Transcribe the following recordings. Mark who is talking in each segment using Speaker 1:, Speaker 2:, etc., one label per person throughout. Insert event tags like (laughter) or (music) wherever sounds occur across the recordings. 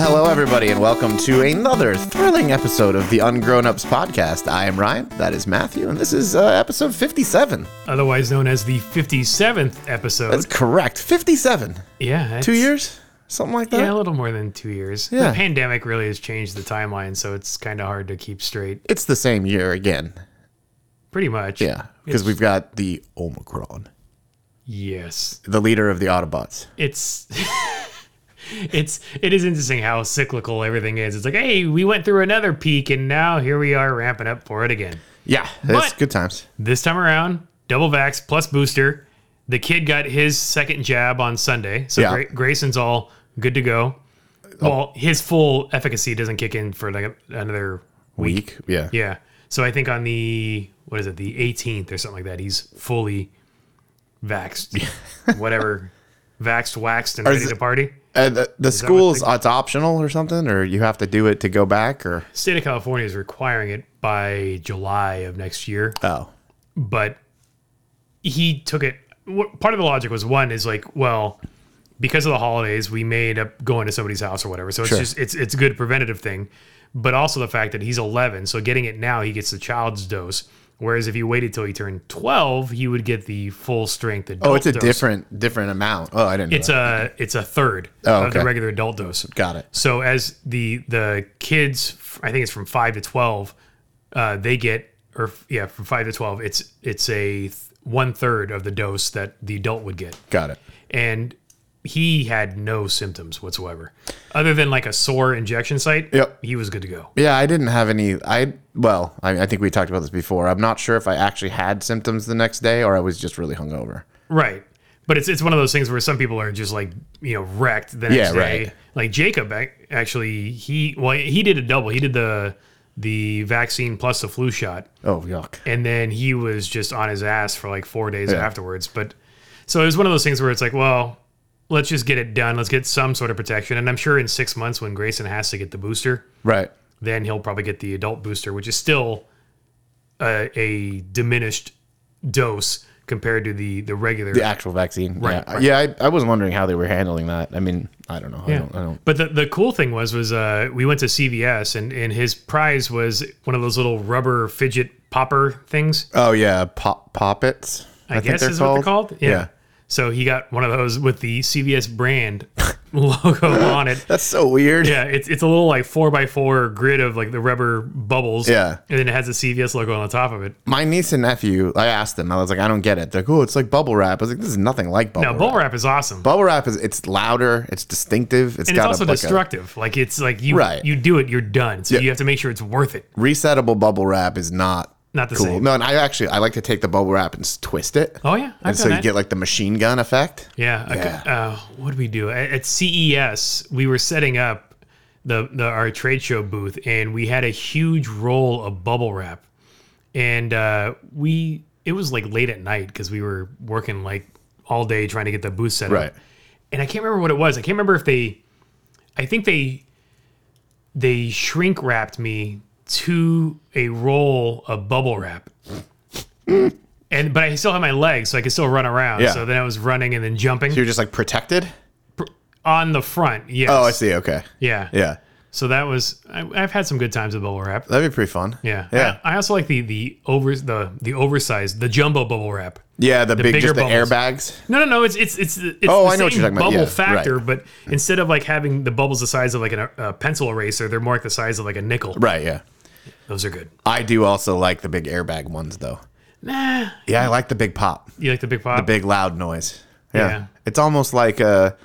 Speaker 1: everybody, and welcome to another thrilling episode of the Ungrown Ups podcast. I am Ryan, that is Matthew, and this is uh, episode 57.
Speaker 2: otherwise known as the 57th episode.
Speaker 1: That's correct. 57.
Speaker 2: yeah, it's-
Speaker 1: Two years? Something like that?
Speaker 2: Yeah, a little more than two years.
Speaker 1: Yeah.
Speaker 2: The pandemic really has changed the timeline, so it's kind of hard to keep straight.
Speaker 1: It's the same year again.
Speaker 2: Pretty much.
Speaker 1: Yeah, because we've got the Omicron,
Speaker 2: Yes,
Speaker 1: the leader of the Autobots.
Speaker 2: it's. (laughs) It's it is interesting how cyclical everything is. It's like, hey, we went through another peak and now here we are ramping up for it again.
Speaker 1: Yeah, it's
Speaker 2: But-
Speaker 1: good times.
Speaker 2: This time around, double vax plus booster. The kid got his second jab on Sunday, so
Speaker 1: Yeah.
Speaker 2: Gra- Grayson's all good to go. Well, his full efficacy doesn't kick in for like another
Speaker 1: Week. Yeah.
Speaker 2: yeah. So I think on the what is it, the 18th or something like that, he's fully vaxxed,
Speaker 1: (laughs)
Speaker 2: whatever, vaxxed, waxed, and ready
Speaker 1: is
Speaker 2: to party.
Speaker 1: And the, the school's it's optional or something, or you have to do it to go back, or
Speaker 2: State of California is requiring it by July of next year.
Speaker 1: oh,
Speaker 2: but he took it. What, part of the logic was one is like, well, because of the holidays, we made up going to somebody's house or whatever. So it's
Speaker 1: Sure.
Speaker 2: just it's it's a good preventative thing, but also the fact that he's 11, so getting it now, he gets the child's dose. Whereas if you waited till he turned 12, he would get the full strength adult.
Speaker 1: oh, it's a
Speaker 2: dose.
Speaker 1: different different amount. Oh, I didn't.
Speaker 2: It's
Speaker 1: know
Speaker 2: a it's a third
Speaker 1: Oh,
Speaker 2: of the
Speaker 1: okay.
Speaker 2: regular adult dose.
Speaker 1: that. got it.
Speaker 2: So as the the kids, I think it's from five to twelve, uh, they get or yeah, from five to twelve, it's it's a th- one third of the dose that the adult would get,
Speaker 1: Got it.
Speaker 2: and he had no symptoms whatsoever, other than like a sore injection site.
Speaker 1: Yep.
Speaker 2: he was good to go.
Speaker 1: Yeah, I didn't have any. I well, I, I think we talked about this before. I'm not sure if I actually had symptoms the next day or I was just really hungover.
Speaker 2: Right. But it's it's one of those things where some people are just like you know wrecked the next
Speaker 1: Yeah,
Speaker 2: day.
Speaker 1: right.
Speaker 2: Like Jacob ac- actually, he well he did a double. He did the the vaccine plus the flu shot.
Speaker 1: Oh yuck!
Speaker 2: and then he was just on his ass for like four days afterwards. But so it was one of those things where it's like, well, let's just get it done. Let's get some sort of protection. And I'm sure in six months when Grayson has to get the booster,
Speaker 1: Right.
Speaker 2: then he'll probably get the adult booster, which is still a, a diminished dose compared to the the regular.
Speaker 1: The actual vaccine.
Speaker 2: Right,
Speaker 1: Yeah.
Speaker 2: right.
Speaker 1: Yeah. I, I was wondering how they were handling that. I mean, I don't know. I
Speaker 2: Yeah.
Speaker 1: don't. I don't.
Speaker 2: But the, the cool thing was was uh, we went to CVS and, and his prize was one of those little rubber fidget popper things.
Speaker 1: Oh yeah, pop poppets.
Speaker 2: I, guess is what they're called. Yeah. So he got one of those with the CVS brand (laughs) logo on it.
Speaker 1: That's so weird.
Speaker 2: Yeah, it's it's a little like four by four grid of like the rubber bubbles.
Speaker 1: Yeah.
Speaker 2: And then it has the CVS logo on the top of it.
Speaker 1: My niece and nephew, I asked them. I was like, I don't get it. They're like, oh, it's like bubble wrap. I was like, this is nothing like bubble
Speaker 2: Now
Speaker 1: wrap.
Speaker 2: bubble wrap is awesome.
Speaker 1: Bubble wrap is it's louder, it's distinctive, it's
Speaker 2: and it's
Speaker 1: got
Speaker 2: also
Speaker 1: a, like a
Speaker 2: destructive. like it's like you
Speaker 1: Right.
Speaker 2: you do it, you're done. So
Speaker 1: Yeah.
Speaker 2: you have to make sure it's worth it.
Speaker 1: resettable bubble wrap is not
Speaker 2: Not the
Speaker 1: cool.
Speaker 2: same.
Speaker 1: No, and I actually I like to take the bubble wrap and s- twist it.
Speaker 2: Oh yeah, I've
Speaker 1: and
Speaker 2: done
Speaker 1: so you
Speaker 2: that.
Speaker 1: get like the machine gun effect.
Speaker 2: Yeah. I
Speaker 1: Yeah.
Speaker 2: cou- Uh, what did we do at, at CES? We were setting up the, the our trade show booth, and we had a huge roll of bubble wrap, and uh, we it was like late at night because we were working like all day trying to get the booth set
Speaker 1: Right.
Speaker 2: up. And I can't remember what it was. I can't remember if they, I think they, they shrink wrapped me to a roll of
Speaker 1: (laughs)
Speaker 2: bubble wrap. And, but I still had my legs, so I could still run around.
Speaker 1: Yeah.
Speaker 2: So then I was running and then jumping
Speaker 1: You're just like protected.
Speaker 2: on the front. Yes.
Speaker 1: Oh, I see. Okay.
Speaker 2: Yeah.
Speaker 1: Yeah.
Speaker 2: So that was I, I've had some good times with bubble wrap.
Speaker 1: That'd be pretty fun.
Speaker 2: Yeah.
Speaker 1: Yeah.
Speaker 2: I, I also like the the over the the oversized the jumbo bubble wrap.
Speaker 1: Yeah. The, big,
Speaker 2: bigger
Speaker 1: just the
Speaker 2: bubbles.
Speaker 1: airbags.
Speaker 2: No, no, no. It's it's it's, the- it's
Speaker 1: Oh,
Speaker 2: the
Speaker 1: I know what
Speaker 2: same
Speaker 1: you're talking about.
Speaker 2: bubble
Speaker 1: Yeah,
Speaker 2: factor, but instead of like having the bubbles the size of like an, a pencil eraser, they're more like the size of like a nickel.
Speaker 1: Right. Yeah.
Speaker 2: Those are good.
Speaker 1: I do also like the big airbag ones though.
Speaker 2: Nah,
Speaker 1: Yeah, I like the big pop,
Speaker 2: you like the big pop?
Speaker 1: big loud noise. Yeah.
Speaker 2: Yeah.
Speaker 1: It's almost like a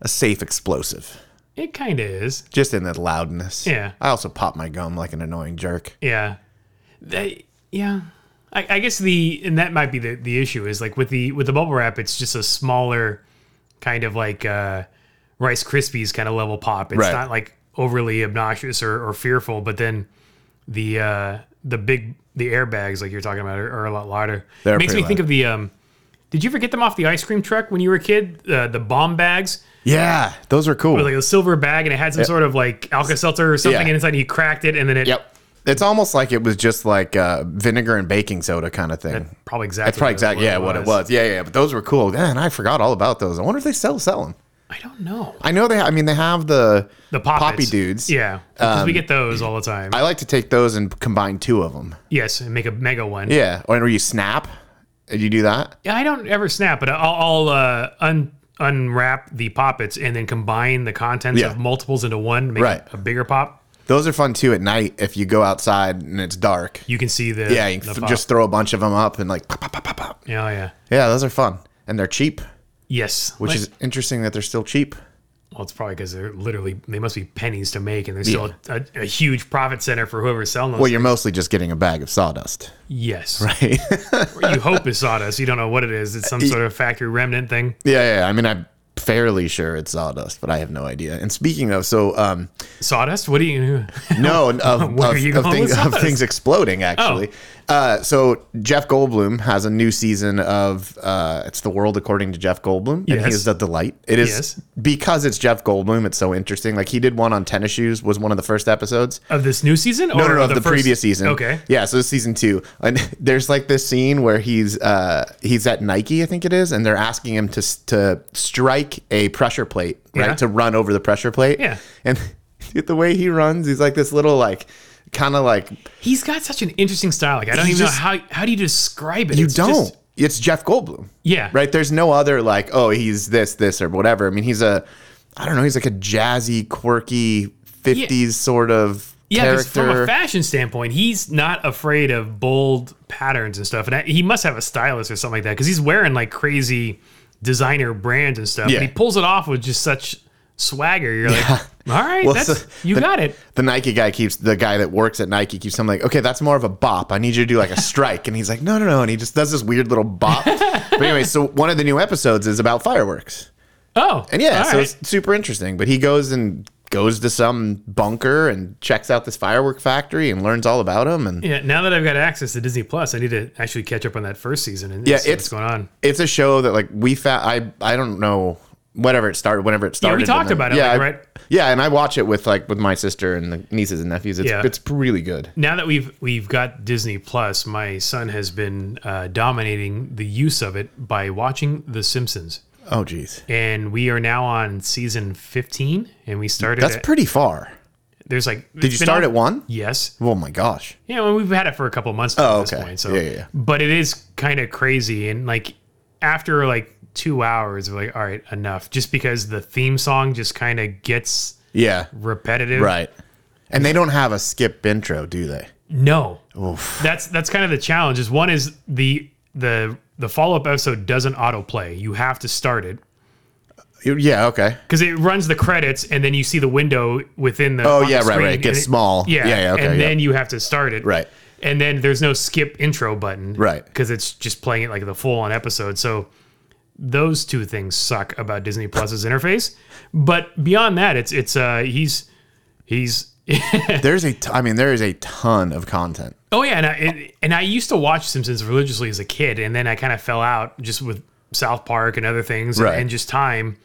Speaker 1: a safe explosive,
Speaker 2: it kind of is.
Speaker 1: just in the loudness.
Speaker 2: Yeah.
Speaker 1: I also pop my gum like an annoying jerk.
Speaker 2: Yeah. They, yeah. I, I guess the and that might be the, the issue is like with the with the bubble wrap, it's just a smaller kind of like uh, Rice Krispies kind of level pop. It's
Speaker 1: Right.
Speaker 2: not like overly obnoxious or, or fearful, but then the uh, the big the airbags like you're talking about are, are a lot louder.
Speaker 1: They're
Speaker 2: Makes me
Speaker 1: pretty
Speaker 2: think
Speaker 1: loud.
Speaker 2: of the um, did you ever get them off the ice cream truck when you were a kid? Uh, the bomb bags,
Speaker 1: Yeah, those are cool.
Speaker 2: It was like a silver bag, and it had some sort of like Alka Seltzer or something
Speaker 1: Yeah.
Speaker 2: inside. And you cracked it, and then it
Speaker 1: Yep. It's almost like it was just like uh, vinegar and baking soda kind of thing.
Speaker 2: probably exactly
Speaker 1: That's probably exactly yeah what it was. Yeah, yeah. But those were cool. Man, I forgot all about those. I wonder if they still sell them.
Speaker 2: I don't know.
Speaker 1: I know they. Ha- I mean, they have the.
Speaker 2: The poppets.
Speaker 1: Poppy dudes. Um,
Speaker 2: Yeah. Because we get those all the time.
Speaker 1: I like to take those and combine two of them.
Speaker 2: yes, and make a mega one.
Speaker 1: Yeah, or you snap. Do you do that?
Speaker 2: Yeah, I don't ever snap, but I'll, I'll uh, un- unwrap the poppets and then combine the contents
Speaker 1: Yeah.
Speaker 2: of multiples into one, make
Speaker 1: Right.
Speaker 2: a bigger pop.
Speaker 1: Those are fun too at night if you go outside and it's dark.
Speaker 2: You can see the
Speaker 1: Yeah, you
Speaker 2: the
Speaker 1: can th-
Speaker 2: pop.
Speaker 1: just throw a bunch of them up and like pop, pop, pop, pop, pop.
Speaker 2: yeah, yeah,
Speaker 1: Yeah, those are fun and they're cheap,
Speaker 2: yes.
Speaker 1: which is interesting that they're still cheap.
Speaker 2: well, it's probably because they're literally they must be pennies to make, and there's still a, a, a huge profit center for whoever's selling those.
Speaker 1: Well, you're mostly just getting a bag of sawdust. (laughs)
Speaker 2: yes,
Speaker 1: yeah,
Speaker 2: you hope it's sawdust. You don't know what it is. It's
Speaker 1: (laughs)
Speaker 2: some sort of factory remnant thing.
Speaker 1: yeah, yeah. I mean, I'm fairly sure it's sawdust, but I have no idea. And speaking of, so um,
Speaker 2: Sawdust? What do you? (laughs)
Speaker 1: No, n- of,
Speaker 2: Where
Speaker 1: of,
Speaker 2: are you
Speaker 1: of
Speaker 2: going
Speaker 1: things,
Speaker 2: with
Speaker 1: of
Speaker 2: this? Oh.
Speaker 1: things exploding, actually. Uh, so Jeff Goldblum has a new season of uh, It's the World According to Jeff Goldblum, and he
Speaker 2: Yes.
Speaker 1: is a delight. It is
Speaker 2: Yes.
Speaker 1: because it's Jeff Goldblum. It's so interesting. Like he did one on tennis shoes was one of the first episodes.
Speaker 2: Of this new season? Or
Speaker 1: No, no, no, of the,
Speaker 2: first-
Speaker 1: previous season.
Speaker 2: Okay.
Speaker 1: Yeah, so it's season two, and (laughs) there's like this scene where he's uh, he's at Nike, I think it is, and they're asking him to s- to strike a pressure plate, right,
Speaker 2: Yeah.
Speaker 1: to run over the pressure plate.
Speaker 2: Yeah.
Speaker 1: and (laughs) the way he runs, he's like this little like kind of like
Speaker 2: He's got such an interesting style. Like I don't
Speaker 1: He
Speaker 2: even
Speaker 1: just-
Speaker 2: know how how do you describe it?
Speaker 1: you
Speaker 2: It's
Speaker 1: don't.
Speaker 2: just-
Speaker 1: it's Jeff Goldblum.
Speaker 2: yeah.
Speaker 1: Right. There's no other like, oh, he's this, this, or whatever. I mean, he's a, I don't know, he's like a jazzy, quirky, 50s sort of
Speaker 2: Yeah, because from a
Speaker 1: character.
Speaker 2: fashion standpoint, he's not afraid of bold patterns and stuff, and I, he must have a stylist or something like that because he's wearing like crazy designer brands and stuff.
Speaker 1: Yeah.
Speaker 2: And he pulls it off with just such swagger. You're like, all right,
Speaker 1: Well,
Speaker 2: that's
Speaker 1: so-
Speaker 2: you got it.
Speaker 1: the Nike guy keeps, the guy that works at Nike keeps him like, okay, that's more of a bop. I need you to do like a strike. And he's like, no, no, no. And he just does this weird little
Speaker 2: (laughs)
Speaker 1: bop. but anyway, so one of the new episodes is about fireworks.
Speaker 2: Oh,
Speaker 1: And yeah,
Speaker 2: all
Speaker 1: so
Speaker 2: right.
Speaker 1: it's super interesting. But he goes and goes to some bunker and checks out this firework factory and learns all about him. And
Speaker 2: yeah. Now that I've got access to Disney Plus, I need to actually catch up on that first season and
Speaker 1: Yeah,
Speaker 2: see
Speaker 1: it's-
Speaker 2: what's going on.
Speaker 1: it's a show that like we found. I I don't know whenever it started. Whenever it started,
Speaker 2: we
Speaker 1: and
Speaker 2: talked
Speaker 1: then-
Speaker 2: about it, like,
Speaker 1: I-
Speaker 2: right?
Speaker 1: Yeah, and I watch it with like with my sister and the nieces and nephews. It's
Speaker 2: Yeah.
Speaker 1: it's really good.
Speaker 2: now that we've we've got Disney Plus, my son has been uh, dominating the use of it by watching The Simpsons,
Speaker 1: Oh geez,
Speaker 2: and we are now on season fifteen, and we started.
Speaker 1: that's
Speaker 2: at,
Speaker 1: pretty far.
Speaker 2: there's like
Speaker 1: Did you start at one?
Speaker 2: Yes.
Speaker 1: Oh my gosh.
Speaker 2: Yeah, well, we've had it for a couple of months now
Speaker 1: Oh,
Speaker 2: at this
Speaker 1: okay.
Speaker 2: point. So,
Speaker 1: Yeah, yeah, yeah.
Speaker 2: but it is kind of crazy, and like after like two hours, we're like, all right, enough, just because the theme song just kind of gets
Speaker 1: Yeah.
Speaker 2: repetitive,
Speaker 1: Right. And they don't have a skip intro, do they?
Speaker 2: No. That's that's kind of the challenge. Is one is the the the follow up episode doesn't autoplay. You have to start it
Speaker 1: You- Yeah. Okay.
Speaker 2: because it runs the credits and then you see the window within the.
Speaker 1: Oh,
Speaker 2: on the
Speaker 1: yeah, right,
Speaker 2: screen,
Speaker 1: right. It
Speaker 2: and
Speaker 1: gets small.
Speaker 2: Yeah,
Speaker 1: Yeah, yeah, okay,
Speaker 2: and
Speaker 1: yeah.
Speaker 2: then you have to start it.
Speaker 1: Right.
Speaker 2: And then there's no skip intro button.
Speaker 1: Right.
Speaker 2: Because it's just playing it like the full on episode. So those two things suck about Disney Plus's interface. But beyond that, it's it's uh he's he's
Speaker 1: There's a. T- I mean, there is a ton of content.
Speaker 2: Oh yeah, and I and, and I used to watch Simpsons religiously as a kid, and then I kind of fell out just with South Park and other things, and-
Speaker 1: Right.
Speaker 2: and, just time.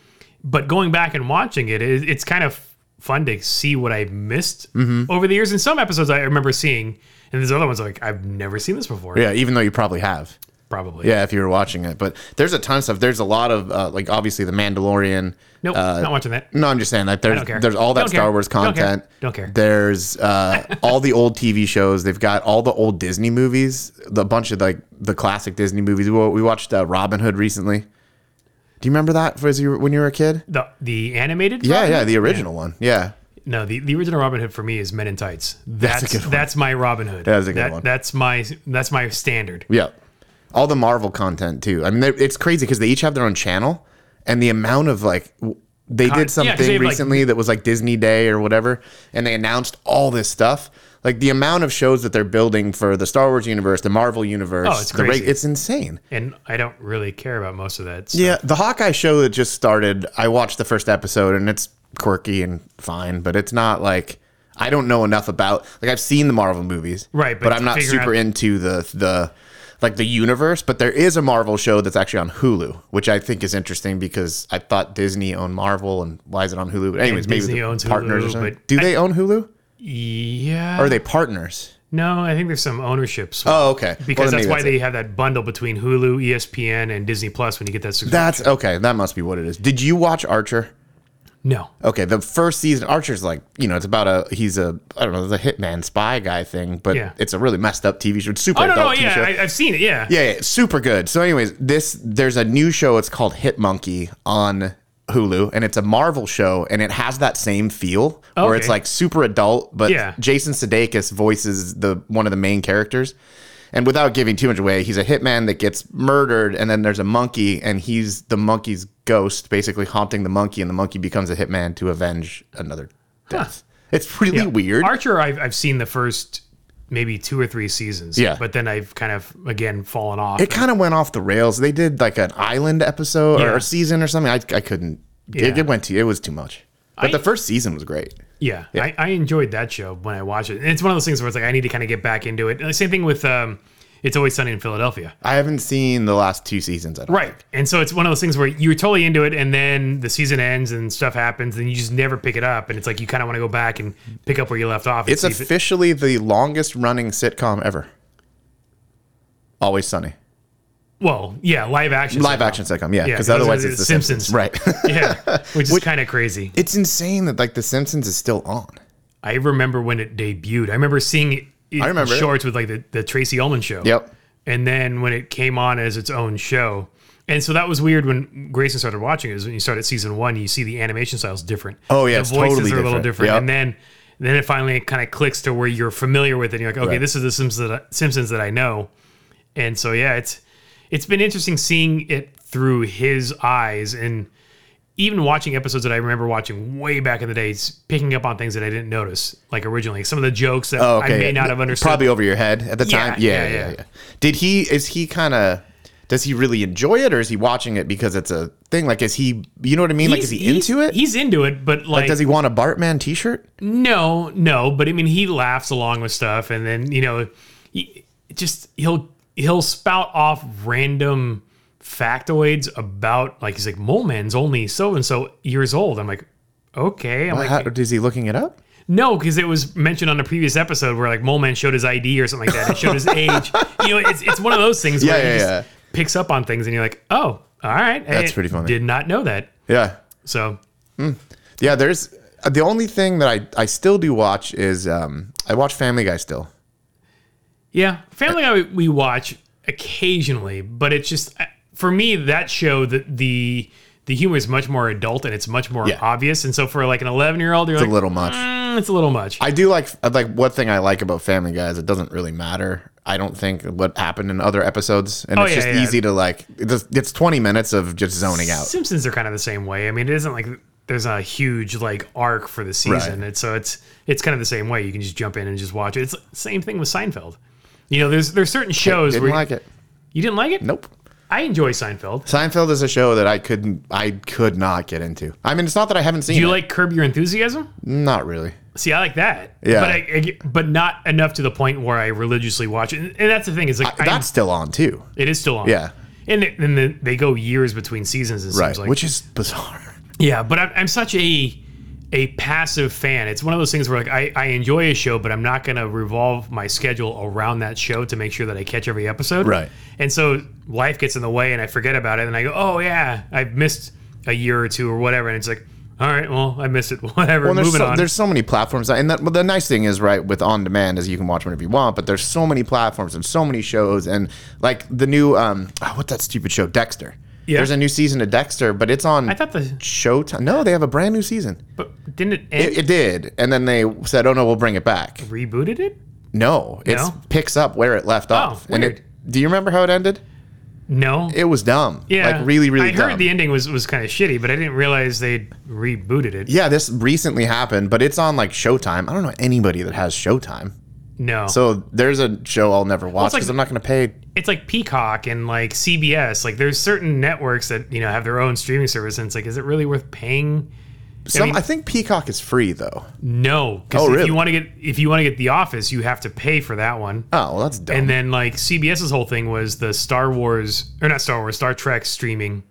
Speaker 2: But going back and watching it, it it's kind of fun to see what I missed
Speaker 1: Mm-hmm.
Speaker 2: over the years. And some episodes I remember seeing, and there's other ones like I've never seen this before.
Speaker 1: Yeah. Even though you probably have.
Speaker 2: Probably.
Speaker 1: Yeah, if you were watching it, but there's a ton of stuff. There's a lot of uh, like obviously the Mandalorian.
Speaker 2: Nope,
Speaker 1: Uh,
Speaker 2: not watching that.
Speaker 1: No, I'm just saying like
Speaker 2: don't care.
Speaker 1: there's there's all that
Speaker 2: Don't
Speaker 1: Star
Speaker 2: care.
Speaker 1: Wars
Speaker 2: Don't care.
Speaker 1: content.
Speaker 2: Don't care.
Speaker 1: There's uh, all the old TV shows. They've got all the old Disney movies. The bunch of like the classic Disney movies. We, we watched uh, Robin Hood recently. Do you remember that was you when you were a kid?
Speaker 2: The the animated.
Speaker 1: Yeah,
Speaker 2: Robin?
Speaker 1: yeah, the original one. Yeah,
Speaker 2: No, the, the original Robin Hood for me is Men in Tights. That's
Speaker 1: a good one.
Speaker 2: that's my Robin Hood.
Speaker 1: That is a good one.
Speaker 2: That's my that's my standard.
Speaker 1: yeah. All the Marvel content too. I mean, they're- it's crazy because they each have their own channel, and the amount of like. w- They
Speaker 2: Con- yeah,
Speaker 1: did
Speaker 2: 'cause they
Speaker 1: something
Speaker 2: have, like,
Speaker 1: recently that was like Disney Day or whatever, and they announced all this stuff. Like the amount of shows that they're building for the Star Wars universe, the Marvel universe,
Speaker 2: Oh, it's
Speaker 1: the reg-
Speaker 2: crazy.
Speaker 1: it's insane.
Speaker 2: And I don't really care about most of that. So.
Speaker 1: Yeah, the Hawkeye show that just started, I watched the first episode and it's quirky and fine, but it's not like I don't know enough about like I've seen the Marvel movies.
Speaker 2: Right,
Speaker 1: but,
Speaker 2: but
Speaker 1: I'm not
Speaker 2: figuring
Speaker 1: super
Speaker 2: out-
Speaker 1: into the the like the universe, but there is a Marvel show that's actually on Hulu, which I think is interesting because I thought Disney owned Marvel and why is it on Hulu? But anyways, maybe
Speaker 2: Disney
Speaker 1: the
Speaker 2: owns
Speaker 1: partners or
Speaker 2: Hulu,
Speaker 1: something.
Speaker 2: but
Speaker 1: Do they own Hulu?
Speaker 2: Yeah.
Speaker 1: Or are they partners?
Speaker 2: No, I think there's some ownership swap
Speaker 1: Oh, okay. Well,
Speaker 2: because
Speaker 1: then
Speaker 2: that's
Speaker 1: maybe
Speaker 2: why
Speaker 1: it.
Speaker 2: they have that bundle E between Hulu, ESPN, and Disney Plus when you get that subscription.
Speaker 1: That's okay. That must be what it is. Did you watch Archer?
Speaker 2: No.
Speaker 1: Okay, the first season, Archer's like you know, it's about a he's a I don't know, the hitman spy guy thing, but
Speaker 2: Yeah.
Speaker 1: it's a really messed up TV show. It's super
Speaker 2: Oh no, no,
Speaker 1: adult TV
Speaker 2: yeah,
Speaker 1: show.
Speaker 2: I, I've seen it. Yeah.
Speaker 1: yeah, yeah, super good. So, anyways, this there's a new show. It's called Hit Monkey on Hulu, and it's a Marvel show, and it has that same feel where
Speaker 2: Okay.
Speaker 1: it's like super adult, but
Speaker 2: Yeah.
Speaker 1: Jason Sudeikis voices the one of the main characters. And without giving too much away, he's a hitman that gets murdered, and then there's a monkey, and he's the monkey's ghost, basically haunting the monkey, and the monkey becomes a hitman to avenge another death. It's really weird.
Speaker 2: Archer, I've, I've seen the first maybe two or three seasons.
Speaker 1: Yeah.
Speaker 2: But then I've kind of, again, fallen off.
Speaker 1: it kind of went off the rails. They did like an island episode or
Speaker 2: Yeah.
Speaker 1: a season or something. I, I couldn't. It,
Speaker 2: Yeah.
Speaker 1: it went to it was too much. But
Speaker 2: I-
Speaker 1: the first season was great.
Speaker 2: yeah. I, I enjoyed that show when I watched it. And it's one of those things where it's like, I need to kind of get back into it. And the same thing with um, It's Always Sunny in Philadelphia.
Speaker 1: I haven't seen the last two seasons. I don't
Speaker 2: Right. And so it's one of those things where you're totally into it and then the season ends and stuff happens and you just never pick it up. And it's like, you kind of want to go back and pick up where you left off. and
Speaker 1: It's
Speaker 2: see if it-
Speaker 1: officially the longest running sitcom ever. Always Sunny.
Speaker 2: well, yeah, live action.
Speaker 1: Live action sitcom, yeah. Because
Speaker 2: 'cause
Speaker 1: otherwise
Speaker 2: it's
Speaker 1: it's The
Speaker 2: Simpsons.
Speaker 1: Simpsons. Right. (laughs)
Speaker 2: yeah. Which is kind of crazy.
Speaker 1: it's insane that like The Simpsons is still on.
Speaker 2: I remember when it debuted. I remember seeing it in
Speaker 1: I remember it.
Speaker 2: shorts with like the, the Tracy Ullman show.
Speaker 1: Yep.
Speaker 2: And then when it came on as its own show. And so that was weird when Grayson started watching it. Is when you start at season one, you see the animation style's different.
Speaker 1: Oh, yeah,
Speaker 2: the
Speaker 1: it's
Speaker 2: voices
Speaker 1: totally
Speaker 2: are a little
Speaker 1: different.
Speaker 2: different.
Speaker 1: Yep.
Speaker 2: And then then it finally kind of clicks to where you're familiar with it. And you're like, okay,
Speaker 1: Right.
Speaker 2: this is the Simpsons that I, Simpsons that I know. And so yeah, it's it's been interesting seeing it through his eyes and even watching episodes that I remember watching way back in the days, picking up on things that I didn't notice, like originally some of the jokes that
Speaker 1: Oh, okay.
Speaker 2: I may
Speaker 1: yeah.
Speaker 2: not have understood.
Speaker 1: Probably over your head at the
Speaker 2: Yeah,
Speaker 1: time. Yeah
Speaker 2: yeah,
Speaker 1: yeah,
Speaker 2: yeah.
Speaker 1: yeah, Did he? Is he kind of? Does he really enjoy it, or is he watching it because it's a thing? Like, is he? You know what I mean? like, is he into it?
Speaker 2: He's into it, but like,
Speaker 1: Does he want a Bartman T-shirt?
Speaker 2: no, no. But I mean, he laughs along with stuff, and then you know, he, just he'll he'll spout off random factoids about like he's like Mole Man's only so and so years old. I'm like, okay. I'm like,
Speaker 1: How, is he looking it up?
Speaker 2: No, because it was mentioned on a previous episode where like Mole Man showed his ID or something like that. It showed
Speaker 1: (laughs)
Speaker 2: his age. You know, it's it's one of those things where
Speaker 1: Yeah,
Speaker 2: he
Speaker 1: yeah,
Speaker 2: just picks up on things and you're like, oh, all right.
Speaker 1: That's
Speaker 2: I
Speaker 1: pretty funny.
Speaker 2: Did not know that.
Speaker 1: Yeah,
Speaker 2: So
Speaker 1: yeah. There's the only thing that I I still do watch is um I watch Family Guy still.
Speaker 2: yeah, Family Guy we- we watch occasionally, but it's just I- for me that show that the the humor is much more adult and it's much more
Speaker 1: Yeah.
Speaker 2: obvious. And so for like an 11 year old, you're
Speaker 1: A
Speaker 2: like,
Speaker 1: little much.
Speaker 2: "Mm, it's a little much.
Speaker 1: I do like like one thing I like about Family Guy is it doesn't really matter. I don't think what happened in other episodes, and
Speaker 2: Oh,
Speaker 1: it's
Speaker 2: yeah,
Speaker 1: just
Speaker 2: yeah.
Speaker 1: easy to like. It's, it's twenty minutes of just zoning out.
Speaker 2: Simpsons are kind of the same way. I mean, it isn't like there's a huge like arc for the season. It's so it's it's kind of the same way. You can just jump in and just watch it. It's the same thing with Seinfeld. You know, there's there's certain shows
Speaker 1: Didn't
Speaker 2: where
Speaker 1: like it.
Speaker 2: you didn't like it.
Speaker 1: Nope.
Speaker 2: I enjoy Seinfeld.
Speaker 1: Seinfeld is a show that I couldn't. I could not get into. I mean, it's not that I haven't seen.
Speaker 2: Do you
Speaker 1: it.
Speaker 2: like Curb Your Enthusiasm?
Speaker 1: Not really.
Speaker 2: See, I like that.
Speaker 1: Yeah.
Speaker 2: but I, I- but not enough to the point where I religiously watch it. And, and that's the thing is like I,
Speaker 1: Uh, That's still on too.
Speaker 2: it is still on.
Speaker 1: Yeah.
Speaker 2: and th- and then they go years between seasons. It
Speaker 1: Right.
Speaker 2: seems like
Speaker 1: Which is bizarre.
Speaker 2: Yeah, but I'm, I'm such a a passive fan. It's one of those things where like I, I enjoy a show, but I'm not gonna revolve my schedule around that show to make sure that I catch every episode.
Speaker 1: Right.
Speaker 2: And so life gets in the way, and I forget about it, and I go, oh yeah, I've missed a year or two or whatever, and it's like, all right, well I missed it, (laughs) whatever.
Speaker 1: Well, there's
Speaker 2: moving
Speaker 1: so,
Speaker 2: on.
Speaker 1: there's so many platforms, and that, well, the nice thing is, right, with on demand is you can watch whenever you want. But there's so many platforms and so many shows, and like the new um, oh, what's that stupid show, Dexter?
Speaker 2: Yeah.
Speaker 1: There's a new season of Dexter, but it's on
Speaker 2: I thought the
Speaker 1: Showtime. No, they have a brand new season.
Speaker 2: but didn't it end?
Speaker 1: It, it did, and then they said, "Oh no, we'll bring it back."
Speaker 2: rebooted it?
Speaker 1: No, it
Speaker 2: No? Oh,
Speaker 1: picks up where it left off. And
Speaker 2: weird.
Speaker 1: it, do you remember how it ended?
Speaker 2: No.
Speaker 1: It was dumb.
Speaker 2: yeah.
Speaker 1: like really, really
Speaker 2: I
Speaker 1: dumb.
Speaker 2: heard the ending was was kind of shitty, but I didn't realize they rebooted it.
Speaker 1: yeah, this recently happened, but it's on like Showtime. I don't know anybody that has Showtime.
Speaker 2: No.
Speaker 1: So there's a show I'll never watch
Speaker 2: like-
Speaker 1: because I'm not going to pay.
Speaker 2: it's like Peacock and like CBS. Like there's certain networks that you know have their own streaming service, and it's like, is it really worth paying?
Speaker 1: Some, I,
Speaker 2: mean-
Speaker 1: think Peacock is free though.
Speaker 2: No, because
Speaker 1: Oh,
Speaker 2: if
Speaker 1: really?
Speaker 2: you want to get if you want to get The Office, you have to pay for that one.
Speaker 1: Oh, well, that's dumb.
Speaker 2: And then like CBS's whole thing was the Star Wars or not Star Wars, Star Trek streaming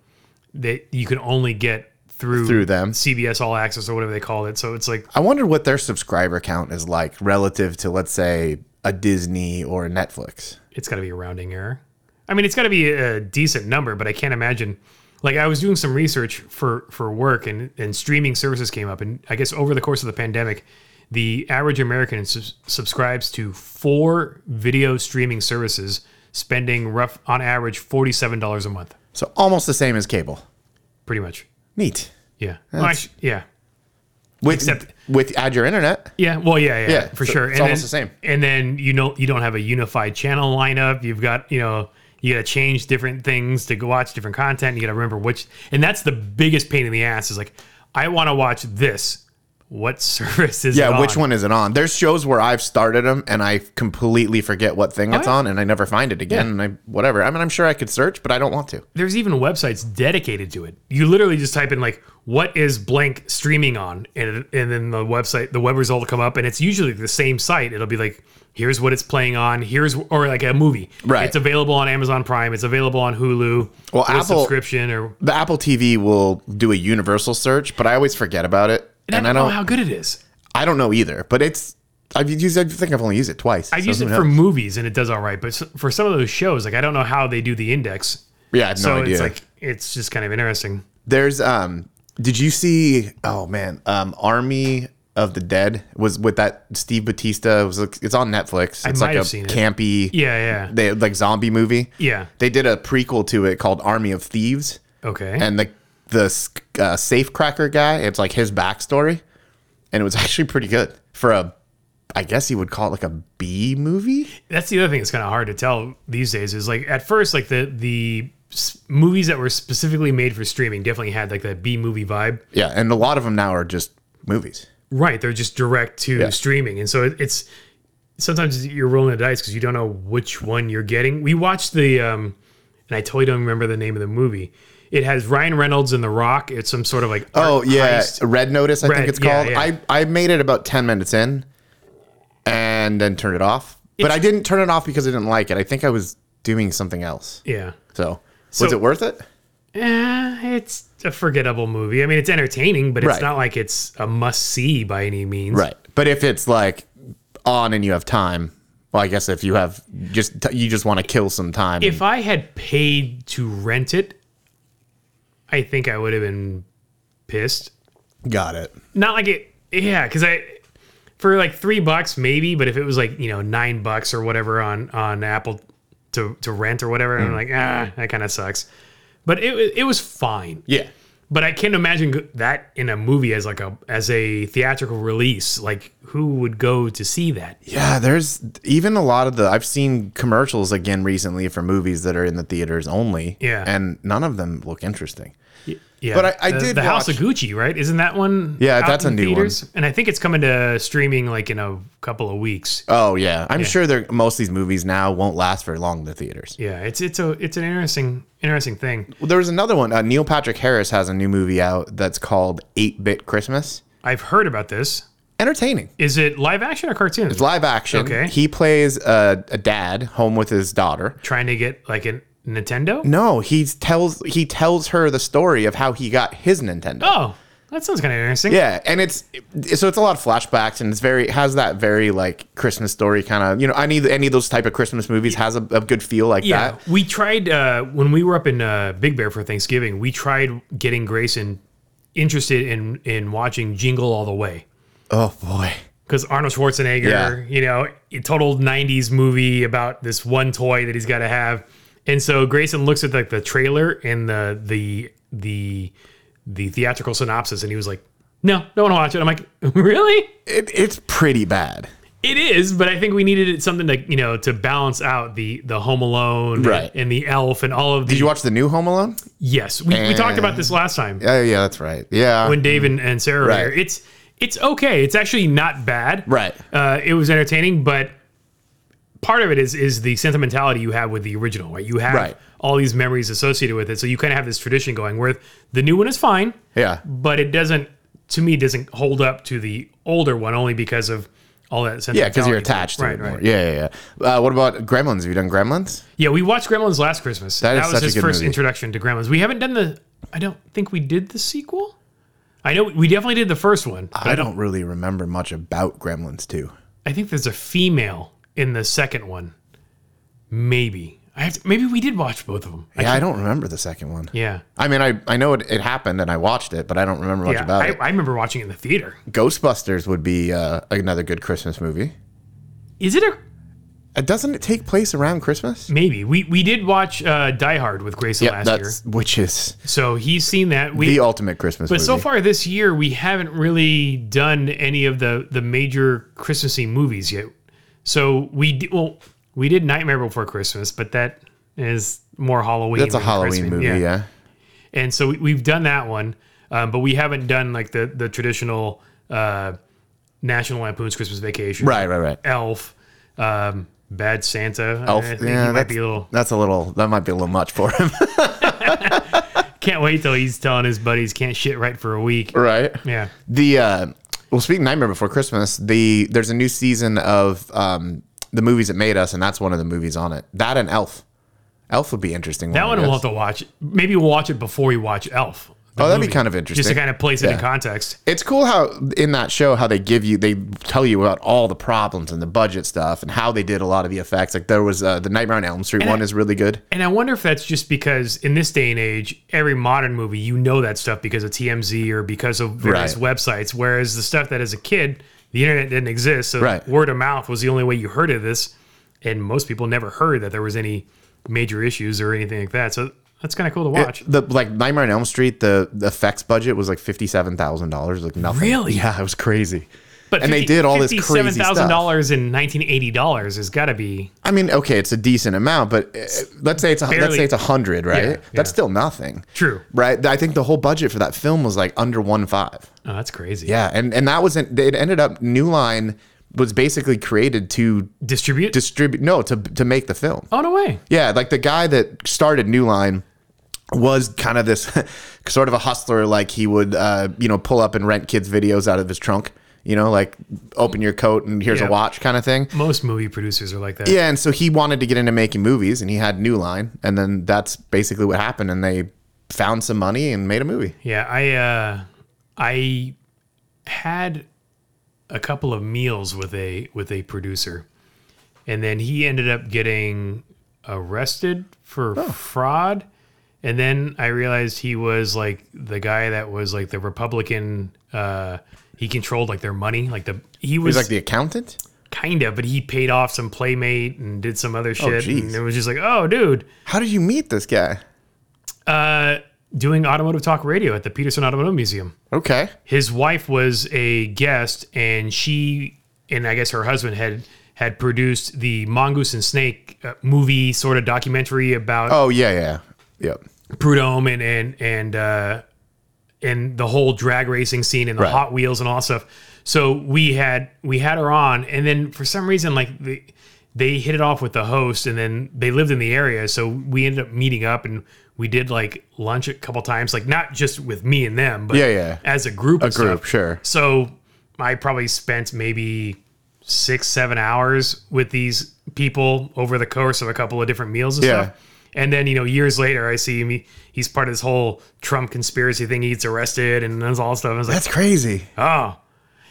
Speaker 2: that you can only get through
Speaker 1: Through them.
Speaker 2: CBS All Access or whatever they call it. So it's like
Speaker 1: I wonder what their subscriber count is like relative to, let's say, a Disney or a Netflix.
Speaker 2: it's got to be a rounding error. I mean, it's got to be a decent number, but I can't imagine like I was doing some research for for work and and streaming services came up and I guess over the course of the pandemic the average American subs- subscribes to four video streaming services spending rough on average $47 a month
Speaker 1: So almost the same as cable.
Speaker 2: pretty much
Speaker 1: Neat.
Speaker 2: yeah Well, actu- yeah
Speaker 1: With
Speaker 2: Except-
Speaker 1: with add your internet.
Speaker 2: yeah well yeah yeah,
Speaker 1: Yeah,
Speaker 2: for
Speaker 1: so
Speaker 2: sure
Speaker 1: it's almost the same.
Speaker 2: and then you know you don't have a unified channel lineup you've got you know you got to change different things to go watch different content you got to remember which and that's the biggest pain in the ass is like I want to watch this what (laughs) service is
Speaker 1: Yeah,
Speaker 2: it
Speaker 1: which
Speaker 2: on?
Speaker 1: one is it on? There's shows where I've started them and I completely forget what thing it's
Speaker 2: Oh, yeah.
Speaker 1: on and I never find it again and I whatever. I mean, I'm sure I could search, but I don't want to.
Speaker 2: there's even websites dedicated to it. You literally just type in like what is blank streaming on and and then the website the web result will come up and it's usually the same site. It'll be like here's what it's playing on, here's or like a movie.
Speaker 1: Right.
Speaker 2: It's available on Amazon Prime, it's available on Hulu.
Speaker 1: Well,
Speaker 2: with a
Speaker 1: Apple-
Speaker 2: subscription or
Speaker 1: The Apple TV will do a universal search, but I always forget about it. And,
Speaker 2: I
Speaker 1: I
Speaker 2: don't know
Speaker 1: don't
Speaker 2: how good it is.
Speaker 1: I don't know either, but it's I've used I think I've only used it twice.
Speaker 2: I've used it for movies and it does all right, but s- for some of those shows like I don't know how they do the index.
Speaker 1: Yeah, I have no
Speaker 2: So
Speaker 1: idea.
Speaker 2: it's like it's just kind of interesting.
Speaker 1: There's um did you see oh man, um Army of the Dead was with that Steve Batista it was like, it's on Netflix. It's
Speaker 2: might
Speaker 1: like
Speaker 2: have
Speaker 1: a
Speaker 2: seen it.
Speaker 1: campy
Speaker 2: Yeah, yeah.
Speaker 1: they like zombie movie.
Speaker 2: Yeah.
Speaker 1: They did a prequel to it called Army of Thieves
Speaker 2: Okay.
Speaker 1: and the the uh, safe cracker guy, it's like his backstory and it was (laughs) actually pretty good for a I guess you would call it like a B movie.
Speaker 2: that's the other thing that's kind of hard to tell these days is like at first like the the s- movies that were specifically made for streaming definitely had like that B movie vibe.
Speaker 1: Yeah, and a lot of them now are just movies.
Speaker 2: Right, they're just direct to streaming, and so it, it's sometimes you're rolling the dice because you don't know which one you're getting. We watched the um, and I totally don't remember the name of the movie. It has Ryan Reynolds and The Rock. It's some sort of like
Speaker 1: Oh
Speaker 2: art
Speaker 1: yeah,
Speaker 2: heist.
Speaker 1: Red Notice. I
Speaker 2: Red,
Speaker 1: think it's
Speaker 2: yeah,
Speaker 1: called.
Speaker 2: yeah.
Speaker 1: I I made it about ten minutes in, and then turned it off. But I didn't turn it off because I didn't like it. I think I was doing something else.
Speaker 2: yeah.
Speaker 1: So,
Speaker 2: So-
Speaker 1: was it worth it?
Speaker 2: Eh, it's a forgettable movie. I mean, it's entertaining, but it's
Speaker 1: Right.
Speaker 2: not like it's a must see by any means.
Speaker 1: Right. But if it's like on and you have time, well, I guess if you have just you just want to kill some time.
Speaker 2: if I had paid to rent it, I think I would have been pissed.
Speaker 1: got it.
Speaker 2: Not like it, yeah, because I for like three bucks maybe, but if it was like you know nine bucks or whatever on on Apple to to rent or whatever, I'm like ah, that kind of sucks. But it wa- it was fine.
Speaker 1: Yeah.
Speaker 2: But I can't imagine go- that in a movie as like a as a theatrical release. Like who would go to see that?
Speaker 1: Yeah, there's even a lot of the I've seen commercials again recently for movies that are in the theaters only.
Speaker 2: Yeah.
Speaker 1: And none of them look interesting.
Speaker 2: Yeah,
Speaker 1: But I- I
Speaker 2: the,
Speaker 1: did
Speaker 2: the House of
Speaker 1: watch-
Speaker 2: Gucci, right? Isn't that one?
Speaker 1: Yeah,
Speaker 2: out
Speaker 1: that's
Speaker 2: in
Speaker 1: a new one.
Speaker 2: and I think it's coming to streaming like in a couple of weeks.
Speaker 1: Oh yeah, I'm sure they're most of these movies now won't last very long in the theaters.
Speaker 2: Yeah, it's it's a it's an interesting interesting thing.
Speaker 1: Well, there was another one. Uh, Neil Patrick Harris has a new movie out that's called Eight Bit Christmas.
Speaker 2: I've heard about this.
Speaker 1: Entertaining.
Speaker 2: Is it live action or cartoon?
Speaker 1: It's live action.
Speaker 2: Okay.
Speaker 1: He plays a, a dad home with his daughter.
Speaker 2: Trying to get like a Nintendo?
Speaker 1: No, he tells he tells her the story of how he got his Nintendo.
Speaker 2: Oh, that sounds kind of interesting.
Speaker 1: Yeah, and it's so it's a lot of flashbacks, and it's very has that very like Christmas story kind of you know any any of those type of Christmas movies has a, a good feel like
Speaker 2: Yeah,
Speaker 1: that.
Speaker 2: we tried uh, when we were up in uh, Big Bear for Thanksgiving. We tried getting Grayson interested in in watching Jingle All the Way.
Speaker 1: Oh boy,
Speaker 2: because Arnold Schwarzenegger, you know, a total '90s movie about this one toy that he's got to have, and so Grayson looks at like the trailer and the the the the theatrical synopsis, and he was like, "No, don't want to watch it." I'm like, (laughs) "Really?"
Speaker 1: it, it's pretty bad.
Speaker 2: It is, but I think we needed it something to you know to balance out the the Home Alone,
Speaker 1: Right.
Speaker 2: and, the Elf, and all of the.
Speaker 1: Did you watch the new Home Alone?
Speaker 2: yes, we, we talked about this last time
Speaker 1: Yeah, yeah, that's right. Yeah,
Speaker 2: when Dave and, and Sarah
Speaker 1: Right.
Speaker 2: were here. It's it's okay. It's actually not bad.
Speaker 1: Right.
Speaker 2: Uh, it was entertaining, but part of it is is the sentimentality you have with the original. Right. You have
Speaker 1: Right.
Speaker 2: all these memories associated with it, so you kind of have this tradition going. Where the new one is fine,
Speaker 1: yeah,
Speaker 2: but it doesn't. To me, doesn't hold up to the older one only because of all that sentimentality.
Speaker 1: yeah, because you're attached to
Speaker 2: right,
Speaker 1: it
Speaker 2: right.
Speaker 1: more. Yeah, yeah, yeah. Uh, what about Gremlins? Have you done Gremlins?
Speaker 2: Yeah, we watched Gremlins last Christmas. That,
Speaker 1: is
Speaker 2: was
Speaker 1: such a
Speaker 2: his
Speaker 1: good
Speaker 2: first
Speaker 1: movie.
Speaker 2: introduction to Gremlins. We haven't done the. I don't think we did the sequel. I know we definitely did the first one. but
Speaker 1: I don't really remember much about Gremlins too.
Speaker 2: I think there's a female in the second one. Maybe. I have to, maybe we did watch both of them.
Speaker 1: Yeah, I, don't remember the second one.
Speaker 2: Yeah.
Speaker 1: I mean, I, I know it, it happened and I watched it, but I don't remember much
Speaker 2: Yeah,
Speaker 1: about
Speaker 2: I,
Speaker 1: it.
Speaker 2: I remember watching it in the theater.
Speaker 1: Ghostbusters would be uh, another good Christmas movie.
Speaker 2: Is it a
Speaker 1: Uh, doesn't it take place around Christmas?
Speaker 2: maybe? We we did watch uh, Die Hard with Grayson last year,
Speaker 1: that's which is
Speaker 2: so he's seen that. We
Speaker 1: the ultimate Christmas
Speaker 2: But
Speaker 1: movie.
Speaker 2: so far this year, we haven't really done any of the the major Christmassy movies yet. So we d- well, we did Nightmare Before Christmas, but that is more Halloween.
Speaker 1: that's a
Speaker 2: than
Speaker 1: Halloween
Speaker 2: Christmas.
Speaker 1: movie, yeah.
Speaker 2: And so we, we've done that one, um, but we haven't done like the the traditional uh, National Lampoon's Christmas Vacation,
Speaker 1: Right, right, right.
Speaker 2: Elf, um, Bad Santa.
Speaker 1: Elf,
Speaker 2: I think
Speaker 1: yeah,
Speaker 2: he might
Speaker 1: that's,
Speaker 2: be a little.
Speaker 1: that's a little that might be a little much for him. (laughs)
Speaker 2: Can't wait till he's telling his buddies can't shit right for a week.
Speaker 1: right.
Speaker 2: Yeah.
Speaker 1: The uh, well, speaking of Nightmare Before Christmas, the there's a new season of um, the movies that made us, and that's one of the movies on it. That and Elf. Elf would be interesting.
Speaker 2: That one
Speaker 1: I
Speaker 2: we'll have
Speaker 1: guess.
Speaker 2: to watch. Maybe we'll watch it before we watch Elf. the
Speaker 1: Oh, that'd be kind of
Speaker 2: Just to
Speaker 1: interesting.
Speaker 2: kind of place it in
Speaker 1: Yeah.
Speaker 2: context.
Speaker 1: It's cool how in that show how they give you they tell you about all the problems and the budget stuff and how they did a lot of the effects. Like there was uh, the Nightmare on Elm Street one is really good.
Speaker 2: And I wonder if that's just because in this day and age, every modern movie, you know that stuff because of TMZ or because of various websites. Whereas the stuff that as a kid, the internet didn't exist. So
Speaker 1: Right.
Speaker 2: word of mouth was the only way you heard of this. And most people never heard that there was any major issues or anything like that. So that's kind of cool to watch.
Speaker 1: The like Nightmare on Elm Street, the, the effects budget was like fifty seven thousand dollars, like nothing.
Speaker 2: Really?
Speaker 1: Yeah, it was crazy.
Speaker 2: but
Speaker 1: and they
Speaker 2: 50
Speaker 1: did all this crazy stuff.
Speaker 2: $57,000 in 1980 dollars has got to be
Speaker 1: I mean, okay, it's a decent amount, but uh, let's say it's a, let's
Speaker 2: Barely.
Speaker 1: say it's a hundred, right?
Speaker 2: Yeah, yeah.
Speaker 1: That's still nothing,
Speaker 2: true.
Speaker 1: right? I think the whole budget for that film was like under one five.
Speaker 2: Oh, that's crazy.
Speaker 1: Yeah, and and that wasn't. It ended up New Line was basically created to
Speaker 2: Distribute?
Speaker 1: distribute. No, to to make the film.
Speaker 2: oh, no way.
Speaker 1: Yeah, like the guy that started New Line was kind of this (laughs) sort of a hustler. Like he would, uh, you know, pull up and rent kids' videos out of his trunk. You know, like open your coat and here's
Speaker 2: Yeah.
Speaker 1: a watch kind of thing.
Speaker 2: Most movie producers are like that.
Speaker 1: Yeah, and so he wanted to get into making movies, and he had New Line, and then that's basically what happened. And they found some money and made a movie.
Speaker 2: Yeah, I uh, I had a couple of meals with a with a producer, and then he ended up getting arrested for
Speaker 1: Oh.
Speaker 2: fraud. And then I realized he was like the guy that was like the Republican. Uh, he controlled like their money, like the he was,
Speaker 1: He's like the accountant.
Speaker 2: kind of, but he paid off some playmate and did some other shit,
Speaker 1: Oh, jeez.
Speaker 2: and it was just like, oh, dude,
Speaker 1: How did you meet this guy?
Speaker 2: uh, doing automotive talk radio at the Peterson Automotive Museum.
Speaker 1: Okay,
Speaker 2: his wife was a guest and she and i guess her husband had had produced the mongoose and snake uh, movie sort of documentary about
Speaker 1: Oh yeah, yeah, yep.
Speaker 2: prudhomme and and and uh and the whole drag racing scene and the
Speaker 1: Right.
Speaker 2: hot wheels and all that stuff so we had we had her on and then for some reason like the they hit it off with the host and then they lived in the area so we ended up meeting up and we did like lunch a couple times like not just with me and them but
Speaker 1: Yeah, yeah.
Speaker 2: as a group a
Speaker 1: Group, sure.
Speaker 2: so I probably spent maybe six, seven hours with these people over the course of a couple of different meals and
Speaker 1: Yeah.
Speaker 2: stuff. And then, you know, years later, I see him. he- He's part of this whole Trump conspiracy thing. He gets arrested and there's all stuff. I was like,
Speaker 1: That's crazy.
Speaker 2: oh.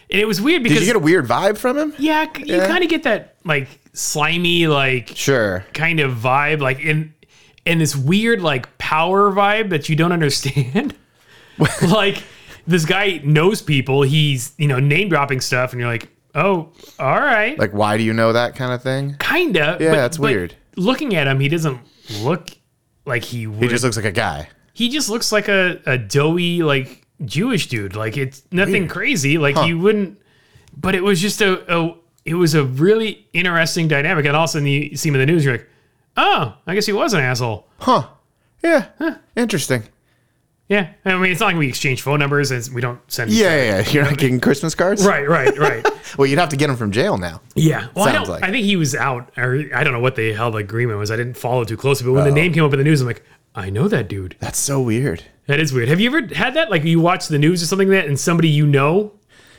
Speaker 2: And it was weird because,
Speaker 1: Did you get a weird vibe from him?
Speaker 2: yeah, c- you
Speaker 1: Yeah.
Speaker 2: kind of get that like slimy, like
Speaker 1: Sure.
Speaker 2: kind of vibe, like in, and this weird like power vibe that you don't understand. (laughs) like this guy knows people. He's you know name dropping stuff, and you're like, oh, all right,
Speaker 1: Like, why do you know that kind of thing?
Speaker 2: kinda.
Speaker 1: Yeah, it's weird.
Speaker 2: Looking at him, he doesn't look like he would.
Speaker 1: He just looks like a guy.
Speaker 2: looks like a a doughy like Jewish dude. Like it's nothing crazy. Like you wouldn't. But it was just a, a it was a really interesting dynamic, and all of a sudden you see him in the news, you're like, oh, I guess he was an asshole.
Speaker 1: Huh. Yeah. Interesting.
Speaker 2: Yeah, I mean, it's not like we exchange phone numbers and we don't send.
Speaker 1: Yeah, yeah, yeah. You're not getting Christmas cards?
Speaker 2: Right, right,
Speaker 1: (laughs)
Speaker 2: right.
Speaker 1: Well, you'd have to get him from jail now.
Speaker 2: yeah. Well, I,
Speaker 1: Sounds
Speaker 2: don't,
Speaker 1: like-
Speaker 2: I think he was out, or I don't know what the hell the agreement was. I didn't follow too closely, but when the
Speaker 1: Oh.
Speaker 2: name came up in the news, I'm like, I know that dude.
Speaker 1: That's so weird.
Speaker 2: That is weird. Have you ever had that? Like you watch the news or something like that, and somebody you know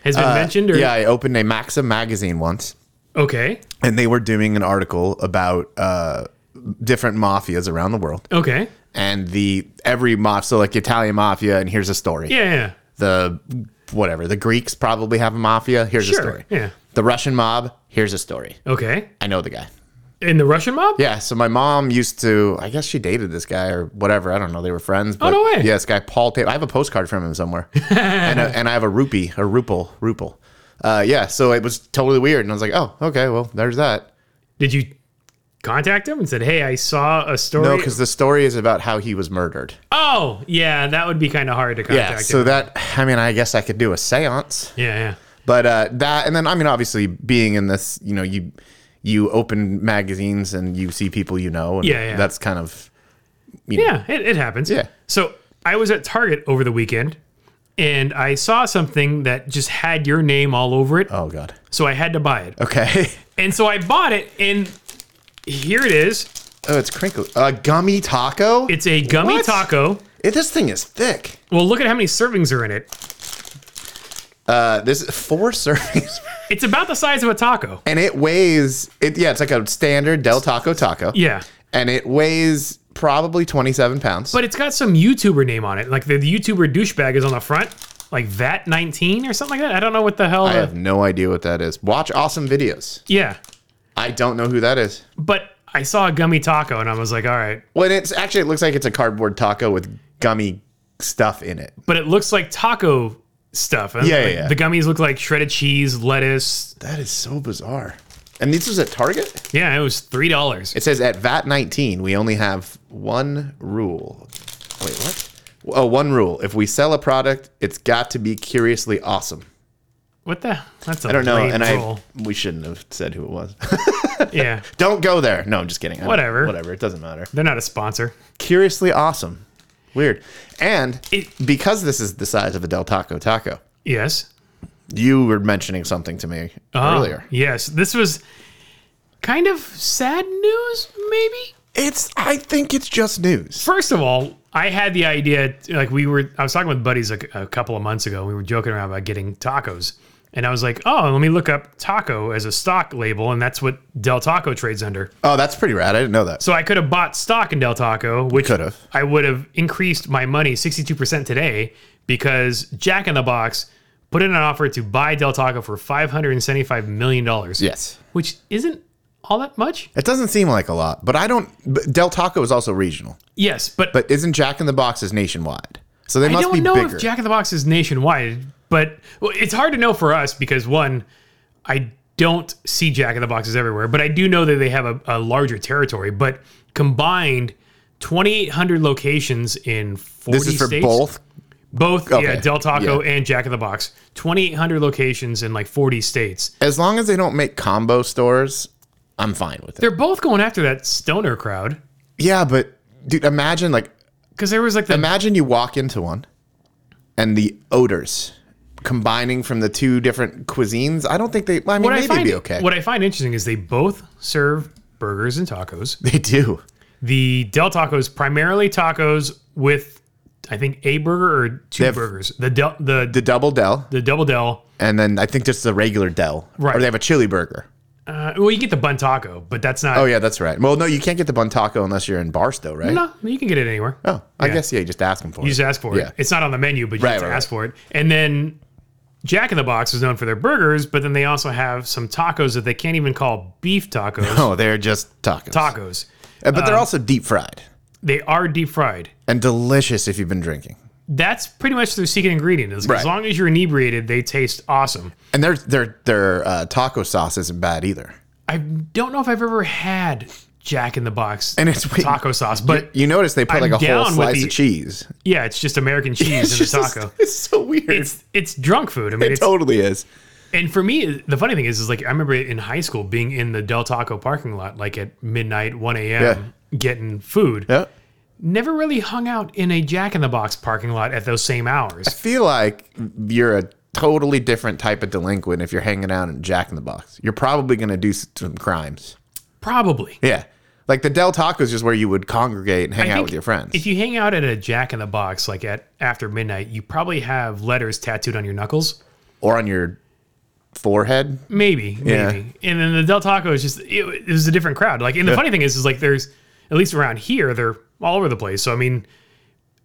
Speaker 2: has been mentioned? Or
Speaker 1: Uh, Yeah, I opened a Maxim magazine once.
Speaker 2: okay,
Speaker 1: and they were doing an article about uh, different mafias around the world
Speaker 2: okay,
Speaker 1: and the every mafia so like Italian mafia and here's a story
Speaker 2: yeah, yeah,
Speaker 1: the whatever the Greeks probably have a mafia here's
Speaker 2: Sure,
Speaker 1: a story
Speaker 2: yeah.
Speaker 1: the Russian mob here's a story
Speaker 2: okay.
Speaker 1: I know the guy
Speaker 2: in the Russian mob?
Speaker 1: Yeah, so my mom used to, I guess she dated this guy or whatever. I don't know. They were friends. But
Speaker 2: Oh, no way.
Speaker 1: Yeah, this guy, Paul Taylor. I have a postcard from him
Speaker 2: (laughs)
Speaker 1: somewhere. and, a, and I have a rupee, a ruple, ruple. Uh, yeah, so it was totally weird. And I was like, oh, okay, well, there's that.
Speaker 2: Did you contact him and said, "Hey, I saw a story"?
Speaker 1: No, because the story is about how he was murdered.
Speaker 2: oh, yeah, that would be kind of hard to contact
Speaker 1: Yeah,
Speaker 2: him.
Speaker 1: so that, I mean, I guess I could do a seance.
Speaker 2: yeah, yeah.
Speaker 1: But uh, that, and then I mean, obviously, being in this, you know, you you open magazines and you see people you know, and
Speaker 2: Yeah, yeah.
Speaker 1: that's kind of
Speaker 2: Yeah, it, it happens.
Speaker 1: Yeah.
Speaker 2: So I was at Target over the weekend and I saw something that just had your name all over it.
Speaker 1: oh god,
Speaker 2: So I had to buy it.
Speaker 1: okay, (laughs)
Speaker 2: And so I bought it and here it is.
Speaker 1: oh it's crinkly, a gummy taco.
Speaker 2: It's a gummy
Speaker 1: What?
Speaker 2: taco.
Speaker 1: It- this thing is thick.
Speaker 2: Well, look at how many servings are in it.
Speaker 1: Uh, this four (laughs) servings,
Speaker 2: It's about the size of a taco.
Speaker 1: and it weighs it. Yeah, it's like a standard Del Taco taco.
Speaker 2: Yeah.
Speaker 1: and it weighs probably twenty seven pounds.
Speaker 2: But it's got some YouTuber name on it. Like the, the YouTuber douchebag is on the front, like VAT19 or something like that. I don't know what the hell.
Speaker 1: I
Speaker 2: the-
Speaker 1: have no idea what that is. Watch awesome videos.
Speaker 2: yeah.
Speaker 1: I don't know who that is.
Speaker 2: But I saw a gummy taco and I was like, all right.
Speaker 1: When it's actually, it looks like it's a cardboard taco with gummy stuff in it.
Speaker 2: but it looks like taco stuff. And
Speaker 1: Yeah,
Speaker 2: like,
Speaker 1: yeah, yeah.
Speaker 2: The gummies look like shredded cheese, lettuce.
Speaker 1: That is so bizarre. And this was at Target?
Speaker 2: Yeah, it was three dollars.
Speaker 1: It says at VAT 19, we only have one rule. Wait, what? Oh, one rule. If we sell a product, it's got to be curiously awesome.
Speaker 2: What the? That's a
Speaker 1: I don't know. And I
Speaker 2: roll.
Speaker 1: we shouldn't have said who it was. (laughs)
Speaker 2: yeah,
Speaker 1: don't go there. No, I'm just kidding. I don't-
Speaker 2: Whatever.
Speaker 1: Whatever. It doesn't matter.
Speaker 2: they're not a sponsor.
Speaker 1: Curiously awesome. Weird. And
Speaker 2: It-
Speaker 1: because this is the size of a Del Taco taco,
Speaker 2: Yes.
Speaker 1: you were mentioning something to me (laughs)
Speaker 2: Oh,
Speaker 1: earlier.
Speaker 2: Yes. This was kind of sad news, maybe.
Speaker 1: It's I think it's just news.
Speaker 2: First of all, I had the idea. Like we were, I was talking with buddies a, a couple of months ago. and We were joking around about getting tacos, and I was like, "Oh, let me look up taco as a stock label, and that's what Del Taco trades under."
Speaker 1: Oh, that's pretty rad. I didn't know that.
Speaker 2: So I could have bought stock in Del Taco, which
Speaker 1: Could have.
Speaker 2: I would have increased my money 62% today because Jack in the Box put in an offer to buy Del Taco for $575 million,
Speaker 1: Yes.
Speaker 2: which isn't all that much.
Speaker 1: It doesn't seem like a lot, but I don't. But Del Taco is also regional,
Speaker 2: Yes, but,
Speaker 1: but isn't Jack in the Box is nationwide? So they
Speaker 2: I
Speaker 1: must be
Speaker 2: don't know
Speaker 1: bigger.
Speaker 2: if Jack in the Box is nationwide, but well, it's hard to know for us because one, I don't see Jack in the Boxes everywhere, but I do know that they have a, a larger territory. But combined, 2,800 locations in 40
Speaker 1: this is for
Speaker 2: states.
Speaker 1: both.
Speaker 2: Both, yeah,
Speaker 1: Okay,
Speaker 2: Del Taco
Speaker 1: yeah.
Speaker 2: and Jack in the Box. 2,800 locations in like 40 states.
Speaker 1: As long as they don't make combo stores, I'm fine with it.
Speaker 2: They're both going after that stoner crowd
Speaker 1: yeah, but dude, imagine like
Speaker 2: because there was like the
Speaker 1: imagine you walk into one, and the odors combining from the two different cuisines. I don't think they. I mean,
Speaker 2: what I
Speaker 1: maybe it'd
Speaker 2: find
Speaker 1: be okay.
Speaker 2: what I find interesting is they both serve burgers and
Speaker 1: (laughs)
Speaker 2: tacos.
Speaker 1: they do.
Speaker 2: The Del Taco is primarily tacos with I think a burger or two
Speaker 1: have-
Speaker 2: burgers. The Del the,
Speaker 1: The double Del,
Speaker 2: the double Del.
Speaker 1: and then I think just the regular Del.
Speaker 2: Right.
Speaker 1: Or they have a chili burger.
Speaker 2: Uh, well, you get the bun taco, but that's not.
Speaker 1: Oh yeah, that's right. Well, no, you can't get the bun taco unless you're in Barstow, right?
Speaker 2: No, you can get it anywhere.
Speaker 1: Oh, I guess yeah. You just ask them for
Speaker 2: You
Speaker 1: it.
Speaker 2: just ask for it.
Speaker 1: Yeah.
Speaker 2: It's not on the menu, but you
Speaker 1: Right,
Speaker 2: have to
Speaker 1: right,
Speaker 2: ask for it. And then Jack in the Box is known for their burgers, but then they also have some tacos that they can't even call
Speaker 1: (laughs)
Speaker 2: beef tacos.
Speaker 1: (laughs) Oh, they're just tacos.
Speaker 2: tacos.
Speaker 1: Uh, but
Speaker 2: um,
Speaker 1: they're also deep fried
Speaker 2: They are deep fried.
Speaker 1: and delicious if you've been drinking.
Speaker 2: That's pretty much their secret ingredient. As,
Speaker 1: Right.
Speaker 2: as long as you're inebriated, they taste awesome.
Speaker 1: And their their their uh, taco sauce isn't bad either.
Speaker 2: I don't know if I've ever had Jack in the Box
Speaker 1: And it's weird. (laughs)
Speaker 2: taco sauce, but
Speaker 1: You notice they put
Speaker 2: I'm
Speaker 1: like a
Speaker 2: down
Speaker 1: whole
Speaker 2: with
Speaker 1: slice
Speaker 2: the-
Speaker 1: of cheese.
Speaker 2: yeah, it's just American cheese in the taco.
Speaker 1: (laughs) it's so weird.
Speaker 2: It's it's drunk food. I mean,
Speaker 1: it
Speaker 2: it's
Speaker 1: totally is.
Speaker 2: And for me, the funny thing is, is like I remember in high school being in the Del Taco parking lot, like at midnight, one a.m., getting food.
Speaker 1: Yeah.
Speaker 2: Never really hung out in a Jack in the Box parking lot at those same hours.
Speaker 1: Feel like you're a totally different type of delinquent if you're hanging out in Jack in the Box. You're probably gonna do s- some crimes.
Speaker 2: Probably.
Speaker 1: Yeah. Like the Del Taco is just where you would congregate and hang
Speaker 2: I
Speaker 1: out
Speaker 2: think
Speaker 1: with your friends.
Speaker 2: If you hang out at a Jack in the Box, like at after midnight, you probably have letters tattooed on your knuckles.
Speaker 1: or on your forehead.
Speaker 2: Maybe,
Speaker 1: Yeah.
Speaker 2: maybe. And then the Del Taco is just it, it was a different crowd. Like, and the funny thing is, is like there's at least around here they're all over the place. So I mean,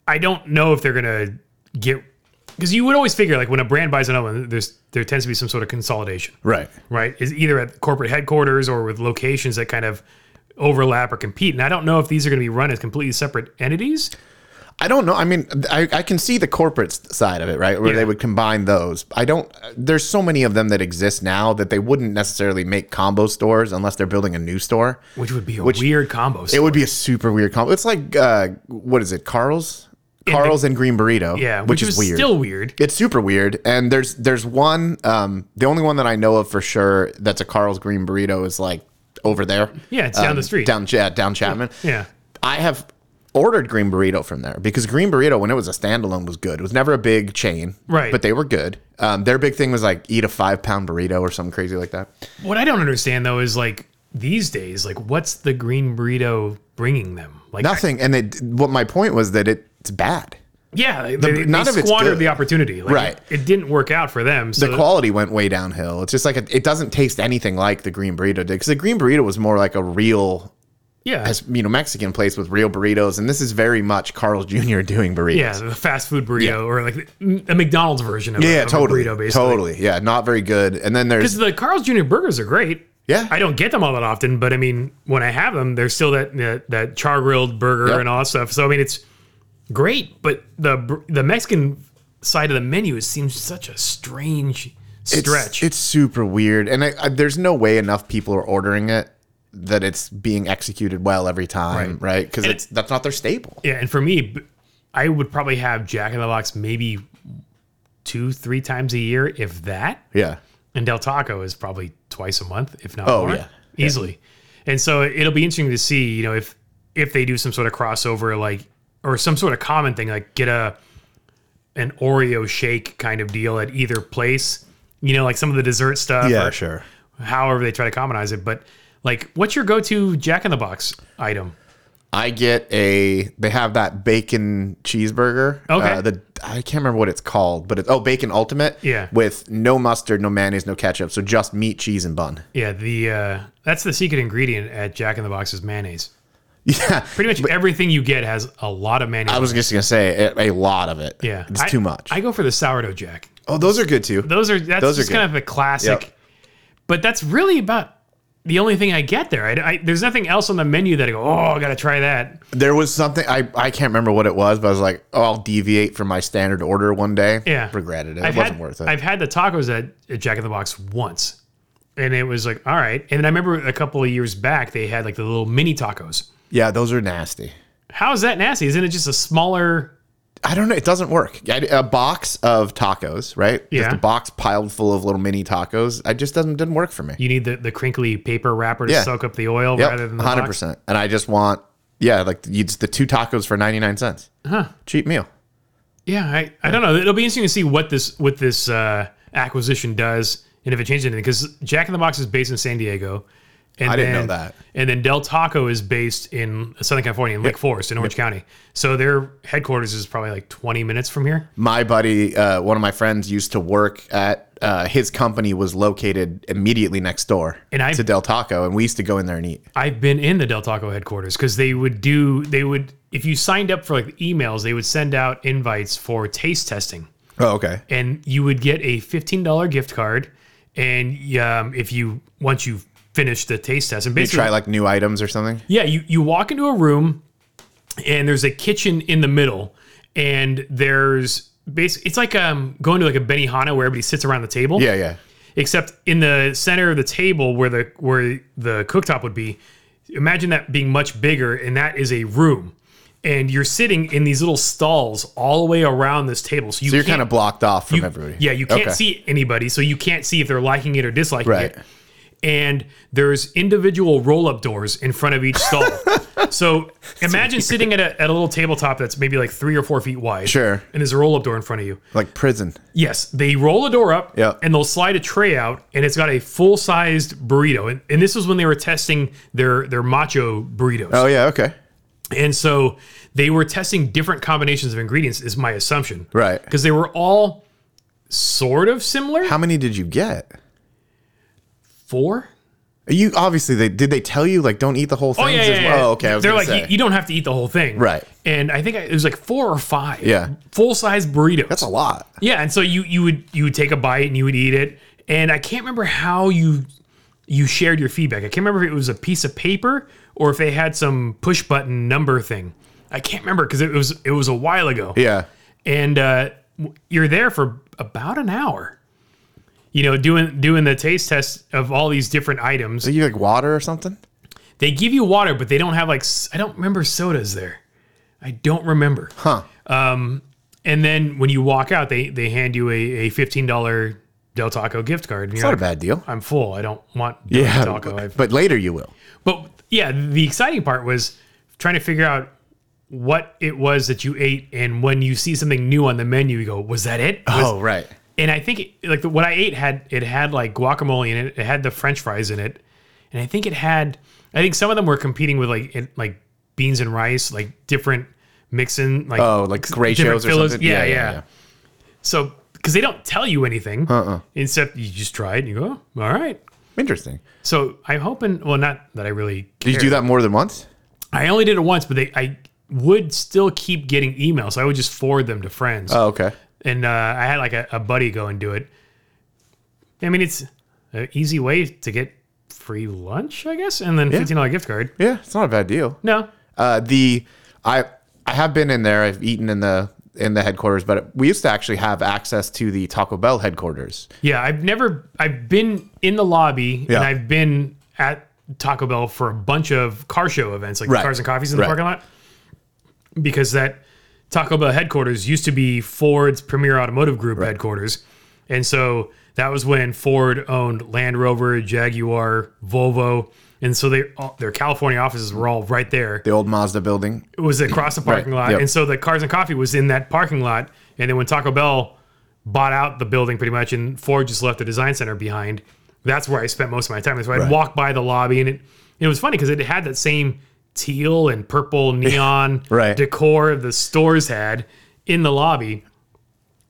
Speaker 2: I don't know if they're gonna get because you would always figure like when a brand buys another one, there's there tends to be some sort of consolidation,
Speaker 1: Right.
Speaker 2: right? Is either at corporate headquarters or with locations that kind of overlap or compete. And I don't know if these are going to be run as completely separate entities.
Speaker 1: I don't know. I mean, I, I can see the corporate s- side of it, right? Where
Speaker 2: Yeah.
Speaker 1: they would combine those. I don't, there's so many of them that exist now that they wouldn't necessarily make combo stores unless they're building a new store.
Speaker 2: Which would be a weird combo.
Speaker 1: It would be a super weird combo. It's like, uh, what is it? Carl's? Carl's and Green Burrito.
Speaker 2: yeah,
Speaker 1: Which, is
Speaker 2: was
Speaker 1: weird.
Speaker 2: still weird.
Speaker 1: It's super weird, and there's there's one, um, the only one that I know of for sure that's a Carl's Green Burrito is like over there. Um,
Speaker 2: Yeah, it's down the street.
Speaker 1: down yeah, down Chapman.
Speaker 2: Yeah.
Speaker 1: I have ordered Green Burrito from there because Green Burrito, when it was a standalone, was good. It was never a big chain,
Speaker 2: Right.
Speaker 1: But they were good. Um, their big thing was like eat a five pound burrito or something crazy like that.
Speaker 2: What I don't understand though is like these days, like what's the green burrito bringing them? Like
Speaker 1: Nothing. And they, what my point was that it, it's bad.
Speaker 2: yeah, they, they,
Speaker 1: none of it's
Speaker 2: squandered
Speaker 1: good.
Speaker 2: the opportunity. Like,
Speaker 1: Right.
Speaker 2: It, it didn't work out for them. So
Speaker 1: The quality went way downhill. It's just like a, it doesn't taste anything like the Green Burrito did because the Green Burrito was more like a real.
Speaker 2: yeah.
Speaker 1: As you know, Mexican place with real burritos, and this is very much Carl's Jr. (laughs) doing burritos.
Speaker 2: yeah, the fast food burrito or like a McDonald's version of, a-
Speaker 1: yeah,
Speaker 2: of
Speaker 1: totally,
Speaker 2: a burrito basically.
Speaker 1: totally, yeah, not very good. And then there's
Speaker 2: Because the Carl's Jr. burgers are great.
Speaker 1: Yeah.
Speaker 2: I don't get them all that often, but I mean, when I have them, there's still that that, that char grilled burger
Speaker 1: Yep.
Speaker 2: and all that stuff. So I mean, it's great, but the br- the Mexican side of the menu is, seems such a strange
Speaker 1: It's-
Speaker 2: stretch.
Speaker 1: It's, super weird, and I, I, there's no way enough people are ordering it that it's being executed well every time, right? Because it's that's not their staple.
Speaker 2: yeah, and for me, b- I would probably have Jack in the Box maybe two, three times a year, if that.
Speaker 1: Yeah,
Speaker 2: and Del Taco is probably twice a month, if not
Speaker 1: Oh,
Speaker 2: more,
Speaker 1: yeah.
Speaker 2: easily. And so it'll be interesting to see, you know, if if they do some sort of crossover, like or some sort of common thing, like get a an Oreo shake kind of deal at either place, you know, like some of the dessert stuff, or
Speaker 1: sure.
Speaker 2: however they try to commonize it. But like, what's your go-to Jack in the Box item?
Speaker 1: I get a. They have that bacon cheeseburger.
Speaker 2: Okay.
Speaker 1: Uh, the I can't remember what it's called, but it's oh bacon ultimate.
Speaker 2: Yeah.
Speaker 1: With no mustard, no mayonnaise, no ketchup, so just meat, cheese, and bun. (laughs)
Speaker 2: Yeah, the uh, that's the secret ingredient at Jack in the Box is mayonnaise.
Speaker 1: Yeah.
Speaker 2: Pretty much everything you get has a lot of mayonnaise.
Speaker 1: I was just gonna say a, a lot of it.
Speaker 2: yeah,
Speaker 1: It's
Speaker 2: I-
Speaker 1: too much.
Speaker 2: I go for the sourdough Jack.
Speaker 1: oh, those are good too.
Speaker 2: Those are that's
Speaker 1: Those are
Speaker 2: just kind of a classic.
Speaker 1: Yep.
Speaker 2: But that's really about the only thing I get there. I, I- there's nothing else on the menu that I go, oh, I gotta try that.
Speaker 1: There was something I, I can't remember what it was, but I was like, oh, I'll deviate from my standard order one day.
Speaker 2: Yeah.
Speaker 1: regretted it.
Speaker 2: I've
Speaker 1: it wasn't
Speaker 2: had,
Speaker 1: worth it.
Speaker 2: I've had the tacos at, at Jack in the Box once, and it was like, all right. And I remember a couple of years back they had like the little mini tacos.
Speaker 1: yeah, those are nasty.
Speaker 2: How is that nasty? Isn't it just a smaller?
Speaker 1: I don't know. It doesn't work. I- A box of tacos, right?
Speaker 2: Yeah.
Speaker 1: Just a box piled full of little mini tacos. I just doesn't didn't work for me.
Speaker 2: You need the, the crinkly paper wrapper to
Speaker 1: Yeah.
Speaker 2: soak up the oil
Speaker 1: Yep,
Speaker 2: rather than the
Speaker 1: hundred
Speaker 2: box?
Speaker 1: percent. And I just want yeah, like you just the two tacos for ninety nine cents. Huh? Cheap meal.
Speaker 2: Yeah, I, I don't know. It'll be interesting to see what this what this uh, acquisition does and if it changes anything. Because Jack in the Box is based in San Diego. And
Speaker 1: I didn't know that.
Speaker 2: And then Del Taco is based in Southern California, in Lake Forest, in Orange County. So their headquarters is probably like 20 minutes from here.
Speaker 1: my buddy, uh, one of my friends, used to work at. Uh, his company was located immediately next door
Speaker 2: And I-
Speaker 1: to Del Taco, and we used to go in there and eat.
Speaker 2: I've been in the Del Taco headquarters because they would do they would if you signed up for like emails, they would send out invites for taste testing.
Speaker 1: Oh, okay.
Speaker 2: and you would get a $15 gift card and um, if you once you finish the taste test and
Speaker 1: You
Speaker 2: basically
Speaker 1: try like new items or something.
Speaker 2: yeah you, you walk into a room and there's a kitchen in the middle and there's basically it's like um, going to like a benihana where everybody sits around the table
Speaker 1: Yeah, yeah.
Speaker 2: except in the center of the table where the where the cooktop would be imagine that being much bigger and that is a room and you're sitting in these little stalls all the way around this table so you
Speaker 1: So you're
Speaker 2: can't-
Speaker 1: kind of blocked off from
Speaker 2: you-
Speaker 1: everybody.
Speaker 2: Yeah, you can't
Speaker 1: Okay.
Speaker 2: see anybody, so you can't see if they're liking it or disliking
Speaker 1: Right.
Speaker 2: it. And there's individual roll-up doors in front of each stall.
Speaker 1: (laughs)
Speaker 2: so imagine sitting at a, at a little tabletop that's maybe like three or four feet wide.
Speaker 1: Sure.
Speaker 2: And there's a roll-up door in front of you.
Speaker 1: Like prison.
Speaker 2: Yes, they roll a door up
Speaker 1: Yep.
Speaker 2: and they'll slide a tray out and it's got a full-sized burrito. And, and this was when they were testing their their macho burritos.
Speaker 1: Oh yeah. Okay.
Speaker 2: And so they were testing different combinations of ingredients, is my assumption.
Speaker 1: Right.
Speaker 2: Because they were all sort of similar.
Speaker 1: How many did you get?
Speaker 2: Four?
Speaker 1: You obviously they did. They tell you like don't eat the whole thing.
Speaker 2: Oh, yeah, yeah, yeah.
Speaker 1: Oh, okay. I was
Speaker 2: They're
Speaker 1: gonna
Speaker 2: like,
Speaker 1: say.
Speaker 2: "You- you don't have to eat the whole thing.
Speaker 1: Right.
Speaker 2: And I think I- it was like four or five.
Speaker 1: Yeah.
Speaker 2: Full size burritos.
Speaker 1: That's a lot.
Speaker 2: Yeah, and so you you would you would take a bite and you would eat it, and I can't remember how you you shared your feedback. I can't remember if it was a piece of paper or if they had some push button number thing. I can't remember because it was it was a while ago.
Speaker 1: Yeah.
Speaker 2: And uh, w- you're there for about an hour. You know, doing doing the taste test of all these different items.
Speaker 1: Do you like water or something?
Speaker 2: They give you water, but they don't have like s- I don't remember sodas there. I don't remember.
Speaker 1: Huh.
Speaker 2: And then when you walk out, they they hand you a, a fifteen dollar Del Taco gift card. And
Speaker 1: It's
Speaker 2: you're
Speaker 1: not a
Speaker 2: like,
Speaker 1: bad deal.
Speaker 2: I'm full. I don't want Del
Speaker 1: Yeah.
Speaker 2: Taco. I've,
Speaker 1: But later you will.
Speaker 2: but yeah, the exciting part was trying to figure out what it was that you ate, and when you see something new on the menu, you go, "Was that it?" Was-
Speaker 1: Oh, right.
Speaker 2: And I think it, like the, what I ate had it had like guacamole in it. It had the French fries in it, and I think it had. I think some of them were competing with like it, like beans and rice, like different mixing, like
Speaker 1: Oh, like
Speaker 2: different
Speaker 1: ratios or
Speaker 2: fillers.
Speaker 1: something.
Speaker 2: Yeah, yeah. So, because they don't tell you anything,
Speaker 1: Uh-uh.
Speaker 2: except you just try it and you go, oh, all right.
Speaker 1: Interesting.
Speaker 2: So I'm hoping, well, not that I really
Speaker 1: Did you do that more than once?
Speaker 2: I only did it once, but they, I would still keep getting emails. I would just forward them to friends.
Speaker 1: Oh, okay.
Speaker 2: and uh, I had like a, a buddy go and do it. I mean, it's an easy way to get free lunch, I guess, and then $15 gift card.
Speaker 1: Yeah, it's not a bad deal.
Speaker 2: No.
Speaker 1: Uh, the I I have been in there. I've eaten in the in the headquarters, but we used to actually have access to the Taco Bell headquarters.
Speaker 2: Yeah, I've never, I've been in the lobby
Speaker 1: Yeah.
Speaker 2: and I've been at Taco Bell for a bunch of car show events, like
Speaker 1: Right.
Speaker 2: cars and coffees in the
Speaker 1: Right.
Speaker 2: parking lot, because that Taco Bell headquarters used to be Ford's Premier Automotive Group headquarters. And so that was when Ford owned Land Rover, Jaguar, Volvo. And so they, all, their California offices were all right there.
Speaker 1: The old Mazda building.
Speaker 2: It was across the parking lot.
Speaker 1: yep.
Speaker 2: And so the Cars and Coffee was in that parking lot. And then when Taco Bell bought out the building pretty much and Ford just left the design center behind, that's where I spent most of my time. So I'd walk by the lobby and it, it was funny because it had that same teal
Speaker 1: (laughs)
Speaker 2: and purple neon
Speaker 1: Right.
Speaker 2: decor the stores had in the lobby.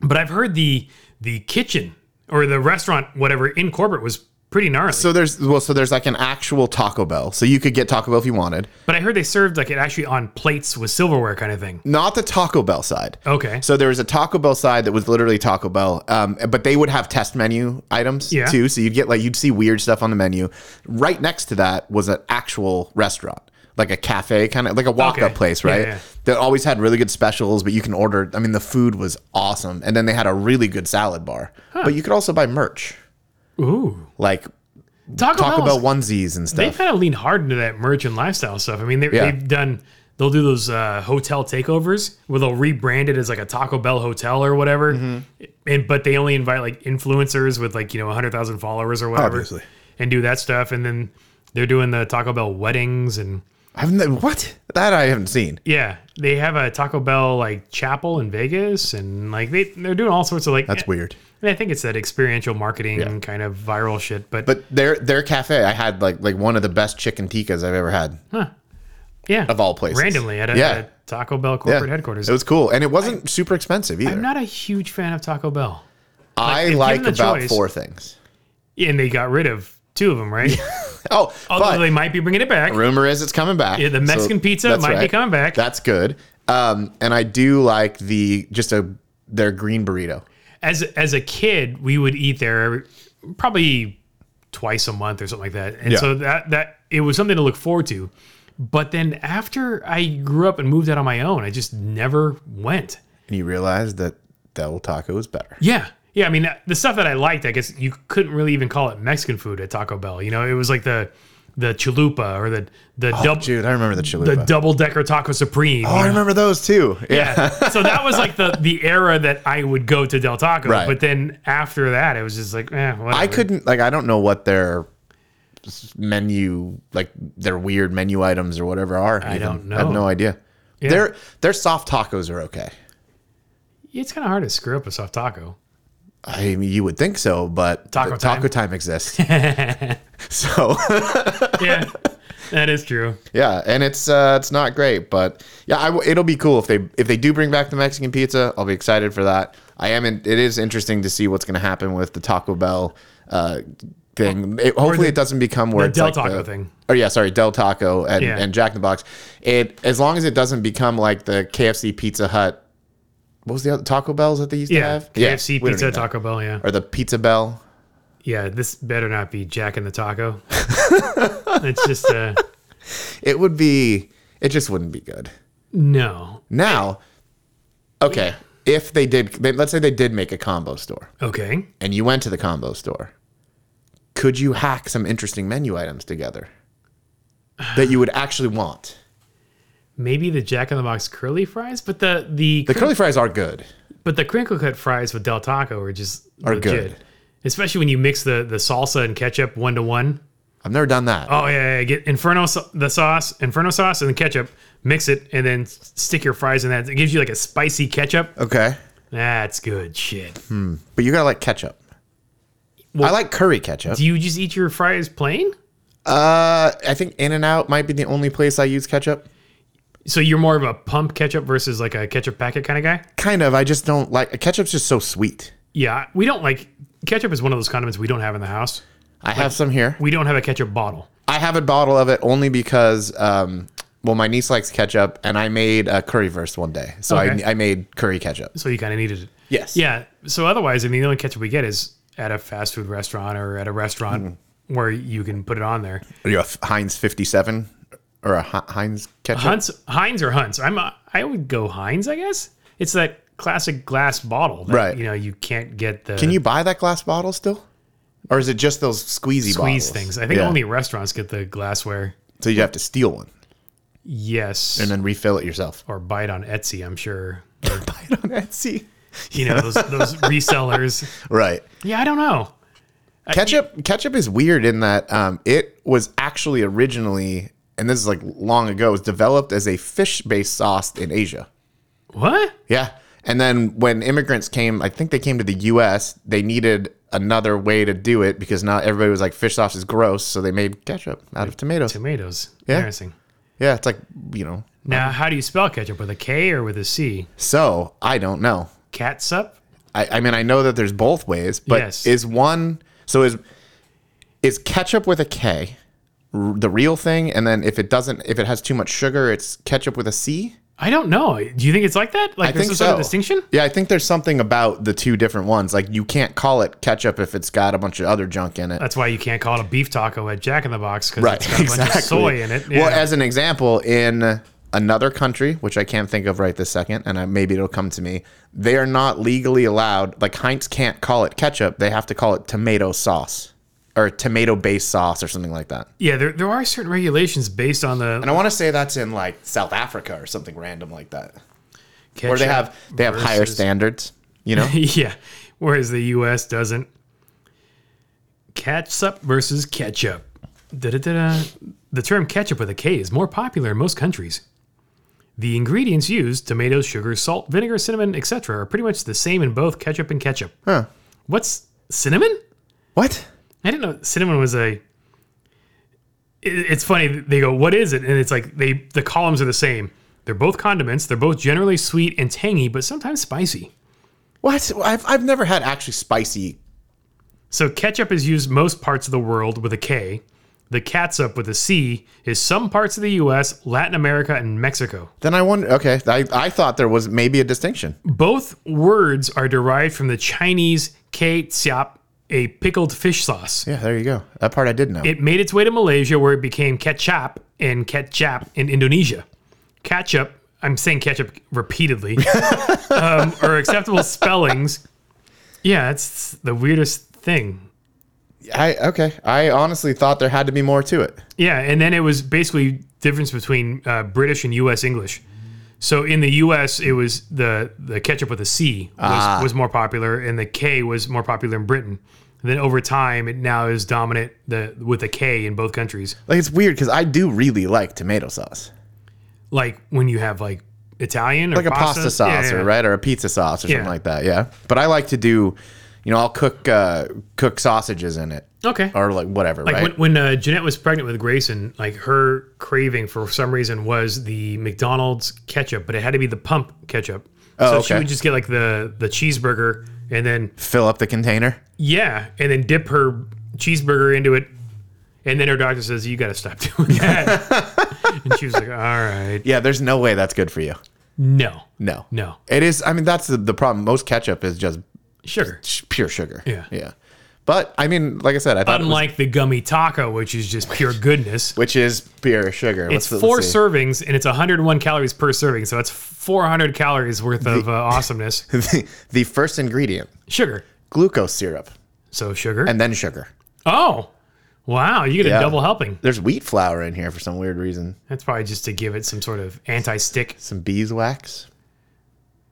Speaker 2: But I've heard the the kitchen or the restaurant, whatever, in corporate was pretty gnarly.
Speaker 1: So there's well, so there's like an actual Taco Bell. So you could get Taco Bell if you wanted.
Speaker 2: but I heard they served like it actually on plates with silverware kind of thing.
Speaker 1: Not the Taco Bell side.
Speaker 2: Okay.
Speaker 1: So there was a Taco Bell side that was literally Taco Bell, um, but they would have test menu items
Speaker 2: Yeah.
Speaker 1: too. So you'd get like you'd see weird stuff on the menu. Right next to that was an actual restaurant, like a cafe, kind of like a walk-up
Speaker 2: Okay.
Speaker 1: place,
Speaker 2: Yeah,
Speaker 1: right?
Speaker 2: yeah.
Speaker 1: That always had really good specials, but you can order. I mean, the food was awesome, and then they had a really good salad bar. But you could also buy merch,
Speaker 2: Ooh.
Speaker 1: like
Speaker 2: Taco,
Speaker 1: Taco
Speaker 2: Bell's-
Speaker 1: Bell onesies and
Speaker 2: They've
Speaker 1: stuff.
Speaker 2: kind of leaned hard into that merch and lifestyle stuff. I mean, they,
Speaker 1: Yeah.
Speaker 2: they've done. They'll do those uh, hotel takeovers where they'll rebrand it as like a Taco Bell hotel or whatever,
Speaker 1: Mm-hmm.
Speaker 2: and but they only invite like influencers with like you know hundred thousand followers or whatever,
Speaker 1: Obviously.
Speaker 2: and do that stuff. And then they're doing the Taco Bell weddings and
Speaker 1: I've ne- what that I haven't seen.
Speaker 2: yeah, they have a Taco Bell like chapel in Vegas and like they they're doing all sorts of like
Speaker 1: That's weird.
Speaker 2: And I think it's that experiential marketing kind of viral shit, but,
Speaker 1: But their their cafe, I had like like one of the best chicken tikkas I've ever had
Speaker 2: yeah,
Speaker 1: of all places.
Speaker 2: randomly at a,
Speaker 1: Yeah.
Speaker 2: at a Taco Bell corporate
Speaker 1: Yeah.
Speaker 2: headquarters.
Speaker 1: It was cool, and it wasn't super expensive either.
Speaker 2: I'm not a huge fan of Taco Bell.
Speaker 1: I
Speaker 2: if
Speaker 1: like
Speaker 2: given the
Speaker 1: about
Speaker 2: choice-
Speaker 1: four things. (laughs)
Speaker 2: And they got rid of two of them, right?
Speaker 1: Oh,
Speaker 2: Although
Speaker 1: but
Speaker 2: they might be bringing it back.
Speaker 1: rumor is it's coming back.
Speaker 2: Yeah, the
Speaker 1: So
Speaker 2: Mexican pizza
Speaker 1: that's
Speaker 2: might be
Speaker 1: right.
Speaker 2: coming back.
Speaker 1: That's good. Um, and I do like the just a their green burrito.
Speaker 2: As as a kid, we would eat there every- probably twice a month or something like that. And
Speaker 1: Yeah.
Speaker 2: so that that it was something to look forward to. But then after I grew up and moved out on my own, I just never went.
Speaker 1: And you realize that Del Taco is better.
Speaker 2: Yeah. Yeah, I mean that- the stuff that I liked, I guess you couldn't really even call it Mexican food at Taco Bell. You know, it was like the the chalupa or the the double
Speaker 1: Dude, I remember the
Speaker 2: the
Speaker 1: chalupa.
Speaker 2: double decker taco supreme.
Speaker 1: oh, I remember those too. Yeah.
Speaker 2: yeah. so that was like the the era that I would go to Del Taco.
Speaker 1: Right.
Speaker 2: But then after that, it was just like, eh, whatever.
Speaker 1: I couldn't like I don't know what their s- menu like their weird menu items or whatever are. I
Speaker 2: don't
Speaker 1: I have
Speaker 2: know.
Speaker 1: no idea. Their their soft tacos are okay.
Speaker 2: It's kind of hard to screw up a soft taco.
Speaker 1: I mean, you would think so, but
Speaker 2: Taco
Speaker 1: the
Speaker 2: time.
Speaker 1: taco time
Speaker 2: (laughs)
Speaker 1: exists. so
Speaker 2: Yeah, that is true.
Speaker 1: yeah, and it's uh, it's not great, but yeah, I w- it'll be cool if they if they do bring back the Mexican pizza. I'll be excited for that. I am. In, it is interesting to see what's going to happen with the Taco Bell uh, thing.
Speaker 2: Oh,
Speaker 1: It, hopefully, it doesn't become where it's
Speaker 2: Del
Speaker 1: like
Speaker 2: Taco
Speaker 1: the-
Speaker 2: thing.
Speaker 1: Or yeah, sorry, Del Taco and,
Speaker 2: Yeah.
Speaker 1: and Jack in the Box. It as long as it doesn't become like the KFC Pizza Hut. What was the other Taco Bells that they used to
Speaker 2: Yeah,
Speaker 1: have?
Speaker 2: KFC
Speaker 1: we don't
Speaker 2: pizza
Speaker 1: even know.
Speaker 2: Taco Bell. Yeah,
Speaker 1: or the Pizza Bell. (laughs)
Speaker 2: yeah. This better not be Jack and the Taco. it's just uh,
Speaker 1: It would be. It just wouldn't be good.
Speaker 2: No.
Speaker 1: Now, okay, if they did, they, let's say they did make a combo store,
Speaker 2: Okay.
Speaker 1: and you went to the combo store, could you hack some interesting menu items
Speaker 2: (sighs)
Speaker 1: together that you would actually want?
Speaker 2: Maybe the Jack in the Box curly fries, but the the,
Speaker 1: The
Speaker 2: cr-
Speaker 1: curly fries are good.
Speaker 2: but the crinkle cut fries with Del Taco are just
Speaker 1: Are
Speaker 2: legit.
Speaker 1: good.
Speaker 2: Especially when you mix the the salsa and ketchup one to one.
Speaker 1: I've never done that.
Speaker 2: Oh yeah, yeah, yeah, get inferno sa- the sauce, inferno sauce, and the ketchup. Mix it and then s- stick your fries in that. It gives you like a spicy ketchup.
Speaker 1: Okay,
Speaker 2: That's good shit.
Speaker 1: but you gotta like ketchup. I like curry ketchup.
Speaker 2: Do you just eat your fries plain?
Speaker 1: Uh, I think In and Out might be the only place I use ketchup.
Speaker 2: So you're more of a pump ketchup versus like a ketchup packet kind of guy.
Speaker 1: Kind of. I just don't like ketchup's just so sweet.
Speaker 2: Yeah, we don't like ketchup is one of those condiments we don't have in the house.
Speaker 1: I have some here.
Speaker 2: We don't have a ketchup bottle.
Speaker 1: I have a bottle of it only because, um, well, my niece likes ketchup, and I made a curry verse one day, so
Speaker 2: Okay.
Speaker 1: I, I made curry ketchup.
Speaker 2: so you kind of needed it.
Speaker 1: Yes.
Speaker 2: Yeah. So otherwise, I mean, the only ketchup we get is at a fast food restaurant or at a restaurant where you can put it on there.
Speaker 1: Are you a F- Heinz fifty-seven or a Hi- Heinz ketchup?
Speaker 2: Hunts, Heinz or Hunts. I'm. A, I would go Heinz. I guess it's that classic glass bottle. That,
Speaker 1: Right.
Speaker 2: You know, you can't get the
Speaker 1: Can you buy that glass bottle still, or is it just those squeezy
Speaker 2: squeeze
Speaker 1: bottles?
Speaker 2: things. I think
Speaker 1: Yeah.
Speaker 2: only restaurants get the glassware.
Speaker 1: So you have to steal one
Speaker 2: Yes.
Speaker 1: and then refill it
Speaker 2: (laughs)
Speaker 1: yourself.
Speaker 2: or buy it on Etsy. I'm sure.
Speaker 1: buy it on Etsy.
Speaker 2: You
Speaker 1: (laughs)
Speaker 2: know those those resellers.
Speaker 1: Right.
Speaker 2: Yeah, I don't know.
Speaker 1: ketchup ketchup is weird in that um, it was actually originally and this is like long ago it was developed as a fish based sauce in asia
Speaker 2: What?
Speaker 1: yeah and then when immigrants came i think they came to the us they needed another way to do it because not everybody was like fish sauce is gross so they made ketchup out of tomatoes
Speaker 2: Tomatoes.
Speaker 1: Yeah.
Speaker 2: Interesting.
Speaker 1: yeah it's like you know
Speaker 2: Now, how do you spell ketchup with a K or with a C?
Speaker 1: so i don't know
Speaker 2: Catsup?
Speaker 1: I, I mean, I know that there's both ways, but
Speaker 2: Yes.
Speaker 1: is one so is is ketchup with a K r- the real thing? And then if it doesn't, if it has too much sugar, it's ketchup with a C.
Speaker 2: I don't know. Do you think it's like that? Like
Speaker 1: I
Speaker 2: there's
Speaker 1: think
Speaker 2: some sort
Speaker 1: so.
Speaker 2: of distinction?
Speaker 1: Yeah, I think there's something about the two different ones. Like you can't call it ketchup if it's got a bunch of other junk in it.
Speaker 2: That's why you can't call it a beef taco at Jack in the Box because
Speaker 1: Right,
Speaker 2: it's got a bunch
Speaker 1: (laughs) exactly.
Speaker 2: of soy in it.
Speaker 1: Well,
Speaker 2: Yeah.
Speaker 1: as an example, in another country, which I can't think of right this second, and I, maybe it'll come to me, they are not legally allowed. Like Heinz can't call it ketchup; they have to call it tomato sauce or tomato-based sauce or something like that.
Speaker 2: yeah, there, there are certain regulations based on the
Speaker 1: And I want to say that's in like South Africa or something random like that,
Speaker 2: ketchup.
Speaker 1: where they have they have higher
Speaker 2: versus-
Speaker 1: standards. You know,
Speaker 2: (laughs) yeah, whereas the U.S. doesn't. Catsup versus ketchup. Da-da-da-da. The term ketchup with a K is more popular in most countries. The ingredients used, tomatoes, sugar, salt, vinegar, cinnamon, etc., are pretty much the same in both ketchup and ketchup.
Speaker 1: Huh.
Speaker 2: What's cinnamon?
Speaker 1: what?
Speaker 2: I didn't know cinnamon was a. It- It's funny. They go, "What is it?" And it's like they the columns are the same. They're both condiments. They're both generally sweet and tangy, but sometimes spicy.
Speaker 1: What? I've I've never had actually spicy.
Speaker 2: So ketchup is used most parts of the world with a K. The catsup with a C is some parts of the U.S., Latin America, and Mexico.
Speaker 1: Then I wonder. Okay, I I thought there was maybe a distinction.
Speaker 2: Both words are derived from the Chinese ketchup, a pickled fish sauce.
Speaker 1: Yeah, there you go. That part I did know.
Speaker 2: It made its way to Malaysia, where it became ketchup and ketchup in Indonesia. Ketchup, I'm saying ketchup repeatedly, um, are acceptable spellings. Yeah, it's the weirdest thing.
Speaker 1: I okay. I honestly thought there had to be more to it.
Speaker 2: Yeah, and then it was basically difference between uh, British and U.S. English. So in the U.S., it was the the ketchup with a C was, was more popular, and the K was more popular in Britain. And then over time, it now is dominant the with a K in both countries.
Speaker 1: Like it's weird because I do really like tomato sauce,
Speaker 2: Like when you have like Italian or
Speaker 1: like a pasta sauce or right or a pizza sauce or
Speaker 2: Yeah.
Speaker 1: something like that. Yeah, but I like to do, you know, I'll cook uh, cook sausages in it
Speaker 2: Okay.
Speaker 1: or like whatever. right?
Speaker 2: Like when, when uh, Jeanette was pregnant with Grayson, like her craving for some reason was the McDonald's ketchup, but it had to be the pump ketchup. so she
Speaker 1: Oh, okay.
Speaker 2: would just get like the the cheeseburger and then
Speaker 1: Fill up the container.
Speaker 2: yeah, and then dip her cheeseburger into it. And then her doctor says, "You got to stop (laughs) doing that."
Speaker 1: (laughs)
Speaker 2: and she was like, "All right,
Speaker 1: Yeah, there's no way that's good for you.
Speaker 2: no,
Speaker 1: No,
Speaker 2: no,
Speaker 1: It is. I mean, that's the, the problem. Most ketchup is just
Speaker 2: sugar."
Speaker 1: sh- pure sugar.
Speaker 2: Yeah.
Speaker 1: yeah. But I mean, like I said, I thought it was-
Speaker 2: Unlike the gummy taco, which is just pure goodness.
Speaker 1: which is pure sugar.
Speaker 2: It's
Speaker 1: Let's- let's
Speaker 2: four
Speaker 1: see.
Speaker 2: servings and it's 101 calories per serving, so that's 400 calories worth of
Speaker 1: (laughs)
Speaker 2: uh, awesomeness.
Speaker 1: (laughs) the, the first ingredient,
Speaker 2: Sugar,
Speaker 1: glucose syrup,
Speaker 2: so sugar.
Speaker 1: and then sugar.
Speaker 2: oh, wow, you get
Speaker 1: Yeah.
Speaker 2: a double helping.
Speaker 1: There's wheat flour in here for some weird reason.
Speaker 2: That's probably just to give it some sort of anti-stick.
Speaker 1: Some beeswax,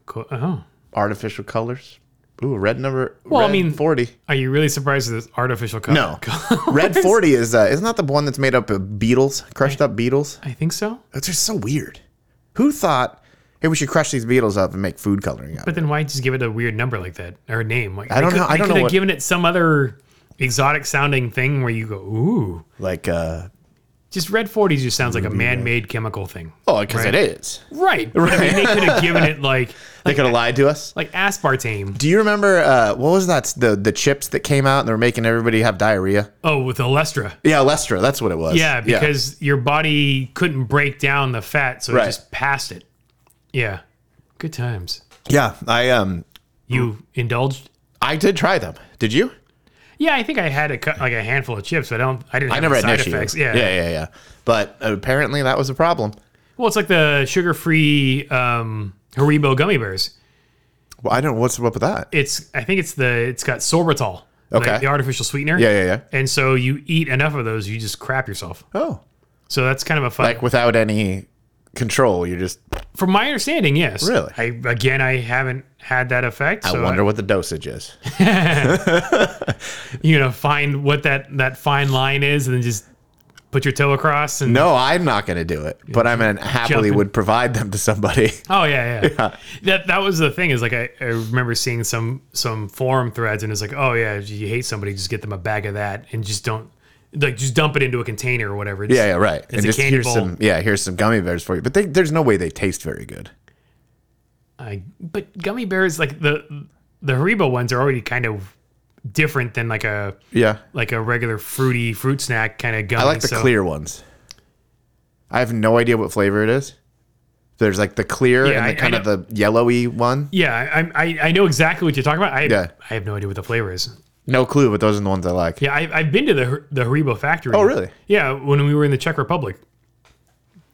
Speaker 2: co- Oh,
Speaker 1: artificial colors. Ooh, red number.
Speaker 2: Well, I
Speaker 1: red
Speaker 2: mean-
Speaker 1: forty.
Speaker 2: are you really surprised with this artificial color? (laughs)
Speaker 1: No, red forty is uh, isn't that the one that's made up of beetles, crushed up beetles?
Speaker 2: I think so.
Speaker 1: That's just so weird. Who thought? Hey, we should crush these beetles up and make food coloring out. of
Speaker 2: But then why just give it a weird number like that or a name? Like,
Speaker 1: I don't
Speaker 2: they
Speaker 1: know- I
Speaker 2: they
Speaker 1: don't know
Speaker 2: have
Speaker 1: what-
Speaker 2: given it some other exotic sounding thing where you go, ooh.
Speaker 1: it? Like, uh,
Speaker 2: Just red 40s just sounds like a man-made chemical thing.
Speaker 1: oh, because it is.
Speaker 2: Right. But I mean, they could
Speaker 1: (laughs)
Speaker 2: have given it like
Speaker 1: They could have lied to us.
Speaker 2: like aspartame.
Speaker 1: Do you remember uh, what was that? The the chips that came out and they were making everybody have diarrhea.
Speaker 2: Oh, with Alestra.
Speaker 1: Yeah, Lestra. That's what it was.
Speaker 2: Yeah, because your body couldn't break down the fat, so
Speaker 1: Right.
Speaker 2: it just passed it. Yeah. Good times.
Speaker 1: yeah. I um
Speaker 2: You indulged?
Speaker 1: I did try them. Did you?
Speaker 2: Yeah, I think I had a cu- like a handful of chips, but I don't. I didn't. Have
Speaker 1: I never
Speaker 2: the
Speaker 1: had an
Speaker 2: side
Speaker 1: issue.
Speaker 2: effects. Yeah.
Speaker 1: yeah, yeah, yeah. But apparently that was a problem.
Speaker 2: Well, it's like the sugar-free um, Haribo gummy bears.
Speaker 1: Well, I don't. know What's up with that?
Speaker 2: It's I think it's the it's got sorbitol,
Speaker 1: Okay.
Speaker 2: the, the artificial sweetener.
Speaker 1: Yeah, yeah, yeah.
Speaker 2: And so you eat enough of those, you just crap yourself.
Speaker 1: Oh,
Speaker 2: So that's kind of a fun.
Speaker 1: like without any control, you're just.
Speaker 2: From my understanding, yes.
Speaker 1: Really?
Speaker 2: I again, I haven't had that effect.
Speaker 1: I
Speaker 2: so
Speaker 1: wonder what the dosage
Speaker 2: (laughs)
Speaker 1: is.
Speaker 2: you know, find what that that fine line is, and then just put your toe across. And
Speaker 1: No, I'm not going to do it. But I mean, happily
Speaker 2: Jumping.
Speaker 1: would provide them to somebody. (laughs)
Speaker 2: oh yeah, yeah, That that was the thing is like I, I remember seeing some some forum threads, and it's like, oh yeah, if you hate somebody, just get them a bag of that, and just don't like just dump it into a container or whatever. Just-
Speaker 1: Yeah, yeah, right. and
Speaker 2: a
Speaker 1: just
Speaker 2: candy
Speaker 1: here's
Speaker 2: bowl.
Speaker 1: some. Yeah, here's some gummy bears for you. But they, there's no way they taste very good.
Speaker 2: I, but gummy bears like the the Haribo ones are already kind of different than like a
Speaker 1: Yeah,
Speaker 2: like a regular fruity fruit snack kind of gummy.
Speaker 1: I like the
Speaker 2: so-
Speaker 1: clear ones. I have no idea what flavor it is. There's like the clear
Speaker 2: Yeah,
Speaker 1: and the
Speaker 2: I- I
Speaker 1: kind of the yellowy one.
Speaker 2: Yeah, I, I I know exactly what you're talking about. I
Speaker 1: Yeah.
Speaker 2: I have no idea what the flavor is.
Speaker 1: No clue, but those are the ones I like.
Speaker 2: Yeah, I, I've been to the Har- the Haribo factory.
Speaker 1: Oh, really?
Speaker 2: Yeah, when we were in the Czech Republic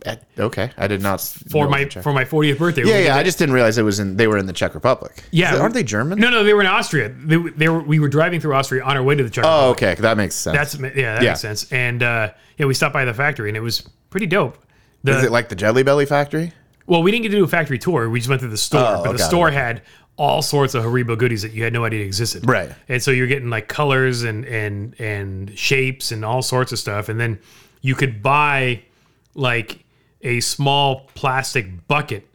Speaker 1: Eh, Okay, I did not
Speaker 2: for
Speaker 1: know
Speaker 2: my
Speaker 1: the Czech-
Speaker 2: for my 40th birthday.
Speaker 1: Yeah, yeah. I just didn't realize it was in. They were in the Czech Republic.
Speaker 2: Yeah.
Speaker 1: Is it- aren't they German?
Speaker 2: No, no, they were in Austria. They, w- they were we were driving through Austria on our way to the Czech. Republic.
Speaker 1: Oh, okay, that makes sense.
Speaker 2: That's yeah, that
Speaker 1: Yeah.
Speaker 2: makes sense. And uh, yeah, we stopped by the factory and it was pretty dope.
Speaker 1: Is
Speaker 2: The
Speaker 1: it like the Jelly Belly factory?
Speaker 2: well, we didn't get to do a factory tour. We just went through the store,
Speaker 1: Oh,
Speaker 2: but
Speaker 1: got
Speaker 2: the
Speaker 1: it.
Speaker 2: store had all sorts of Haribo goodies that you had no idea existed.
Speaker 1: Right.
Speaker 2: And so you're getting like colors and and and shapes and all sorts of stuff, and then you could buy like a small plastic bucket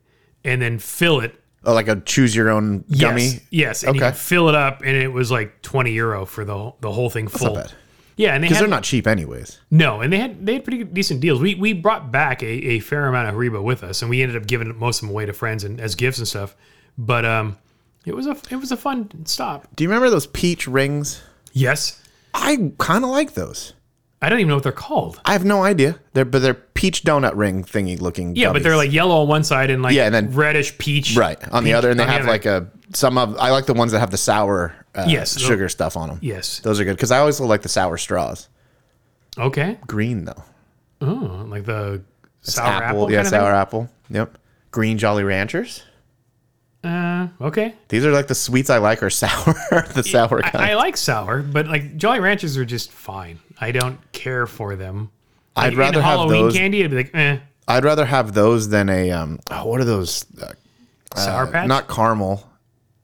Speaker 2: and then fill it.
Speaker 1: Oh, like a choose your own gummy.
Speaker 2: Yes. Yes. And you
Speaker 1: Okay.
Speaker 2: could fill it up, and it was like twenty euro for the whole- the whole thing full.
Speaker 1: bad.
Speaker 2: Yeah, and they
Speaker 1: Because
Speaker 2: had
Speaker 1: they're not cheap, anyways.
Speaker 2: no, and they had they had pretty good- decent deals. We we brought back a, a fair amount of Haribo with us, and we ended up giving most of them away to friends and as gifts and stuff. But um, it was a it was a fun stop.
Speaker 1: Do you remember those peach rings?
Speaker 2: Yes,
Speaker 1: I kind of like those.
Speaker 2: I don't even know what they're called.
Speaker 1: I have no idea. They're but they're peach donut ring thingy looking.
Speaker 2: Yeah, but they're
Speaker 1: gummies.
Speaker 2: like yellow on one side and like
Speaker 1: Yeah, and then-
Speaker 2: reddish peach.
Speaker 1: Right. On the
Speaker 2: peach
Speaker 1: other, and they
Speaker 2: on the
Speaker 1: have
Speaker 2: other.
Speaker 1: like a some of. I like the ones that have the sour uh,
Speaker 2: Yes, the-
Speaker 1: sugar stuff on them.
Speaker 2: Yes.
Speaker 1: Those are good because I always like the sour straws.
Speaker 2: Okay.
Speaker 1: Green though.
Speaker 2: Oh, like the sour apple.
Speaker 1: yeah,
Speaker 2: kind of
Speaker 1: sour apple. Yep. Green Jolly Ranchers.
Speaker 2: thing? Uh, okay.
Speaker 1: These are like the sweets I like are (laughs) sour. the sour kind.
Speaker 2: I, I like sour, but like Jolly Ranchers are just fine. I don't care for them.
Speaker 1: I, would
Speaker 2: In
Speaker 1: rather have
Speaker 2: Halloween
Speaker 1: those.
Speaker 2: candy. I'd be like, eh,
Speaker 1: I'd rather have those than a um. Oh, what are those? Uh,
Speaker 2: sour patch.
Speaker 1: not caramel.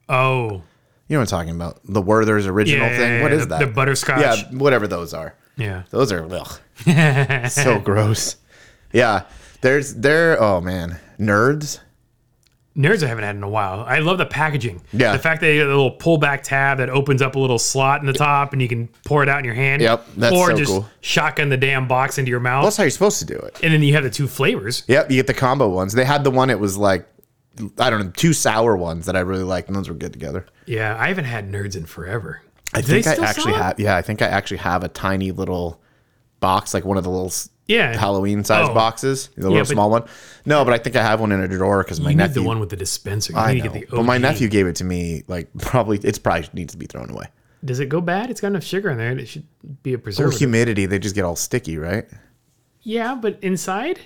Speaker 2: oh.
Speaker 1: You know what I'm talking about? The Werther's original thing. what is that?
Speaker 2: the, The butterscotch.
Speaker 1: yeah, whatever those are.
Speaker 2: Yeah.
Speaker 1: Those are ugh,
Speaker 2: (laughs)
Speaker 1: so gross. Yeah, there's there. Oh man, nerds.
Speaker 2: Nerds I haven't had in a while. I love the packaging.
Speaker 1: Yeah.
Speaker 2: The fact that you get a little pullback tab that opens up a little slot in the top and you can pour it out in your hand.
Speaker 1: Yep, that's
Speaker 2: or
Speaker 1: so
Speaker 2: just
Speaker 1: cool.
Speaker 2: shotgun the damn box into your mouth.
Speaker 1: That's how you're supposed to do it.
Speaker 2: and then you have the two flavors.
Speaker 1: Yep, you get the combo ones. They had the one it was like I don't know two sour ones that I really liked, and those were good together.
Speaker 2: Yeah, I haven't had nerds in forever.
Speaker 1: I
Speaker 2: Do they
Speaker 1: think I
Speaker 2: still
Speaker 1: actually
Speaker 2: sell it?
Speaker 1: have. Yeah, I think I actually have a tiny little box, like one of the little s-
Speaker 2: Yeah.
Speaker 1: Halloween size
Speaker 2: Oh.
Speaker 1: boxes, the little
Speaker 2: but-
Speaker 1: small one. No, but I think I have one in a drawer because my
Speaker 2: You need
Speaker 1: nephew.
Speaker 2: the one with the dispenser. You
Speaker 1: I
Speaker 2: need
Speaker 1: know,
Speaker 2: to get the
Speaker 1: but my (laughs)
Speaker 2: OG.
Speaker 1: nephew gave it to me. Like probably, it's probably needs to be thrown away.
Speaker 2: Does it go bad? It's got enough sugar in there. and It should be a
Speaker 1: Or
Speaker 2: preservative.
Speaker 1: humidity, they just get all sticky, right?
Speaker 2: yeah, but inside,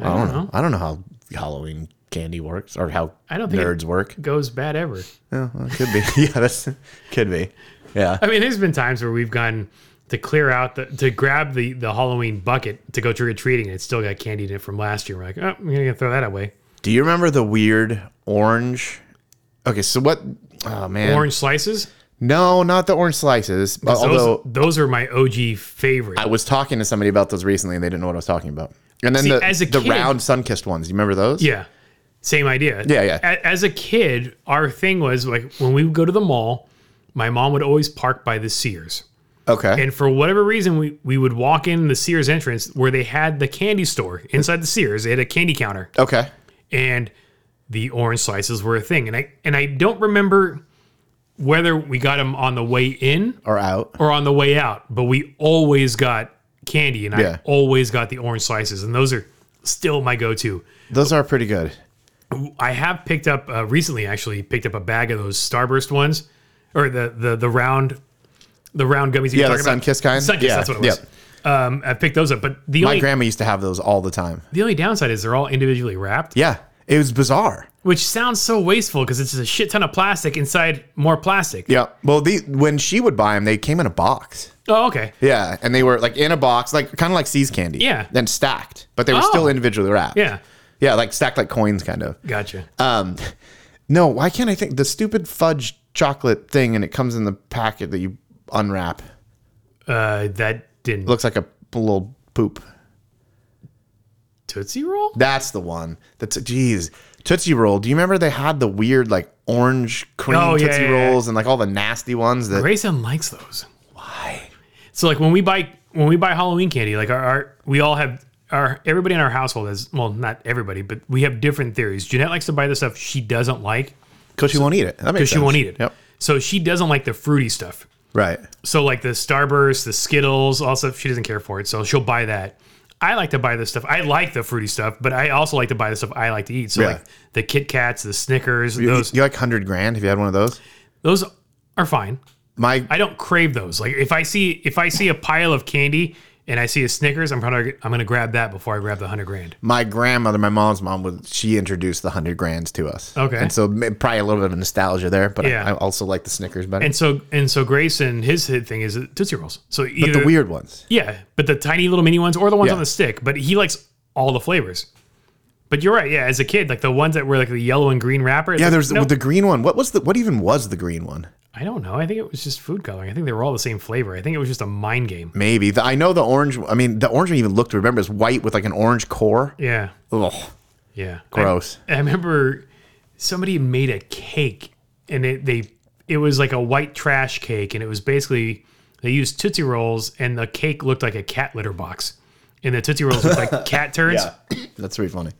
Speaker 1: I don't, know. I don't know how Halloween candy works or how
Speaker 2: I don't think it-
Speaker 1: nerds work. (laughs)
Speaker 2: goes bad ever.
Speaker 1: Yeah, well, it could be. (laughs) yeah, that's could be. Yeah.
Speaker 2: I mean, there's been times where we've gone to clear out the to grab the the Halloween bucket to go trick or treating, and it's still got candy in it from last year. We're like, oh, I'm gonna throw that away.
Speaker 1: Do you remember the weird orange? Okay, so what? Oh man,
Speaker 2: Orange slices.
Speaker 1: no, not the orange slices. Although
Speaker 2: Those, those are my OG favorite.
Speaker 1: I was talking to somebody about those recently, and they didn't know what I was talking about. And then
Speaker 2: See,
Speaker 1: the
Speaker 2: as a
Speaker 1: the
Speaker 2: kid-
Speaker 1: round sun-kissed ones. You remember those?
Speaker 2: Yeah. Same idea.
Speaker 1: Yeah, yeah.
Speaker 2: A- As a kid, our thing was like when we would go to the mall, my mom would always park by the Sears.
Speaker 1: Okay.
Speaker 2: And for whatever reason, we, we would walk in the Sears entrance where they had the candy store inside the Sears. They had a candy counter
Speaker 1: okay.
Speaker 2: and the orange slices were a thing. And I and I don't remember whether we got them on the way in
Speaker 1: Or out.
Speaker 2: or on the way out, but we always got candy and
Speaker 1: Yeah.
Speaker 2: I always got the orange slices. And those are still my go to.
Speaker 1: Those are pretty good.
Speaker 2: I have picked up uh, recently. Actually, picked up a bag of those Starburst ones, or the the the round, the round gummies. you
Speaker 1: Yeah,
Speaker 2: were
Speaker 1: the
Speaker 2: talking about.
Speaker 1: sun-kissed kind.
Speaker 2: Sunkist,
Speaker 1: yeah.
Speaker 2: that's what it was.
Speaker 1: Yep.
Speaker 2: Um, I picked those up, but the
Speaker 1: My
Speaker 2: only
Speaker 1: grandma used to have those all the time.
Speaker 2: the only downside is they're all individually wrapped,
Speaker 1: Yeah, it was bizarre.
Speaker 2: which sounds so wasteful because it's a shit ton of plastic inside more plastic.
Speaker 1: Yeah. Well, the when she would buy them, they came in a box.
Speaker 2: Oh, okay.
Speaker 1: Yeah, and they were like in a box, like kind of like See's candy.
Speaker 2: Yeah.
Speaker 1: Then stacked, but they were
Speaker 2: Oh.
Speaker 1: still individually wrapped.
Speaker 2: Yeah,
Speaker 1: Yeah, like stacked like coins, kind of.
Speaker 2: gotcha.
Speaker 1: Um, no, why can't I think the stupid fudge chocolate thing, and it comes in the packet that you unwrap.
Speaker 2: Uh, that didn't
Speaker 1: looks like a little poop.
Speaker 2: Tootsie Roll.
Speaker 1: That's the one. That's jeez. Tootsie Roll. Do you remember they had the weird like orange cream
Speaker 2: Oh, yeah,
Speaker 1: Tootsie
Speaker 2: yeah, yeah.
Speaker 1: Rolls and like all the nasty ones that
Speaker 2: Grayson likes those. So like when we buy when we buy Halloween candy, like our, our we all have our everybody in our household has well not everybody, but we have different theories. Jeanette likes to buy the stuff she doesn't like
Speaker 1: because she won't eat it. That makes
Speaker 2: because she won't
Speaker 1: sense.
Speaker 2: eat it.
Speaker 1: Yep.
Speaker 2: So she doesn't like the fruity stuff.
Speaker 1: Right.
Speaker 2: So like the Starburst, the Skittles, all stuff she doesn't care for it. So she'll buy that. I like to buy this stuff. I like the fruity stuff, but I also like to buy the stuff I like to eat. So
Speaker 1: Yeah.
Speaker 2: like the Kit Kats, the Snickers,
Speaker 1: You,
Speaker 2: those
Speaker 1: you like hundred grand? Have you had one of those?
Speaker 2: those are fine.
Speaker 1: My
Speaker 2: I don't crave those. Like if I see if I see a pile of candy and I see a Snickers, I'm probably I'm gonna grab that before I grab the hundred grand.
Speaker 1: my grandmother, my mom's mom, was she introduced the hundred grands to us.
Speaker 2: Okay.
Speaker 1: and so ma- probably a little bit of nostalgia there, but I-
Speaker 2: Yeah.
Speaker 1: I, also like the Snickers better.
Speaker 2: And so and so Grayson, his hit thing is Tootsie Rolls. So either
Speaker 1: the weird ones.
Speaker 2: yeah, but the tiny little mini ones or the ones
Speaker 1: Yeah.
Speaker 2: on the stick. But he likes all the flavors. But you're right, yeah. As a kid, like the ones that were like the yellow and green wrapper.
Speaker 1: Yeah, there's
Speaker 2: no,
Speaker 1: the green one. What was the? What even was the green one?
Speaker 2: I don't know. I think it was just food coloring. I think they were all the same flavor. I think it was just a mind game.
Speaker 1: Maybe the, I know the orange. I mean, the orange one even looked. Remember, it's white with like an orange core.
Speaker 2: Yeah,
Speaker 1: Ugh.
Speaker 2: yeah.
Speaker 1: Gross.
Speaker 2: I remember somebody made a cake and it they it was like a white trash cake and it was basically they used Tootsie Rolls and the cake looked like a cat litter box. And the Tootsie Rolls looked
Speaker 1: (laughs)
Speaker 2: like cat turds. Yeah.
Speaker 1: (coughs) that's pretty funny.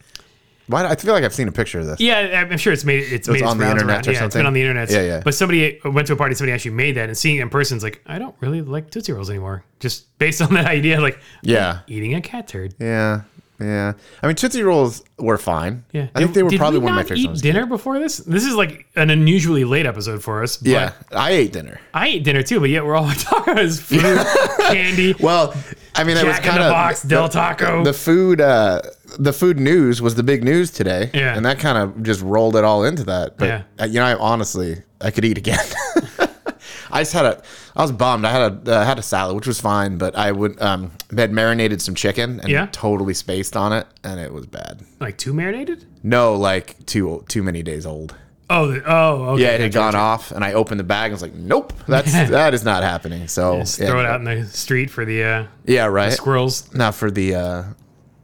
Speaker 1: Why? do- I feel like I've seen a picture of this.
Speaker 2: I'm- I'm sure it's made it's made its
Speaker 1: on the
Speaker 2: rounds
Speaker 1: internet
Speaker 2: around.
Speaker 1: or
Speaker 2: yeah, it's
Speaker 1: something?
Speaker 2: been on the internet.
Speaker 1: Yeah, yeah.
Speaker 2: But somebody I went to a party, somebody actually made that and seeing it in person is like, I don't really like Tootsie Rolls anymore. Just based on that (laughs) idea, like
Speaker 1: Yeah.
Speaker 2: eating a cat turd.
Speaker 1: Yeah. Yeah. I mean, Tootsie Rolls were fine.
Speaker 2: Yeah.
Speaker 1: I think they were
Speaker 2: Did
Speaker 1: probably
Speaker 2: we
Speaker 1: one of my
Speaker 2: not
Speaker 1: favorites. when I was
Speaker 2: Eat
Speaker 1: a kid.
Speaker 2: dinner before this? This is like an unusually late episode for us. but
Speaker 1: Yeah. I ate dinner.
Speaker 2: I ate dinner too, but yet we're all (laughs) talking about is food, candy,
Speaker 1: Well, I mean, that was
Speaker 2: Jack in
Speaker 1: kind
Speaker 2: the
Speaker 1: of
Speaker 2: Box, Del Taco.
Speaker 1: the food. Uh, the food news was the big news today.
Speaker 2: Yeah.
Speaker 1: And that kind of just rolled it all into that. But
Speaker 2: Yeah.
Speaker 1: uh, you know, I honestly, I could eat again. (laughs) I just had a. I was bummed. I had a uh, had a salad, which was fine, but I would um had marinated some chicken and
Speaker 2: Yeah.
Speaker 1: totally spaced on it, and it was bad.
Speaker 2: like too marinated.
Speaker 1: No, like too too many days old.
Speaker 2: Oh, the- oh, okay.
Speaker 1: Yeah, it had gone off, and I opened the bag and was like, "Nope,
Speaker 2: (laughs)
Speaker 1: that's that is not happening." So
Speaker 2: Just
Speaker 1: yeah,
Speaker 2: throw it out in the street for the uh,
Speaker 1: Yeah, right.
Speaker 2: squirrels.
Speaker 1: Not for the uh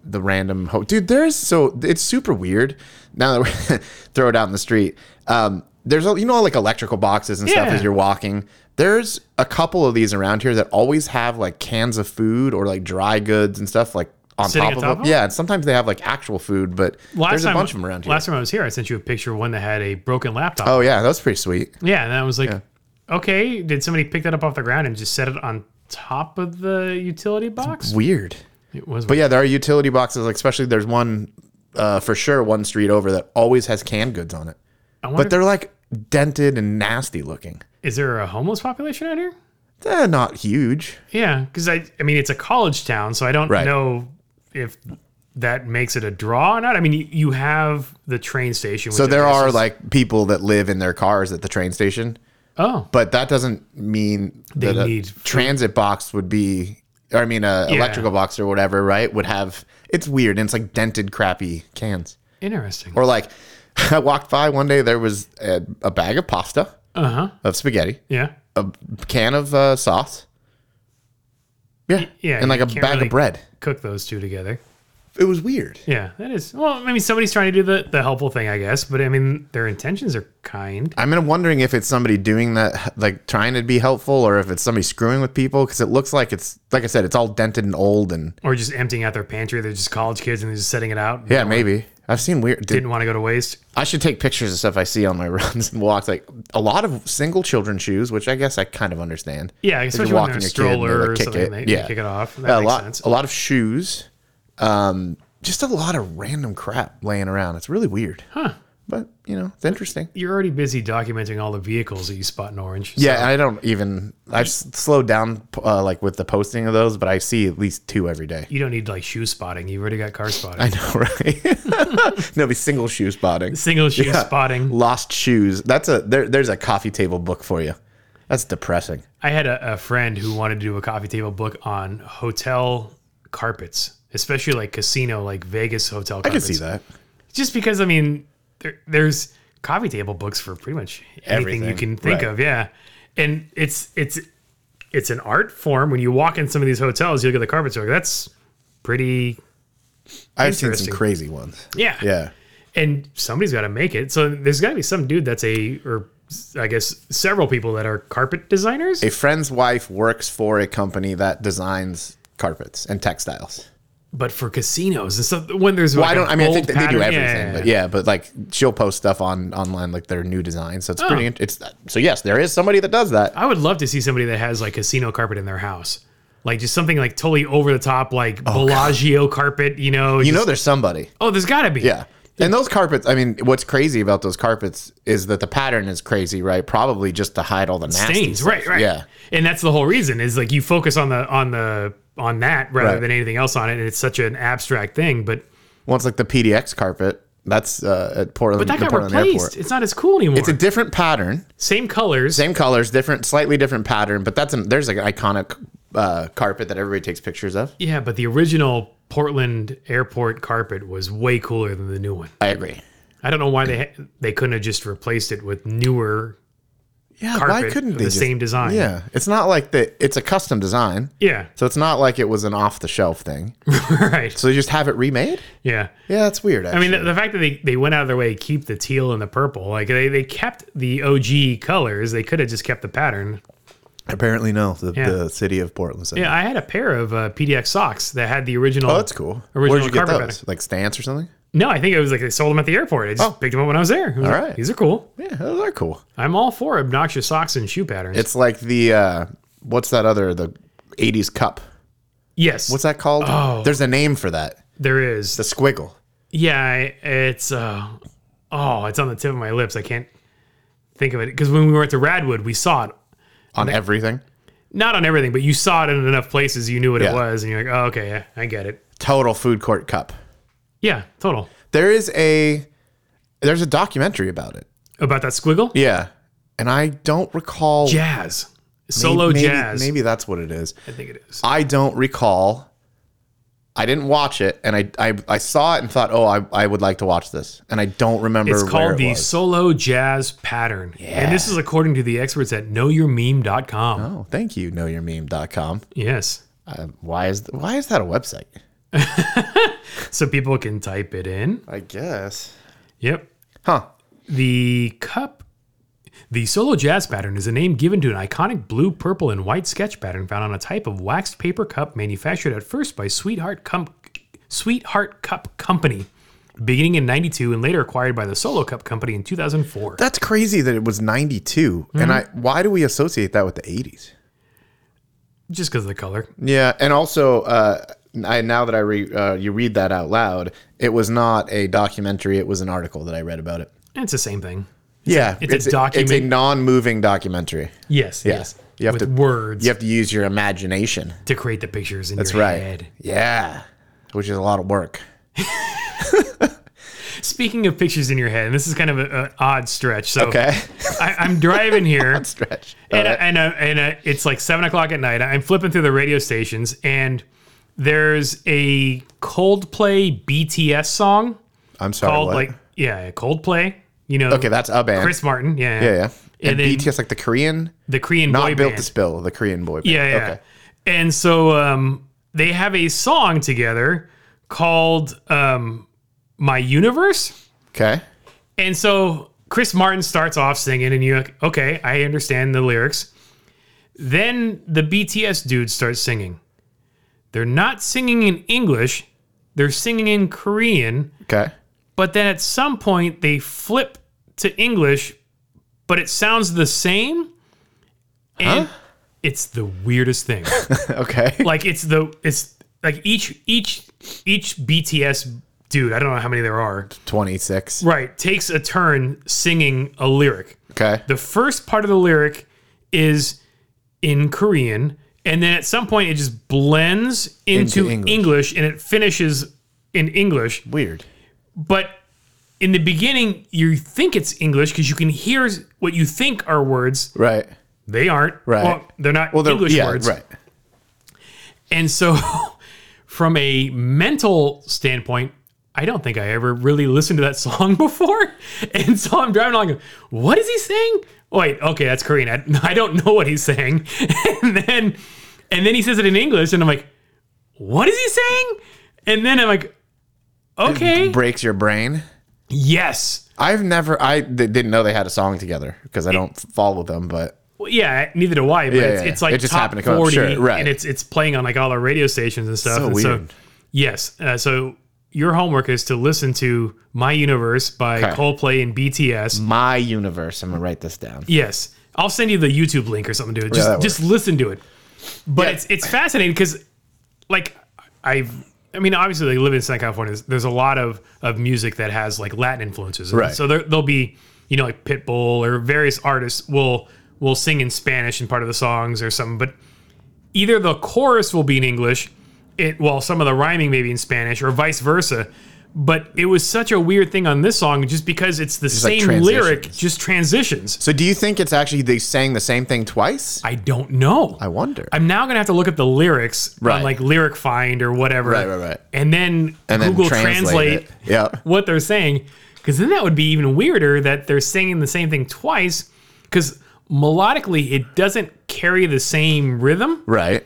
Speaker 1: the random ho- dude. There's so it's super weird. Now that we're (laughs) throw it out in the street. Um, there's all- you know like electrical boxes and stuff
Speaker 2: Yeah.
Speaker 1: as you're walking. There's a couple of these around here that always have like cans of food or like dry goods and stuff like on
Speaker 2: Sitting
Speaker 1: top
Speaker 2: on
Speaker 1: of
Speaker 2: top
Speaker 1: them.
Speaker 2: of 'em?
Speaker 1: Yeah, and sometimes they have like actual food, but
Speaker 2: Last
Speaker 1: there's
Speaker 2: time,
Speaker 1: a bunch of them around here.
Speaker 2: Last time I was here, I sent you a picture of one that had a broken laptop.
Speaker 1: oh yeah, that's pretty sweet.
Speaker 2: Yeah, and I was like, okay, did somebody pick that up off the ground and just set it on top of the utility box?
Speaker 1: Weird.
Speaker 2: It was.
Speaker 1: But yeah, there are utility boxes, like especially there's one uh, for sure one street over that always has canned goods on it.
Speaker 2: I wonder
Speaker 1: But they're like dented and nasty looking.
Speaker 2: Is there a homeless population out here?
Speaker 1: They're not huge.
Speaker 2: Yeah, because I, I mean, it's a college town, so I don't
Speaker 1: Right.
Speaker 2: know if that makes it a draw or not. I mean, you, you have the train station.
Speaker 1: So
Speaker 2: which
Speaker 1: there
Speaker 2: I guess
Speaker 1: are
Speaker 2: is-
Speaker 1: like people that live in their cars at the train station,
Speaker 2: oh,
Speaker 1: but that doesn't mean
Speaker 2: They
Speaker 1: that a
Speaker 2: need food.
Speaker 1: transit box would be, or I mean, a
Speaker 2: Yeah.
Speaker 1: electrical box or whatever, right? Would have it's weird and it's like dented, crappy cans.
Speaker 2: interesting.
Speaker 1: Or like, (laughs) I walked by one day, there was a, a bag of pasta,
Speaker 2: Uh huh.
Speaker 1: of spaghetti,
Speaker 2: Yeah.
Speaker 1: a can of uh, sauce. Yeah.
Speaker 2: yeah,
Speaker 1: And like
Speaker 2: you
Speaker 1: a
Speaker 2: can't
Speaker 1: bag
Speaker 2: really-
Speaker 1: of bread.
Speaker 2: Cook those two together.
Speaker 1: It was weird.
Speaker 2: Yeah, that is. Well, I mean, somebody's trying to do the, the helpful thing, I guess, but I mean, their intentions are kind.
Speaker 1: I'm gonna- wondering if it's somebody doing that, like trying to be helpful, or if it's somebody screwing with people because it looks like it's, like I said, it's all dented and old and
Speaker 2: Or just emptying out their pantry. They're just college kids and they're just setting it out.
Speaker 1: yeah, maybe. I've seen weird. Did,
Speaker 2: Didn't want to go to waste.
Speaker 1: I should take pictures of stuff I see on my (laughs) runs and walks. Like a lot of single children shoes, which I guess I kind of understand.
Speaker 2: Yeah, especially when
Speaker 1: walking
Speaker 2: they're
Speaker 1: your kid and they,
Speaker 2: a stroller
Speaker 1: like,
Speaker 2: or
Speaker 1: kick
Speaker 2: something.
Speaker 1: it.
Speaker 2: They,
Speaker 1: Yeah.
Speaker 2: they kick it off. That
Speaker 1: a
Speaker 2: makes
Speaker 1: lot,
Speaker 2: sense.
Speaker 1: a lot of shoes, um, just a lot of random crap laying around. It's really weird. Huh. But you know, it's interesting.
Speaker 2: You're already busy documenting all the vehicles that you spot in Orange. so-
Speaker 1: Yeah, I don't even. I've s- slowed down uh, like with the posting of those, but I see at least two every day.
Speaker 2: You don't need like shoe spotting. You've already got car
Speaker 1: (laughs)
Speaker 2: spotting.
Speaker 1: I know, right? no, be single shoe spotting,
Speaker 2: Single shoe spotting.
Speaker 1: lost shoes. That's a there, there's a coffee table book for you. That's depressing.
Speaker 2: I had a, a friend who wanted to do a coffee table book on hotel carpets, especially like casino, like Vegas hotel
Speaker 1: I can
Speaker 2: carpets.
Speaker 1: see that.
Speaker 2: Just because, I mean, there, there's coffee table books for pretty much anything you
Speaker 1: Everything,
Speaker 2: can think
Speaker 1: right.
Speaker 2: of. Yeah. And it's, it's, it's an art form. When you walk in some of these hotels, you look at the carpets, you're like, that's pretty,
Speaker 1: I've seen some
Speaker 2: Interesting.
Speaker 1: crazy ones.
Speaker 2: yeah.
Speaker 1: Yeah,
Speaker 2: and somebody's got to make it. So there's got to be some dude that's a, or I guess several people that are carpet designers.
Speaker 1: a friend's wife works for a company that designs carpets and textiles.
Speaker 2: but for casinos and stuff, when there's like
Speaker 1: I don't.
Speaker 2: a
Speaker 1: I mean, I
Speaker 2: bold
Speaker 1: think that they do
Speaker 2: pattern-
Speaker 1: everything,
Speaker 2: yeah.
Speaker 1: but yeah, but like she'll post stuff on online like their new design. So it's pretty. int- It's so yes, there is somebody that does that.
Speaker 2: I would love to see somebody that has like casino carpet in their house, like just something like totally over the top, like Bellagio carpet. You know,
Speaker 1: Oh, You
Speaker 2: just-
Speaker 1: know, there's somebody.
Speaker 2: oh, there's got to be.
Speaker 1: Yeah. And those carpets, I mean, what's crazy about those carpets is that the pattern is crazy, right? Probably just to hide all the nasty
Speaker 2: stains,
Speaker 1: stuff.
Speaker 2: right? Right.
Speaker 1: Yeah.
Speaker 2: and that's the whole reason is like you focus on the on the on that rather
Speaker 1: Right.
Speaker 2: than anything else on it, and it's such an abstract thing, but.
Speaker 1: Well, it's like the PDX carpet. That's uh, at Portland,
Speaker 2: That
Speaker 1: the
Speaker 2: got
Speaker 1: Portland
Speaker 2: replaced.
Speaker 1: airport.
Speaker 2: It's not as cool anymore.
Speaker 1: It's a different pattern,
Speaker 2: Same colors.
Speaker 1: same colors, different, slightly different pattern, but that's an, there's like an iconic uh, carpet that everybody takes pictures of.
Speaker 2: Yeah, but the original Portland airport carpet was way cooler than the new one.
Speaker 1: I agree.
Speaker 2: I don't know why they ha- they couldn't have just replaced it with newer.
Speaker 1: Yeah, why
Speaker 2: Carpet
Speaker 1: couldn't
Speaker 2: of
Speaker 1: they
Speaker 2: the
Speaker 1: just-
Speaker 2: same design.
Speaker 1: Yeah, it's not like that. It's a custom design,
Speaker 2: Yeah, (laughs)
Speaker 1: so it's not like it was an off the shelf thing.
Speaker 2: right.
Speaker 1: So you just have it remade.
Speaker 2: Yeah.
Speaker 1: Yeah, that's weird.
Speaker 2: I
Speaker 1: Actually.
Speaker 2: mean, the, the fact that they, they went out of their way to keep the teal and the purple, like they, they kept the OG colors, they could have just kept the pattern.
Speaker 1: apparently no. The,
Speaker 2: Yeah.
Speaker 1: the city of Portland. said
Speaker 2: Yeah, I had a pair of uh, PDX socks that had the original.
Speaker 1: Oh, that's cool.
Speaker 2: Original
Speaker 1: Where'd you get
Speaker 2: carpet
Speaker 1: those? Like stance or something?
Speaker 2: No, I think it was like they sold them at the airport. I just picked them up when I was there. I was like,
Speaker 1: Oh. right.
Speaker 2: These are cool.
Speaker 1: Yeah, those are cool.
Speaker 2: I'm all for obnoxious socks and shoe patterns.
Speaker 1: It's like the uh, what's that other the '80s cup?
Speaker 2: yes,
Speaker 1: What's that called?
Speaker 2: Oh.
Speaker 1: There's a name for that.
Speaker 2: there is.
Speaker 1: The squiggle.
Speaker 2: Yeah, I- it's uh oh, it's on the tip of my lips. I can't think of it because when we were at the Radwood, we saw it
Speaker 1: On everything.
Speaker 2: not on everything, but you saw it in enough places. You knew what
Speaker 1: Yeah.
Speaker 2: it was, and you're like, oh, okay, yeah, I get it.
Speaker 1: Total food court cup.
Speaker 2: Yeah, total
Speaker 1: There is a there's a documentary about it.
Speaker 2: about that squiggle.
Speaker 1: Yeah, and I don't recall
Speaker 2: Jazz, solo
Speaker 1: maybe,
Speaker 2: jazz.
Speaker 1: Maybe that's what it is.
Speaker 2: I think it is.
Speaker 1: I don't recall. I didn't watch it, and I I, I saw it and thought, oh, I, I would like to watch this, and I don't remember.
Speaker 2: It's
Speaker 1: where it
Speaker 2: called the
Speaker 1: was.
Speaker 2: solo jazz pattern, and this is according to the experts at KnowYourMeme.com.
Speaker 1: Oh, thank you, knowyourmeme.com.
Speaker 2: Yes,
Speaker 1: Uh, why is why is that a website?
Speaker 2: so people can type it in.
Speaker 1: I guess.
Speaker 2: Yep,
Speaker 1: Huh.
Speaker 2: The cup, the solo jazz pattern is a name given to an iconic blue, purple, and white sketch pattern found on a type of waxed paper cup manufactured at first by Sweetheart Cup, Sweetheart Cup Company, beginning in '92 and later acquired by the Solo Cup Company in 2004.
Speaker 1: That's crazy that it was 92. And I why do we associate that with the 80s?
Speaker 2: just because of the color,
Speaker 1: Yeah, and also uh I, now that I re, uh, you read that out loud, it was not a documentary. It was an article that I read about it.
Speaker 2: it's the same thing.
Speaker 1: yeah,
Speaker 2: it's a
Speaker 1: It's a
Speaker 2: document-
Speaker 1: non-moving documentary.
Speaker 2: Yes.
Speaker 1: Yeah.
Speaker 2: Yes.
Speaker 1: You have
Speaker 2: With
Speaker 1: to-
Speaker 2: words
Speaker 1: You have to use your imagination.
Speaker 2: to create the pictures in
Speaker 1: That's
Speaker 2: your
Speaker 1: right.
Speaker 2: head.
Speaker 1: Yeah, which is a lot of work.
Speaker 2: Speaking of pictures in your head, and this is kind of an odd stretch. So
Speaker 1: Okay,
Speaker 2: (laughs)
Speaker 1: (laughs)
Speaker 2: I, I'm driving here.
Speaker 1: stretch. All
Speaker 2: and uh
Speaker 1: right.
Speaker 2: and, uh and uh it's like seven o'clock at night. I'm flipping through the radio stations, and there's a Coldplay BTS song
Speaker 1: I'm sorry.
Speaker 2: called
Speaker 1: what?
Speaker 2: like yeah Coldplay. You know,
Speaker 1: okay, that's a band.
Speaker 2: Chris Martin. Yeah,
Speaker 1: yeah, yeah. And,
Speaker 2: then-
Speaker 1: BTS, like the Korean,
Speaker 2: the Korean
Speaker 1: not
Speaker 2: boy
Speaker 1: built
Speaker 2: band.
Speaker 1: to spill, the Korean boy band.
Speaker 2: yeah, yeah.
Speaker 1: Okay.
Speaker 2: And so um, they have a song together called um, "My Universe."
Speaker 1: Okay.
Speaker 2: And so Chris Martin starts off singing, and you're like, okay, I understand the lyrics. Then the BTS dude starts singing. They're not singing in English, they're singing in Korean,
Speaker 1: Okay.
Speaker 2: but then at some point they flip to English, but it sounds the same. And it's the weirdest thing.
Speaker 1: Okay. (laughs)
Speaker 2: like it's the it's like each each each BTS dude, I don't know how many there are.
Speaker 1: 26.
Speaker 2: Right, takes a turn singing a lyric.
Speaker 1: Okay.
Speaker 2: The first part of the lyric is in Korean, and then at some point it just blends into,
Speaker 1: Into English.
Speaker 2: English. and it finishes in English.
Speaker 1: Weird.
Speaker 2: But in the beginning, you think it's English because you can hear what you think are words.
Speaker 1: Right.
Speaker 2: They aren't.
Speaker 1: Right.
Speaker 2: Well, they're not
Speaker 1: Well, they're
Speaker 2: English
Speaker 1: yeah,
Speaker 2: words.
Speaker 1: right.
Speaker 2: And so, (laughs) from a mental standpoint, I don't think I ever really listened to that song (laughs) before. And so I'm driving along, what is he saying? Wait, okay, that's Korean. I, I (laughs) don't know what he's saying. (laughs) And then, and then he says it in English, and I'm like, what is he saying? And then I'm like, okay,
Speaker 1: Breaks your brain.
Speaker 2: yes.
Speaker 1: I've never, I d- didn't know they had a song together because I don't follow them, but
Speaker 2: Well, yeah, neither do I. But it's,
Speaker 1: yeah,
Speaker 2: it's like
Speaker 1: it just
Speaker 2: top
Speaker 1: happened to come up.
Speaker 2: forty,
Speaker 1: Sure, right.
Speaker 2: and it's it's playing on like all our radio stations and stuff.
Speaker 1: So
Speaker 2: and
Speaker 1: weird.
Speaker 2: So, yes. Uh, so your homework is to listen to "My Universe" by
Speaker 1: Okay.
Speaker 2: Coldplay and BTS.
Speaker 1: my universe. I'm going to write this down.
Speaker 2: Yes, I'll send you the YouTube link or something to it. Just
Speaker 1: that
Speaker 2: just listen to it. But
Speaker 1: Yeah.
Speaker 2: it's it's fascinating because, like, I I mean, obviously, like, living in Southern California, there's, there's a lot of of music that has like Latin influences.
Speaker 1: Right.
Speaker 2: So there, there'll be you know like Pitbull or various artists will will sing in Spanish in part of the songs or something, but either the chorus will be in English, it well some of the rhyming may be in Spanish or vice versa. But it was such a weird thing on this song, just because it's the
Speaker 1: like,
Speaker 2: same lyric,
Speaker 1: transitions.
Speaker 2: just transitions.
Speaker 1: So do you think it's actually they sang the same thing twice?
Speaker 2: I don't know.
Speaker 1: I wonder.
Speaker 2: I'm now gonna have to look at the lyrics
Speaker 1: Right.
Speaker 2: on like Lyric Find or whatever.
Speaker 1: Right, right, right.
Speaker 2: And then
Speaker 1: and then
Speaker 2: Google
Speaker 1: translate.
Speaker 2: Translate,
Speaker 1: it. Yeah.
Speaker 2: what they're saying, because then that would be even weirder that they're singing the same thing twice. Because melodically, it doesn't carry the same rhythm.
Speaker 1: Right.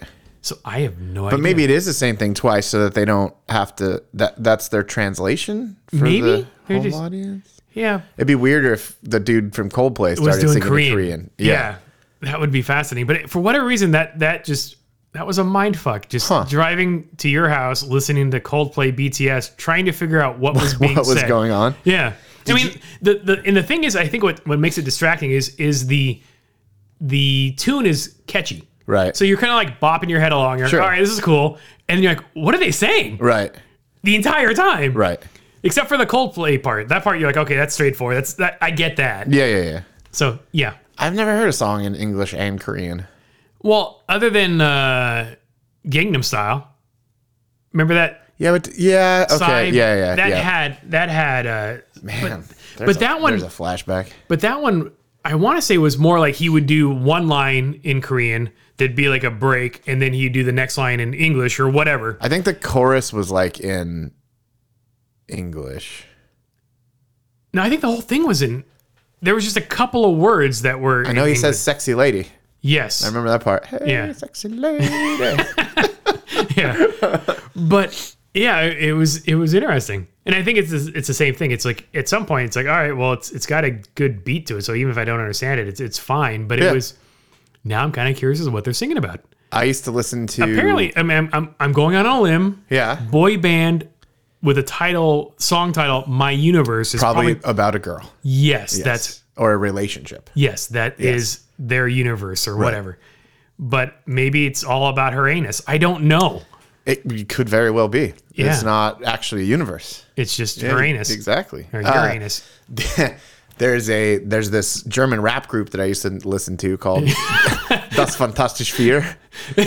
Speaker 2: So I have no idea.
Speaker 1: But maybe it is the same thing twice so that they don't have to, that that's their translation for
Speaker 2: Maybe.
Speaker 1: the
Speaker 2: They're
Speaker 1: whole
Speaker 2: just-
Speaker 1: audience.
Speaker 2: yeah,
Speaker 1: It'd be weirder if the dude from Coldplay
Speaker 2: was
Speaker 1: started
Speaker 2: doing
Speaker 1: singing in
Speaker 2: Korean.
Speaker 1: Korean.
Speaker 2: Yeah. that would be fascinating. But for whatever reason, that that just that was a mind fuck. Just
Speaker 1: Huh.
Speaker 2: driving to your house, listening to Coldplay, BTS, trying to figure out what was being
Speaker 1: (laughs) What was
Speaker 2: said.
Speaker 1: going on?
Speaker 2: Yeah. I mean, the, the and the thing is, I think what, what makes it distracting is is the the tune is catchy,
Speaker 1: Right.
Speaker 2: so you're kind of like bopping your head along. You're
Speaker 1: Sure.
Speaker 2: like, all right, this is cool, and you're like, what are they saying
Speaker 1: right.
Speaker 2: the entire time?
Speaker 1: Right.
Speaker 2: Except for the Coldplay part. That part you're like, okay, that's straightforward. That's that I get that.
Speaker 1: Yeah, yeah, yeah.
Speaker 2: So yeah.
Speaker 1: I've never heard a song in English and Korean.
Speaker 2: Well, other than uh, Gangnam Style, remember that?
Speaker 1: Yeah, but yeah, okay,
Speaker 2: side?
Speaker 1: yeah, yeah,
Speaker 2: That
Speaker 1: yeah.
Speaker 2: had that had uh,
Speaker 1: Man, but,
Speaker 2: that one-
Speaker 1: there's a flashback.
Speaker 2: But that one, I want to say, was more like he would do one line in Korean. There'd be like a break, and then he'd do the next line in English or whatever.
Speaker 1: I think the chorus was like in English.
Speaker 2: No, I think the whole thing was in. There was just a couple of words that were.
Speaker 1: I know he says "sexy lady."
Speaker 2: yes.
Speaker 1: I remember that part. Hey,
Speaker 2: Yeah.
Speaker 1: sexy lady.
Speaker 2: yeah. But yeah, it was it was interesting, and I think it's it's the same thing. It's like at some point, it's like all right, well, it's it's got a good beat to it, so even if I don't understand it, it's it's fine. But
Speaker 1: Yeah.
Speaker 2: it was now I'm kind of curious as to what they're singing about.
Speaker 1: I used to listen to
Speaker 2: Apparently, I mean, I'm I'm, I'm going on a limb.
Speaker 1: yeah,
Speaker 2: Boy band with a title song title "My Universe" is
Speaker 1: probably
Speaker 2: probably,
Speaker 1: about a girl.
Speaker 2: yes, That's
Speaker 1: or a relationship.
Speaker 2: yes, that is their universe or whatever. But maybe it's all about her anus. I don't know.
Speaker 1: It could very well be.
Speaker 2: Yeah.
Speaker 1: It's not actually a universe.
Speaker 2: It's just her anus
Speaker 1: Exactly.
Speaker 2: or your
Speaker 1: Uh,
Speaker 2: anus.
Speaker 1: (laughs) There's a there's this German rap group that I used to listen to
Speaker 2: (laughs)
Speaker 1: called Das Fantastische Vier.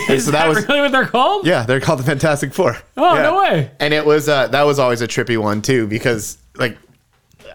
Speaker 1: And so that was
Speaker 2: really what they're called?
Speaker 1: yeah, they're called the Fantastic Four.
Speaker 2: Oh,
Speaker 1: Yeah.
Speaker 2: no way.
Speaker 1: And it was uh, that was always a trippy one too because like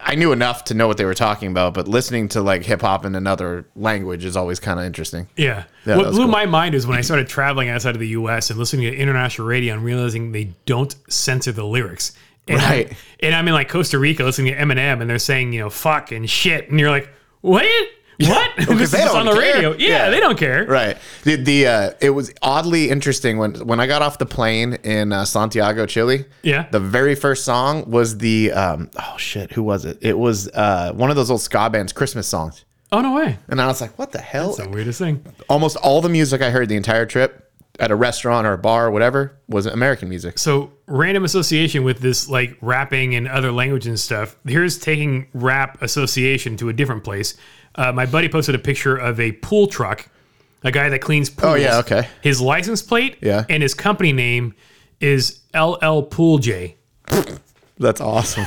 Speaker 1: I knew enough to know what they were talking about, but listening to like hip hop in another language is always kind of interesting.
Speaker 2: Yeah.
Speaker 1: Yeah, that
Speaker 2: what
Speaker 1: was
Speaker 2: blew
Speaker 1: cool.
Speaker 2: my mind is when I started traveling outside of the US and listening to international radio and realizing they don't censor the lyrics. And
Speaker 1: Right.
Speaker 2: I, and I'm in like Costa Rica listening to Eminem and they're saying, you know, fuck and shit. And you're like, wait, what? (laughs)
Speaker 1: because
Speaker 2: this
Speaker 1: they
Speaker 2: is
Speaker 1: don't
Speaker 2: on the
Speaker 1: care.
Speaker 2: radio. Yeah,
Speaker 1: Yeah.
Speaker 2: they don't care.
Speaker 1: Right. The, the uh, it was oddly interesting when when I got off the plane in uh, Santiago, Chile.
Speaker 2: Yeah.
Speaker 1: The very first song was the um, oh shit, who was it? It was uh, one of those old ska bands Christmas songs,
Speaker 2: Oh, no way.
Speaker 1: and I was like, what the hell?
Speaker 2: It's the weirdest thing.
Speaker 1: Almost all the music I heard the entire trip at a restaurant or a bar or whatever was American music.
Speaker 2: So random association with this like rapping and other language and stuff. Here's taking rap association to a different place. Uh, my buddy posted a picture of a pool truck, a guy that cleans pools.
Speaker 1: Oh, yeah, okay.
Speaker 2: His license plate
Speaker 1: Yeah.
Speaker 2: and his company name is LL Pool J.
Speaker 1: That's (laughs) awesome.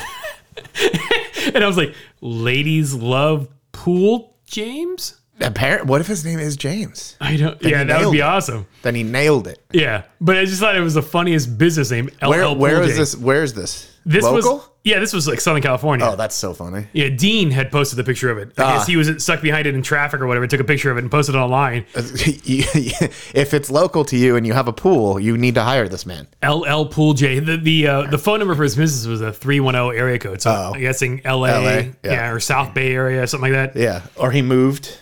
Speaker 2: And I was like, ladies love pool James?
Speaker 1: Apparent. What if his name is James?
Speaker 2: I don't. yeah,
Speaker 1: he
Speaker 2: that would
Speaker 1: nailed
Speaker 2: be
Speaker 1: it.
Speaker 2: awesome.
Speaker 1: Then he nailed it.
Speaker 2: Yeah, but I just thought it was the funniest business name. LL
Speaker 1: Where
Speaker 2: Pool
Speaker 1: where
Speaker 2: J.
Speaker 1: is this? Where is this?
Speaker 2: This
Speaker 1: Local?
Speaker 2: was yeah. This was like Southern California.
Speaker 1: oh, that's so funny.
Speaker 2: Yeah, Dean had posted the picture of it. I
Speaker 1: Ah.
Speaker 2: guess he was stuck behind it in traffic or whatever. Took a picture of it and posted it online.
Speaker 1: (laughs) if it's local to you and you have a pool, you need to hire this man.
Speaker 2: LL Pool J. The the uh, the phone number for his business was a three one zero area code. So I'm guessing LA,
Speaker 1: LA,
Speaker 2: yeah.
Speaker 1: Oh. yeah.
Speaker 2: or South Bay area, something like that.
Speaker 1: Yeah. Or he moved.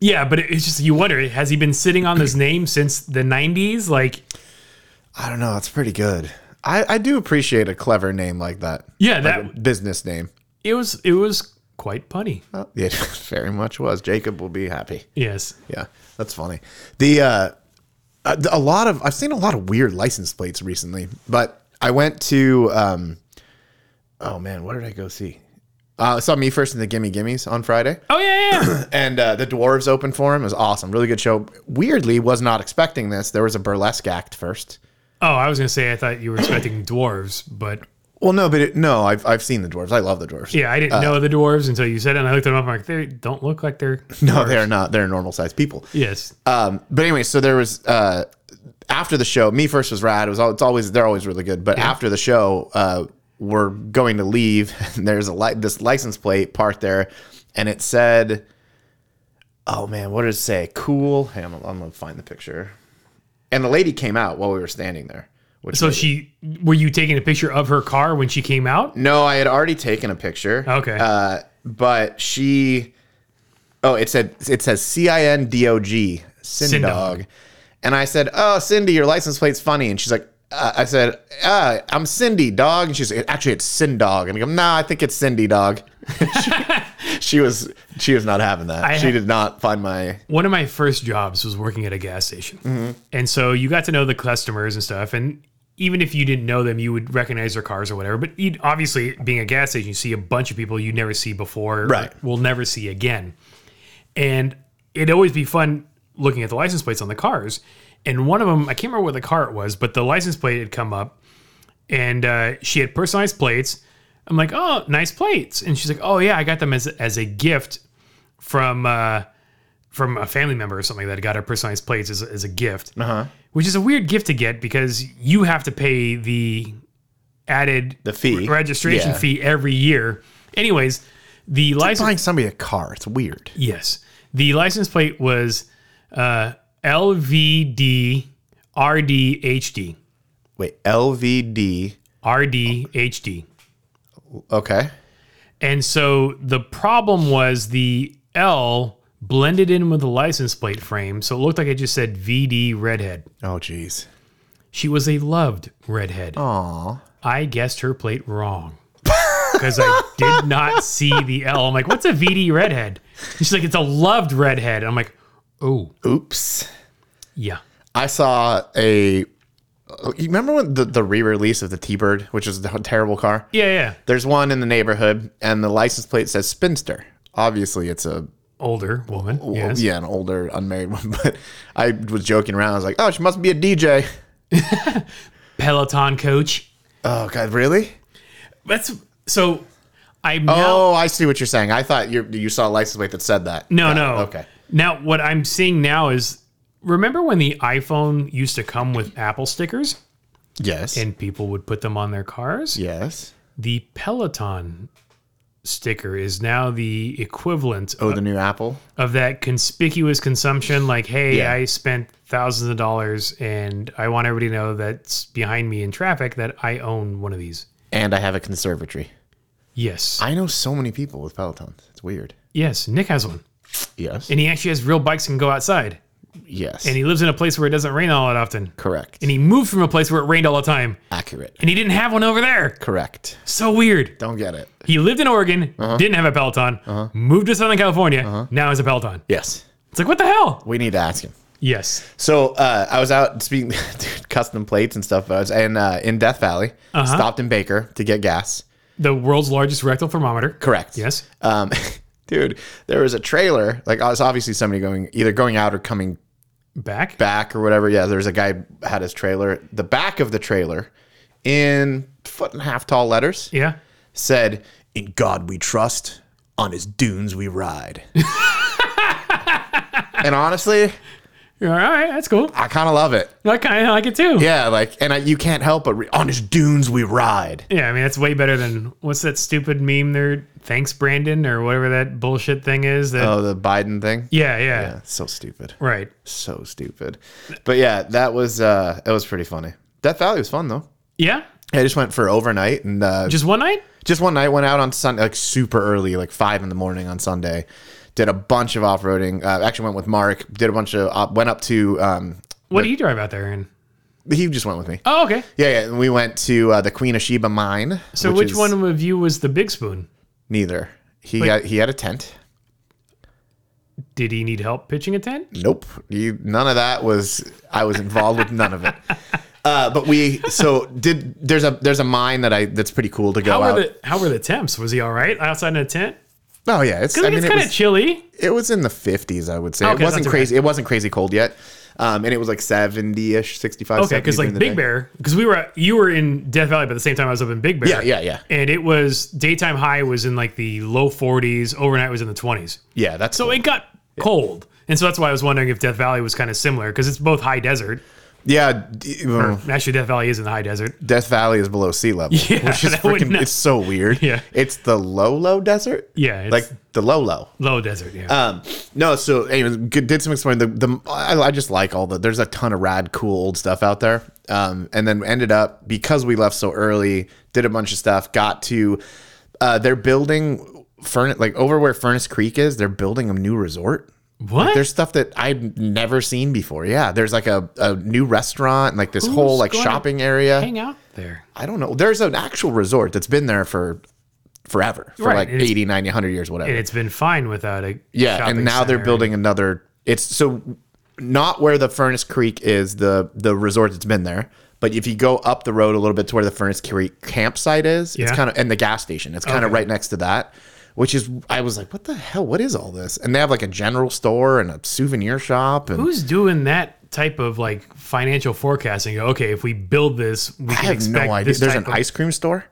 Speaker 2: Yeah, but it, it's just you wonder has he been sitting on this name since the '90s? Like,
Speaker 1: I don't know. That's pretty good. I, I do appreciate a clever name like that.
Speaker 2: yeah,
Speaker 1: Like
Speaker 2: that
Speaker 1: a business name.
Speaker 2: it was it was quite punny.
Speaker 1: Oh, (laughs) it very much was. Jacob will be happy.
Speaker 2: Yes,
Speaker 1: Yeah. That's funny. The, uh, a a lot of, I've seen a lot of weird license plates recently, but I went to, um, oh man, what did I go see? Uh, I saw me first in the Gimme Gimmes on Friday.
Speaker 2: oh yeah,
Speaker 1: (coughs)
Speaker 2: yeah.
Speaker 1: and uh, the dwarves open for him. It was awesome, really good show. Weirdly, was not expecting this. There was a burlesque act first.
Speaker 2: oh, I was gonna say I thought you were expecting dwarves, but
Speaker 1: Well, no, but it, no, I've I've seen the dwarves. I love the dwarves.
Speaker 2: yeah, I didn't know the dwarves until you said it. And I looked them up. I'm like, they don't look like they're
Speaker 1: No, they're not. They're normal sized people.
Speaker 2: yes.
Speaker 1: Um, but anyway, so there was uh, after the show. Me first was rad. It was al- it's always they're always really good. But after the show, uh, we're going to leave. (laughs) And there's a li- this license plate parked there, and it said, "Oh man, what did it say? Cool." Hey, I'm, I'm gonna find the picture. And the lady came out while we were standing there. Which
Speaker 2: So she, were you taking a picture of her car when she came out?
Speaker 1: No, I had already taken a picture.
Speaker 2: Okay.
Speaker 1: Uh, but she, oh, it said it says C I N D O G Sindog, and I said, "Oh, Cindy, your license plate's funny," and she's like. Uh, I said, uh, I'm Cindy Dog. And she's like, actually, it's Sindog. And I go, nah, I think it's Cindy Dog. (laughs) she, she was she was not having that. she
Speaker 2: ha-
Speaker 1: did not find my.
Speaker 2: One of my first jobs was working at a gas station, and so you got to know the customers and stuff. And even if you didn't know them, you would recognize their cars or whatever. But you'd, obviously, being a gas station, you see a bunch of people you never see before, or
Speaker 1: Right.
Speaker 2: Will never see again. And it'd always be fun looking at the license plates on the cars. And one of them, I can't remember what the car it was, but the license plate had come up, and uh, she had personalized plates. I'm like, oh, nice plates. And she's like, oh yeah, I got them as as a gift from uh, from a family member or something like that. Got her personalized plates as, as a gift, uh-huh. which is a weird gift to get because you have to pay the added
Speaker 1: The fee.
Speaker 2: registration
Speaker 1: Yeah.
Speaker 2: fee every year. Anyways, the license
Speaker 1: Buying somebody a car. It's weird.
Speaker 2: yes, the license plate was uh, LVD RDHD
Speaker 1: Wait, LVD.
Speaker 2: RDHD.
Speaker 1: Okay.
Speaker 2: And so the problem was the L blended in with the license plate frame, so it looked like it just said VD redhead.
Speaker 1: Oh, jeez.
Speaker 2: She was a loved redhead.
Speaker 1: Aw.
Speaker 2: I guessed her plate wrong (laughs) because I did not see the L. I'm like, what's a VD redhead? And she's like, it's a loved redhead. I'm like, oh
Speaker 1: Oops.
Speaker 2: yeah,
Speaker 1: I saw a. You remember when the, the re-release of the T-Bird, which is a terrible car?
Speaker 2: yeah, yeah.
Speaker 1: There's one in the neighborhood, and the license plate says Spinster. Obviously, it's a
Speaker 2: Older woman. yes.
Speaker 1: Oh, yeah, an older unmarried one. (laughs) But I was joking around. I was like, "Oh, she must be a DJ."
Speaker 2: Peloton coach.
Speaker 1: Oh God, really?
Speaker 2: That's so. I'm now
Speaker 1: Oh, I see what you're saying. I thought you you saw a license plate that said that.
Speaker 2: No,
Speaker 1: Yeah,
Speaker 2: no.
Speaker 1: Okay.
Speaker 2: Now, what I'm seeing now is remember when the iPhone used to come with Apple stickers
Speaker 1: Yes.
Speaker 2: and people would put them on their cars?
Speaker 1: yes.
Speaker 2: The Peloton sticker is now the equivalent
Speaker 1: Oh, the new Apple.
Speaker 2: of that conspicuous consumption like hey
Speaker 1: Yeah.
Speaker 2: i spent thousands of dollars and i want everybody to know that's behind me in traffic that i own one of these
Speaker 1: And I have a conservatory.
Speaker 2: yes
Speaker 1: I know so many people with Pelotons. It's weird.
Speaker 2: yes nick has one
Speaker 1: Yes.
Speaker 2: and he actually has real bikes and can go outside
Speaker 1: yes.
Speaker 2: and he lives in a place where it doesn't rain all that often
Speaker 1: Correct.
Speaker 2: and he moved from a place where it rained all the time
Speaker 1: Accurate.
Speaker 2: and he didn't have one over there
Speaker 1: Correct.
Speaker 2: so weird
Speaker 1: Don't get it.
Speaker 2: he lived in oregon
Speaker 1: Uh-huh.
Speaker 2: didn't have a peloton moved to southern california now has a peloton
Speaker 1: Yes.
Speaker 2: it's like what the hell
Speaker 1: We need to ask him.
Speaker 2: yes
Speaker 1: So uh, I was out speaking (laughs) dude, custom plates and stuff. I was and uh, in Death Valley, stopped in Baker to get gas.
Speaker 2: the world's largest rectal thermometer
Speaker 1: Correct.
Speaker 2: yes
Speaker 1: Um, (laughs) dude, there was a trailer. Like I was obviously somebody going either going out or coming
Speaker 2: back
Speaker 1: back or whatever. Yeah, there's a guy had his trailer. The back of the trailer, in foot and a half tall letters,
Speaker 2: yeah
Speaker 1: said, "In God we trust, on His dunes we (laughs) ride." and honestly,
Speaker 2: You're all right. That's cool.
Speaker 1: I kind of love it.
Speaker 2: I kind of like it too. Yeah.
Speaker 1: Yeah, like, and I, you can't help but re- on His dunes we ride.
Speaker 2: I mean that's way better than what's that stupid meme there? Thanks, Brandon, or whatever that bullshit thing is. That
Speaker 1: Oh, the Biden thing.
Speaker 2: yeah, yeah,
Speaker 1: Yeah, so stupid.
Speaker 2: right.
Speaker 1: So stupid. But yeah, that was uh, it was pretty funny. Death Valley was fun though.
Speaker 2: Yeah,
Speaker 1: I just went for overnight and uh,
Speaker 2: just one night.
Speaker 1: just one night went out on Sunday, like super early, like five in the morning on Sunday. Did a bunch of off roading. Uh, actually went with Mark. Did a bunch of op- went up to. Um,
Speaker 2: What do you drive out there in?
Speaker 1: he just went with me.
Speaker 2: Oh, okay.
Speaker 1: Yeah, yeah. And we went to uh, the Queen of Sheba mine.
Speaker 2: So which,
Speaker 1: is
Speaker 2: one of you was the big spoon?
Speaker 1: Neither. He got he had a tent.
Speaker 2: Did he need help pitching a tent?
Speaker 1: Nope. You none of that was I was involved with none of it. Uh, but we so did. There's a there's a mine that I that's pretty cool to go
Speaker 2: How
Speaker 1: out.
Speaker 2: were the how were the temps? Was he all right outside in a tent?
Speaker 1: oh yeah, it's
Speaker 2: I
Speaker 1: I
Speaker 2: think
Speaker 1: mean
Speaker 2: it's
Speaker 1: it
Speaker 2: kind of
Speaker 1: was,
Speaker 2: chilly.
Speaker 1: it was in the 50s I would say.
Speaker 2: Okay,
Speaker 1: it wasn't
Speaker 2: that's
Speaker 1: crazy. It wasn't crazy cold yet. Um, and it was like 70 ish, 65.
Speaker 2: Okay,
Speaker 1: 70
Speaker 2: because
Speaker 1: during
Speaker 2: like
Speaker 1: the
Speaker 2: Big
Speaker 1: day.
Speaker 2: Bear, because we were at- you were in Death Valley, but at the same time I was up in Big Bear.
Speaker 1: Yeah, yeah, yeah,
Speaker 2: And it was daytime high was in like the low 40s. Overnight was in the 20s.
Speaker 1: yeah. That's
Speaker 2: So
Speaker 1: cool.
Speaker 2: it got cold. And so that's why I was wondering if Death Valley was kind of similar because it's both high desert.
Speaker 1: yeah. d- well,
Speaker 2: Actually, Death Valley is in the high desert.
Speaker 1: Death Valley is below sea level,
Speaker 2: (laughs) Yeah,
Speaker 1: which is
Speaker 2: that would
Speaker 1: freaking.
Speaker 2: not-
Speaker 1: It's so weird.
Speaker 2: (laughs) Yeah.
Speaker 1: it's the low low desert.
Speaker 2: Yeah, it's
Speaker 1: like the low low.
Speaker 2: low desert. Yeah,
Speaker 1: Um, no, so anyways, good, did some exploring. The, the I, I just like all the there's a ton of rad, cool old stuff out there. Um, and then ended up because we left so early, did a bunch of stuff. Got to uh, they're building furnace like over where Furnace Creek is. They're building a new resort.
Speaker 2: what?
Speaker 1: There's stuff that I'd never seen before. Yeah, there's like a, a new restaurant and like this whole like
Speaker 2: going to
Speaker 1: shopping area.
Speaker 2: Hang out there.
Speaker 1: I don't know. There's an actual resort that's been there for forever, for
Speaker 2: Right,
Speaker 1: like
Speaker 2: and it's-
Speaker 1: 80, 90, 100 years, whatever.
Speaker 2: And it's been fine without a
Speaker 1: Yeah, and
Speaker 2: shopping
Speaker 1: now they're
Speaker 2: center.
Speaker 1: building another. It's so not where the Furnace Creek is the the resort that's been there, but if you go up the road a little bit to where the Furnace Creek campsite is, it's
Speaker 2: Yeah.
Speaker 1: kind of and the gas station. It's kind of
Speaker 2: Okay.
Speaker 1: right next to that, which is I was like, what the hell? What is all this? And they have like a general store and a souvenir shop and.
Speaker 2: Who's doing that type of like financial forecasting? Go, Okay, if we build this, we
Speaker 1: I
Speaker 2: can
Speaker 1: have
Speaker 2: expect
Speaker 1: no idea.
Speaker 2: this
Speaker 1: There's an
Speaker 2: type of-
Speaker 1: ice cream store,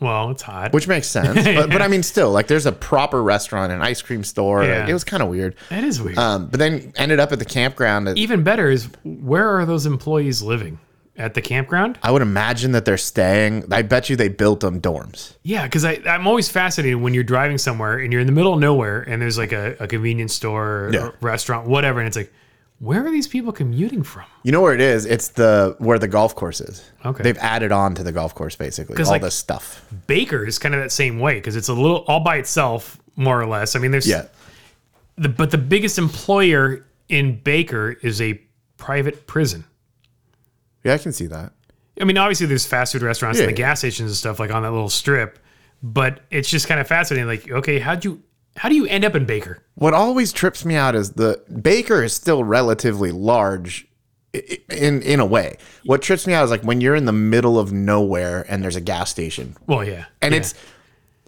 Speaker 2: well, it's hot.
Speaker 1: which makes sense.
Speaker 2: (laughs)
Speaker 1: but, but I mean, still, like, there's a proper restaurant, an ice cream store.
Speaker 2: Yeah. Eh.
Speaker 1: It was kind of weird.
Speaker 2: that is weird.
Speaker 1: Um, but then ended up at the campground. At,
Speaker 2: Even better is where are those employees living at the campground?
Speaker 1: I would imagine that they're staying. I bet you they built them dorms.
Speaker 2: Yeah, because I'm always fascinated when you're driving somewhere and you're in the middle of nowhere and there's like a, a convenience store, or
Speaker 1: Yeah.
Speaker 2: restaurant, whatever, and it's like, where are these people commuting from?
Speaker 1: You know where it is? It's the where the golf course is.
Speaker 2: Okay.
Speaker 1: They've added on to the golf course basically. All
Speaker 2: like-
Speaker 1: this stuff.
Speaker 2: Baker is kind of that same way because it's a little all by itself, more or less. I mean, there's
Speaker 1: Yeah.
Speaker 2: the, but the biggest employer in Baker is a private prison.
Speaker 1: Yeah, I can see that.
Speaker 2: I mean, obviously there's fast food restaurants and
Speaker 1: Yeah.
Speaker 2: the gas stations and stuff like on that little strip, but it's just kind of fascinating. Like, okay, how'd you how do you end up in Baker?
Speaker 1: What always trips me out is the Baker is still relatively large i- i- in in a way. What trips me out is like when you're in the middle of nowhere and there's a gas station
Speaker 2: Well, yeah,
Speaker 1: and
Speaker 2: yeah.
Speaker 1: it's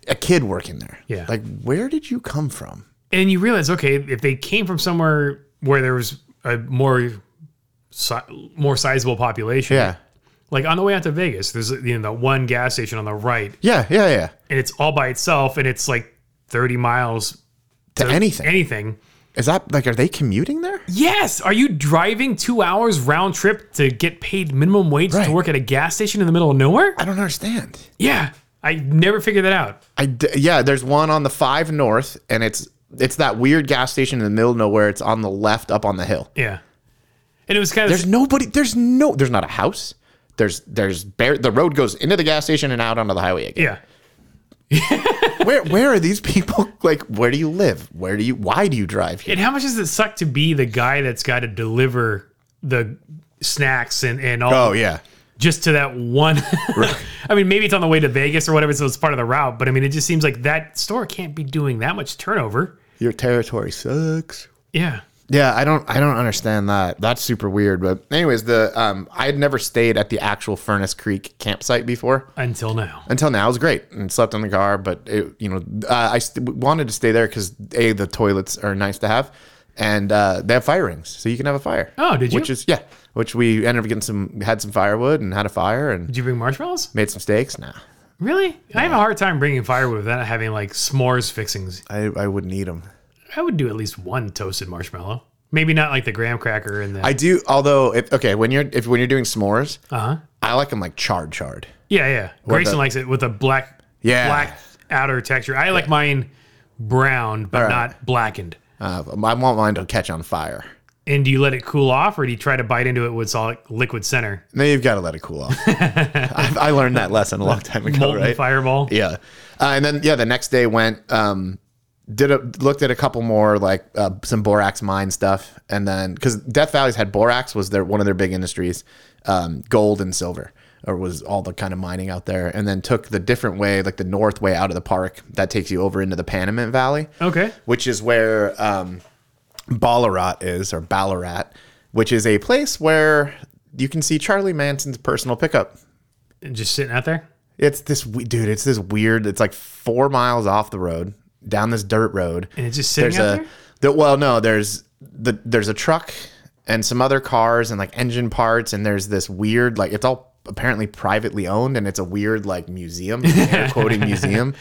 Speaker 1: a kid working there.
Speaker 2: Yeah.
Speaker 1: Like where did you come from?
Speaker 2: and you realize okay if they came from somewhere where there was a more si- more sizable population
Speaker 1: Yeah.
Speaker 2: Like on the way out to Vegas, there's you know that one gas station on the right,
Speaker 1: Yeah, yeah, yeah.
Speaker 2: and it's all by itself, and it's like 30 miles
Speaker 1: To anything.
Speaker 2: anything.
Speaker 1: Is that like, are they commuting there?
Speaker 2: Yes, are you driving two hours round trip to get paid minimum wage
Speaker 1: Right.
Speaker 2: to work at a gas station in the middle of nowhere?
Speaker 1: I don't understand.
Speaker 2: Yeah, I never figured that out.
Speaker 1: I d- yeah, there's one on the five north, and it's it's that weird gas station in the middle of nowhere. It's on the left, up on the hill.
Speaker 2: Yeah, and it was kind of
Speaker 1: There's nobody. There's no. There's not a house. There's there's bare. The road goes into the gas station and out onto the highway again.
Speaker 2: yeah.
Speaker 1: Where where are these people? (laughs) Like, where do you live? Where do you? Why do you drive here?
Speaker 2: And how much does it suck to be the guy that's got to deliver the snacks and and all
Speaker 1: Oh yeah,
Speaker 2: just to that one? (laughs) I mean, maybe it's on the way to Vegas or whatever, so it's part of the route. But I mean, it just seems like that store can't be doing that much turnover.
Speaker 1: your territory sucks.
Speaker 2: Yeah.
Speaker 1: Yeah, I don't I don't understand that. That's super weird. But anyways, the um I had never stayed at the actual Furnace Creek campsite before.
Speaker 2: Until now.
Speaker 1: until now it was great and slept in the car but it, you know uh, i st- wanted to stay there because a the toilets are nice to have and uh, they have fire rings so you can have a fire
Speaker 2: Oh, did you?
Speaker 1: which is yeah which we ended up getting some had some firewood and had a fire and
Speaker 2: Did you bring marshmallows?
Speaker 1: made some steaks nah
Speaker 2: Really? I have a hard time bringing firewood without having like s'mores fixings.
Speaker 1: i, I wouldn't eat them
Speaker 2: I would do at least one toasted marshmallow. Maybe not like the graham cracker and the.
Speaker 1: i do although if okay when you're if when you're doing smores
Speaker 2: uh huh.
Speaker 1: i like them like charred charred
Speaker 2: Yeah, yeah. Grayson
Speaker 1: the-
Speaker 2: likes it with a black,
Speaker 1: Yeah.
Speaker 2: black outer texture. I like mine brown, but not blackened.
Speaker 1: uh, i want mine to catch on fire
Speaker 2: And do you let it cool off, or do you try to bite into it with solid liquid center,
Speaker 1: no you've got to let it cool
Speaker 2: (laughs)
Speaker 1: off I, I learned that lesson a long time ago
Speaker 2: molten
Speaker 1: right
Speaker 2: fireball?
Speaker 1: Yeah. Uh, and then yeah, the next day went um did a looked at a couple more like uh, some borax mine stuff and then cuz Death Valley's had borax was their one of their big industries, um gold and silver or was all the kind of mining out there and then took the different way like the north way out of the park that takes you over into the Panamint Valley
Speaker 2: Okay.
Speaker 1: which is where um, Ballarat is, or Ballarat, which is a place where you can see Charlie Manson's personal pickup.
Speaker 2: And just sitting out there.
Speaker 1: It's this we- dude. It's this weird. It's like four miles off the road, down this dirt road.
Speaker 2: And it's just sitting
Speaker 1: There's
Speaker 2: out
Speaker 1: a the, well, no, there's the there's a truck and some other cars and like engine parts and there's this weird like it's all apparently privately owned and it's a weird like
Speaker 2: (laughs)
Speaker 1: museum, air quoting museum.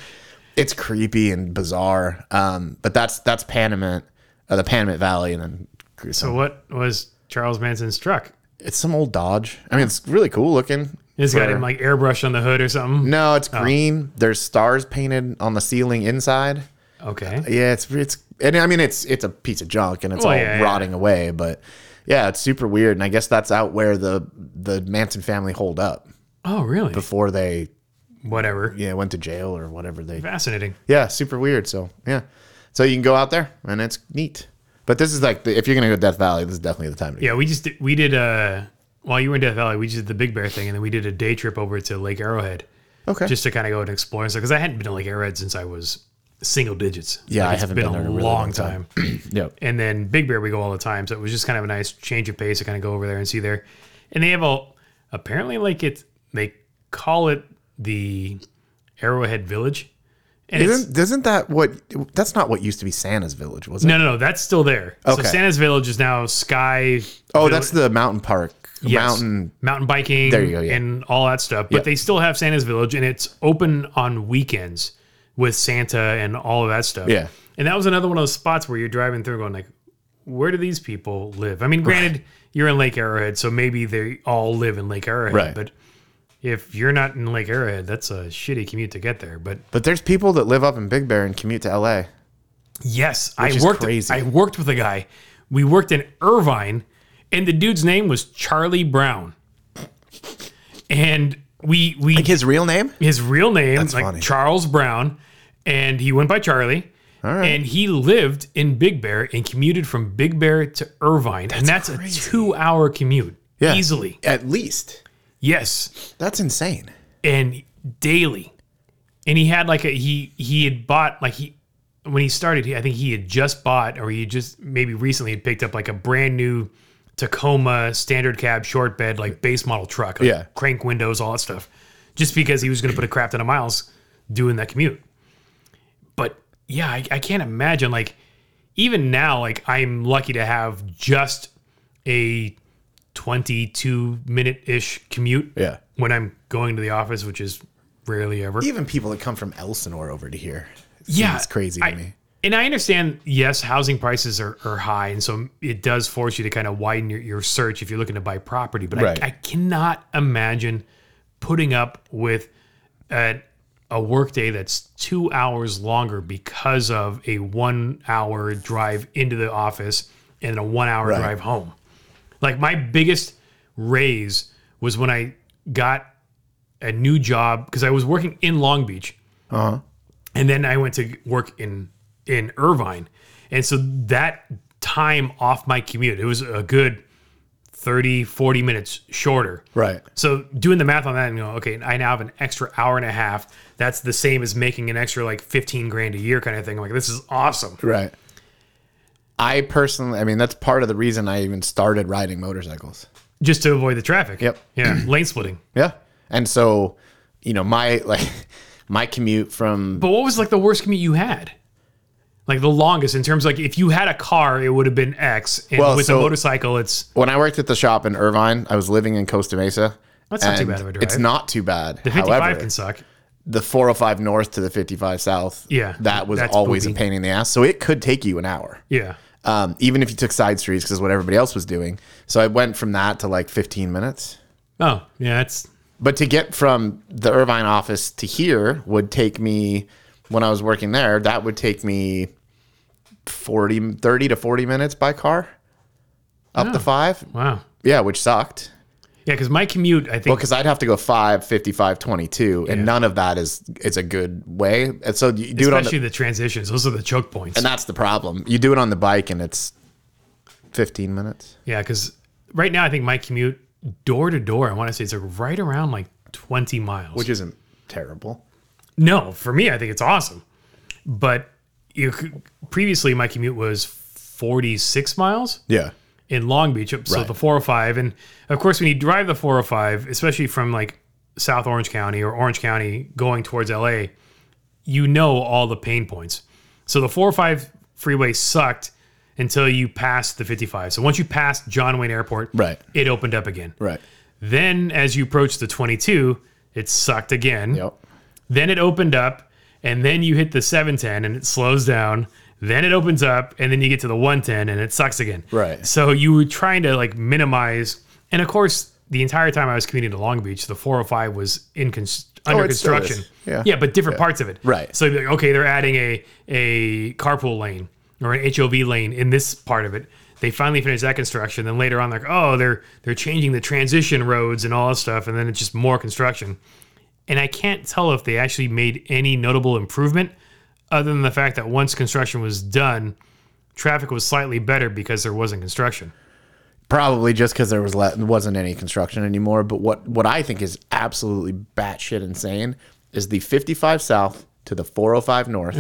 Speaker 1: It's creepy and bizarre. Um, but that's that's Panamint, uh, the Panamint Valley, and then
Speaker 2: there.
Speaker 1: so
Speaker 2: What was Charles Manson's truck?
Speaker 1: it's some old Dodge. I mean, it's really cool looking.
Speaker 2: It's got
Speaker 1: for-
Speaker 2: him like airbrush on the hood or something.
Speaker 1: No, it's green. There's stars painted on the ceiling inside.
Speaker 2: Okay.
Speaker 1: Mm-hmm. Uh, Yeah, it's it's and I mean it's it's a piece of junk and it's
Speaker 2: Well,
Speaker 1: all
Speaker 2: yeah, yeah.
Speaker 1: rotting away, but yeah, it's super weird. And I guess that's out where the the Manson family holed up
Speaker 2: Oh, really?
Speaker 1: before they
Speaker 2: Whatever.
Speaker 1: yeah went to jail or whatever they
Speaker 2: Fascinating.
Speaker 1: yeah super weird. So yeah, so you can go out there and it's neat. But this is like the, if you're gonna go to Death Valley, this is definitely the time to go.
Speaker 2: Yeah, we just did, we did uh while you were in Death Valley, we just did the Big Bear thing, and then we did a day trip over to Lake Arrowhead
Speaker 1: Okay.
Speaker 2: just to kind of go and explore and stuff. Because I hadn't been to Lake Arrowhead since I was single digits.
Speaker 1: Yeah,
Speaker 2: Like,
Speaker 1: I
Speaker 2: it's
Speaker 1: haven't been there in a really long time. yeah.
Speaker 2: and then Big Bear we go all the time, so it was just kind of a nice change of pace to kind of go over there and see there. And they have a apparently like it's they call it the Arrowhead Village, and it's
Speaker 1: Isn't, isn't that what? That's not what used to be Santa's Village, was it?
Speaker 2: no, no, no, that's still there. So
Speaker 1: Okay.
Speaker 2: Santa's Village is now Sky.
Speaker 1: oh,
Speaker 2: Vill-
Speaker 1: that's the mountain park.
Speaker 2: Yes.
Speaker 1: Mountain.
Speaker 2: mountain biking
Speaker 1: There you go, yeah.
Speaker 2: and all that stuff. But they still have Santa's Village and it's open on weekends with Santa and all of that stuff.
Speaker 1: Yeah.
Speaker 2: And that was another one of those spots where you're driving through going like, where do these people live? I mean, granted, you're in Lake Arrowhead, so maybe they all live in Lake Arrowhead.
Speaker 1: Right.
Speaker 2: But if you're not in Lake Arrowhead, that's a shitty commute to get there. But
Speaker 1: But there's people that live up in Big Bear and commute to LA.
Speaker 2: Yes,
Speaker 1: is
Speaker 2: I worked.
Speaker 1: crazy.
Speaker 2: I worked with a guy. We worked in Irvine, and the dude's name was Charlie Brown. And we we
Speaker 1: His real name?
Speaker 2: his real name like
Speaker 1: funny.
Speaker 2: Charles Brown, and he went by Charlie. And he lived in Big Bear and commuted from Big Bear to Irvine, and that's
Speaker 1: crazy.
Speaker 2: a two-hour commute
Speaker 1: Yeah.
Speaker 2: easily.
Speaker 1: At least.
Speaker 2: Yes,
Speaker 1: That's insane.
Speaker 2: and daily. And he had like a he he had bought like he when he started he, I think he had just bought or he just maybe recently had picked up like a brand new Tacoma standard cab short bed like base model truck like
Speaker 1: Yeah.
Speaker 2: crank windows all that stuff just because he was going to put a crap ton of miles doing that commute. But yeah, I, I can't imagine like even now like I'm lucky to have just a 22 minute ish commute
Speaker 1: Yeah.
Speaker 2: when I'm going to the office, which is rarely ever.
Speaker 1: Even people that come from Elsinore over to here. It
Speaker 2: Yeah,
Speaker 1: seems crazy to
Speaker 2: I-
Speaker 1: me.
Speaker 2: And I understand, yes, housing prices are, are high. And so it does force you to kind of widen your, your search if you're looking to buy property. But
Speaker 1: Right.
Speaker 2: I, I cannot imagine putting up with a, a workday that's two hours longer because of a one hour drive into the office and a one hour drive home. Like my biggest raise was when I got a new job because I was working in Long Beach and then I went to work in in Irvine, and so that time off my commute it was a good 30 40 minutes shorter
Speaker 1: Right.
Speaker 2: so doing the math on that and going okay i now have an extra hour and a half that's the same as making an extra like 15 grand a year kind of thing I'm like this is awesome
Speaker 1: Right. I personally, I mean, that's part of the reason I even started riding motorcycles.
Speaker 2: just to avoid the traffic
Speaker 1: Yep. (clears throat)
Speaker 2: yeah lane splitting
Speaker 1: Yeah. And so, you know, my (laughs) like my commute from
Speaker 2: but what was like the worst commute you had like the longest in terms of like if you had a car it would have been x and
Speaker 1: Well,
Speaker 2: with a
Speaker 1: so-
Speaker 2: motorcycle it's
Speaker 1: when I worked at the shop in Irvine, I was living in Costa Mesa.
Speaker 2: That's not too
Speaker 1: and
Speaker 2: bad of a drive.
Speaker 1: It's not too bad.
Speaker 2: the 55
Speaker 1: However,
Speaker 2: can suck
Speaker 1: the 405 north to the 55 south,
Speaker 2: Yeah,
Speaker 1: that was
Speaker 2: that's
Speaker 1: always
Speaker 2: poopy.
Speaker 1: a pain in the ass. So it could take you an hour.
Speaker 2: yeah
Speaker 1: um, even if you took side streets because what everybody else was doing. So I went from that to like 15 minutes.
Speaker 2: Oh, yeah, that's
Speaker 1: But to get from the Irvine office to here would take me, when I was working there, that would take me 40, 30 to 40 minutes by car up to five.
Speaker 2: wow.
Speaker 1: Yeah, which sucked
Speaker 2: Yeah, because my commute, I think,
Speaker 1: because I'd have to go 5, 55, 22. And none of that is, it's a good way. And so you do it on the,
Speaker 2: especially the transitions, those are the choke points.
Speaker 1: and that's the problem. You do it on the bike and it's 15 minutes.
Speaker 2: yeah, because right now I think my commute door to door, I want to say it's like right around like 20 miles.
Speaker 1: Which isn't terrible.
Speaker 2: no, for me, I think it's awesome. But you could, previously my commute was 46 miles
Speaker 1: Yeah.
Speaker 2: in Long Beach, so the 405. And of course, when you drive the 405, especially from like South Orange County or Orange County going towards LA, you know all the pain points. So the 405 freeway sucked until you passed the 55. So once you passed John Wayne Airport,
Speaker 1: Right.
Speaker 2: it opened up again.
Speaker 1: Right.
Speaker 2: Then as you approached the 22, it sucked again.
Speaker 1: Yep.
Speaker 2: Then it opened up, and then you hit the 710 and it slows down. Then it opens up, and then you get to the 110 and it sucks again.
Speaker 1: Right.
Speaker 2: So you were trying to like minimize. And of course, the entire time I was commuting to Long Beach, the 405 was in cons- under
Speaker 1: Oh, it still is.
Speaker 2: construction.
Speaker 1: Yeah.
Speaker 2: Yeah, but different parts of it.
Speaker 1: Right.
Speaker 2: So you're like, okay, they're adding a a carpool lane or an HOV lane in this part of it. They finally finish that construction. Then later on, they're like, oh, they're they're changing the transition roads and all that stuff, and then it's just more construction. And I can't tell if they actually made any notable improvement, other than the fact that once construction was done, traffic was slightly better because there wasn't construction.
Speaker 1: Probably just because there was le- wasn't any construction anymore. But what what I think is absolutely batshit insane is the 55 South to the 405 (laughs) North.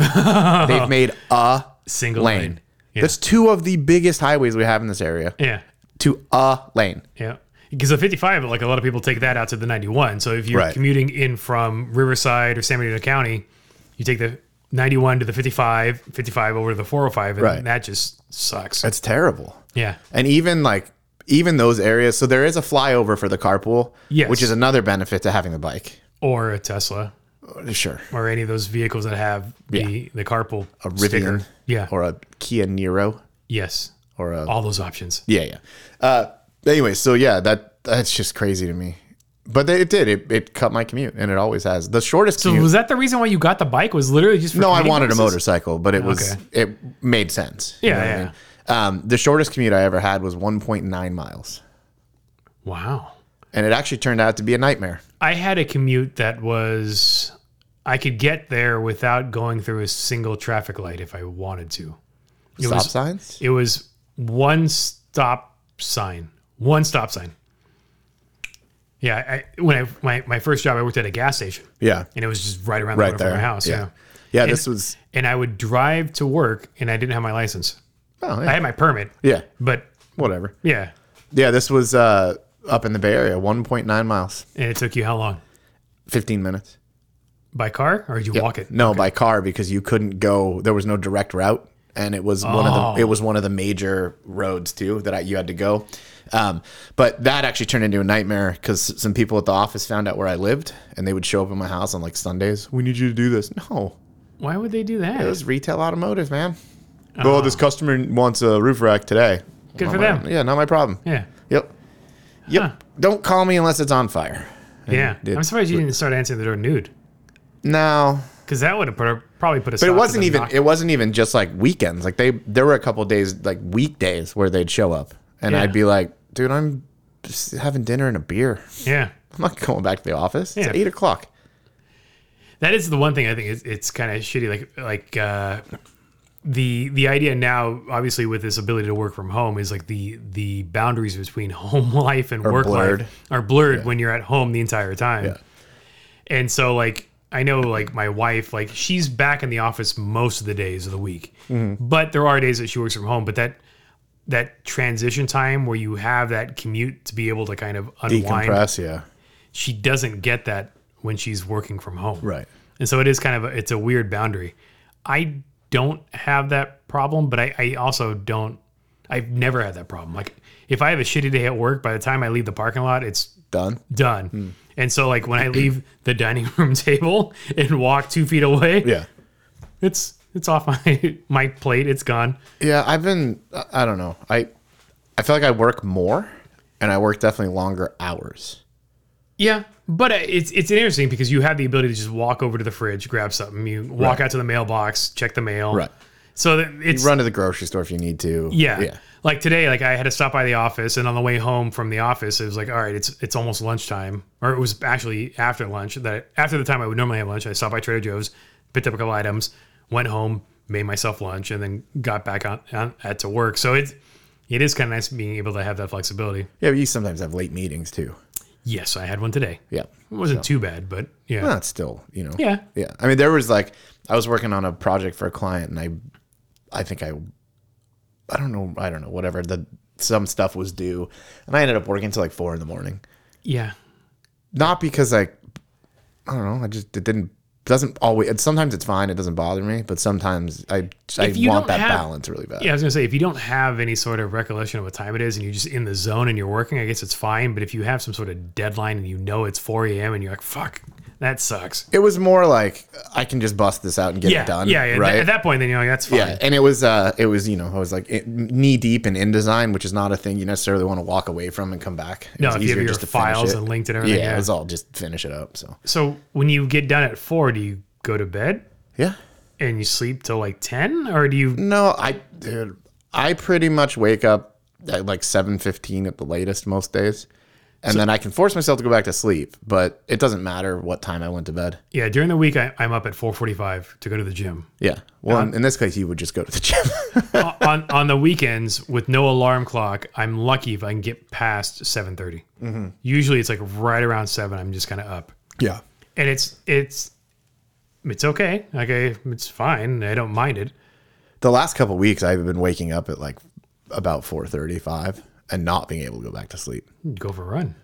Speaker 1: They've made a
Speaker 2: Single
Speaker 1: lane.
Speaker 2: lane.
Speaker 1: That's two of the biggest highways we have in this area
Speaker 2: Yeah,
Speaker 1: to a lane.
Speaker 2: yeah. Because the 55, like a lot of people take that out to the 91. So if you're
Speaker 1: Right.
Speaker 2: commuting in from Riverside or San Bernardino County, you take the 91 to the 55, 55 over to the 405, and
Speaker 1: Right.
Speaker 2: that just sucks.
Speaker 1: That's terrible.
Speaker 2: yeah.
Speaker 1: And even like even those areas. So there is a flyover for the carpool,
Speaker 2: Yes.
Speaker 1: which is another benefit to having the bike.
Speaker 2: Or a Tesla
Speaker 1: Uh, Sure,
Speaker 2: or any of those vehicles that have the, the carpool a
Speaker 1: Rivian
Speaker 2: Yeah.
Speaker 1: or a Kia Niro
Speaker 2: yes.
Speaker 1: or a
Speaker 2: All those options.
Speaker 1: Yeah, yeah. Uh, anyway, so yeah, that that's just crazy to me. But they- it did. It, it cut my commute, and it always has. The shortest
Speaker 2: So
Speaker 1: commute.
Speaker 2: was that the reason why you got the bike? Was literally just for
Speaker 1: no, I
Speaker 2: commuting
Speaker 1: wanted a
Speaker 2: purposes?
Speaker 1: motorcycle, but it was
Speaker 2: Okay.
Speaker 1: it made sense.
Speaker 2: Yeah,
Speaker 1: what
Speaker 2: yeah.
Speaker 1: Um, the shortest commute I ever had was 1.9 miles,
Speaker 2: Wow.
Speaker 1: and it actually turned out to be a nightmare.
Speaker 2: I had a commute that was I could get there without going through a single traffic light if I wanted to. It
Speaker 1: Stop
Speaker 2: was
Speaker 1: signs.
Speaker 2: it was one stop sign, one stop sign. Yeah, I, when I my, my first job, I worked at a gas station,
Speaker 1: Yeah,
Speaker 2: and it was just right around the
Speaker 1: right
Speaker 2: corner
Speaker 1: there.
Speaker 2: from my house. Yeah.
Speaker 1: yeah, yeah. this was.
Speaker 2: and I would drive to work, and I didn't have my license.
Speaker 1: Oh,
Speaker 2: I
Speaker 1: yeah.
Speaker 2: had my permit,
Speaker 1: yeah.
Speaker 2: but
Speaker 1: Whatever.
Speaker 2: yeah,
Speaker 1: Yeah, this was uh, up in the Bay Area. 1.9 miles,
Speaker 2: and it took you how long
Speaker 1: 15 minutes.
Speaker 2: by car, or did you walk it?
Speaker 1: No, by car because you couldn't go. There was no direct route, and it was one of the it was one of the major roads too that I, you had to go. Um, but that actually turned into a nightmare because some people at the office found out where I lived, and they would show up in my house on like Sundays. We need you to do this. No,
Speaker 2: Why would they do that?
Speaker 1: it was retail automotive, man. Oh, this customer wants a roof rack today.
Speaker 2: Good
Speaker 1: Not
Speaker 2: for
Speaker 1: my-
Speaker 2: them.
Speaker 1: Yeah, not my problem.
Speaker 2: yeah.
Speaker 1: Yep. Yep.
Speaker 2: Huh.
Speaker 1: Don't call me unless it's on fire.
Speaker 2: Yeah.
Speaker 1: did-
Speaker 2: I'm surprised you didn't start answering the door nude
Speaker 1: No,
Speaker 2: because that would have put a, probably put a.
Speaker 1: but it wasn't even it wasn't even just like weekends. Like they there were a couple days like weekdays where they'd show up and
Speaker 2: Yeah.
Speaker 1: I'd be like, dude, I'm just having dinner and a beer. (laughs)
Speaker 2: yeah.
Speaker 1: I'm not going back to the office. It's
Speaker 2: Yeah.
Speaker 1: eight o'clock.
Speaker 2: That is the one thing I think is, it's kind of shitty. Like like uh, the the idea now, obviously, with this ability to work from home, is like the the boundaries between (laughs) home life and work
Speaker 1: blurred.
Speaker 2: life are blurred when you're at home the entire time. And so like I know like my wife like she's back in the office most of the days of the week.
Speaker 1: Mm-hmm.
Speaker 2: But there are days that she works from home, but that that transition time where you have that commute to be able to kind of unwind,
Speaker 1: Decompress, yeah.
Speaker 2: she doesn't get that when she's working from home.
Speaker 1: Right.
Speaker 2: And so it is kind of a, it's a weird boundary. I don't have that problem, but I, I also don't. I've never had that problem. Like if I have a shitty day at work, by the time I leave the parking lot, it's
Speaker 1: Done.
Speaker 2: done.
Speaker 1: Hmm.
Speaker 2: And so like when I leave the dining room (laughs) table and walk two feet away,
Speaker 1: Yeah.
Speaker 2: it's it's off my (laughs) my plate. It's gone.
Speaker 1: Yeah, I've been I- I don't know. I I feel like I work more and I work definitely longer hours.
Speaker 2: Yeah, but uh, it's it's interesting because you have the ability to just walk over to the fridge, grab something, you walk out to the mailbox, check the mail.
Speaker 1: Right.
Speaker 2: So that it's
Speaker 1: Run to the grocery store if you need to.
Speaker 2: Yeah.
Speaker 1: Yeah.
Speaker 2: Like today, like I had to stop by the office, and on the way home from the office, it was like, all right, it's it's almost lunchtime, or it was actually after lunch. That after the time I would normally have lunch, I stopped by Trader Joe's, picked up a couple items, went home, made myself lunch, and then got back on, on at to work. So it's it is kind of nice being able to have that flexibility.
Speaker 1: Yeah, but you sometimes have late meetings too.
Speaker 2: Yes, I had one today.
Speaker 1: Yeah.
Speaker 2: It wasn't too bad, but yeah,
Speaker 1: Well, it's still, you know.
Speaker 2: yeah,
Speaker 1: Yeah. I mean, there was like, I was working on a project for a client and I, I think I, I don't know, I don't know, whatever. The, some stuff was due and I ended up working till like four in the morning.
Speaker 2: yeah,
Speaker 1: Not because like, I don't know, I just, it didn't, doesn't always, and sometimes it's fine. It doesn't bother me, but sometimes I, I
Speaker 2: If you
Speaker 1: want
Speaker 2: don't
Speaker 1: that
Speaker 2: have-
Speaker 1: balance really bad.
Speaker 2: yeah. I was gonna say if you don't have any sort of recollection of what time it is, and you're just in the zone and you're working, I guess it's fine. But if you have some sort of deadline and you know it's 4 a.m. and you're like, fuck, that sucks.
Speaker 1: It was more like, I can just bust this out and get
Speaker 2: yeah,
Speaker 1: it done.
Speaker 2: Yeah, yeah.
Speaker 1: Right.
Speaker 2: At that point, then you're like, that's fine.
Speaker 1: yeah, and it was uh, it was you know I was like knee deep in InDesign, which is not a thing you necessarily want to walk away from and come back. It
Speaker 2: no,
Speaker 1: was
Speaker 2: if you
Speaker 1: easier
Speaker 2: have your
Speaker 1: to finish
Speaker 2: files
Speaker 1: it.
Speaker 2: and linked and
Speaker 1: yeah,
Speaker 2: everything. Yeah.
Speaker 1: it was all just finish it up. So
Speaker 2: so when you get done at four, do you go to bed
Speaker 1: yeah,
Speaker 2: and you sleep till like ten, or do you?
Speaker 1: no, I dude, I pretty much wake up at like seven fifteen at the latest most days, and then I can force myself to go back to sleep, but it doesn't matter what time I went to bed.
Speaker 2: Yeah, during the week I, I'm up at four forty-five to go to the gym.
Speaker 1: Yeah, well, in, in this case, you would just go to the gym. (laughs)
Speaker 2: O- (laughs) on on the weekends with no alarm clock, I'm lucky if I can get past seven Usually it's like right around seven. I'm just kind of up,
Speaker 1: yeah,
Speaker 2: and it's it's it's okay. Like I, it's fine. I don't mind it.
Speaker 1: the last couple weeks I've been waking up at like about four thirty five and not being able to go back to sleep.
Speaker 2: Go for a run.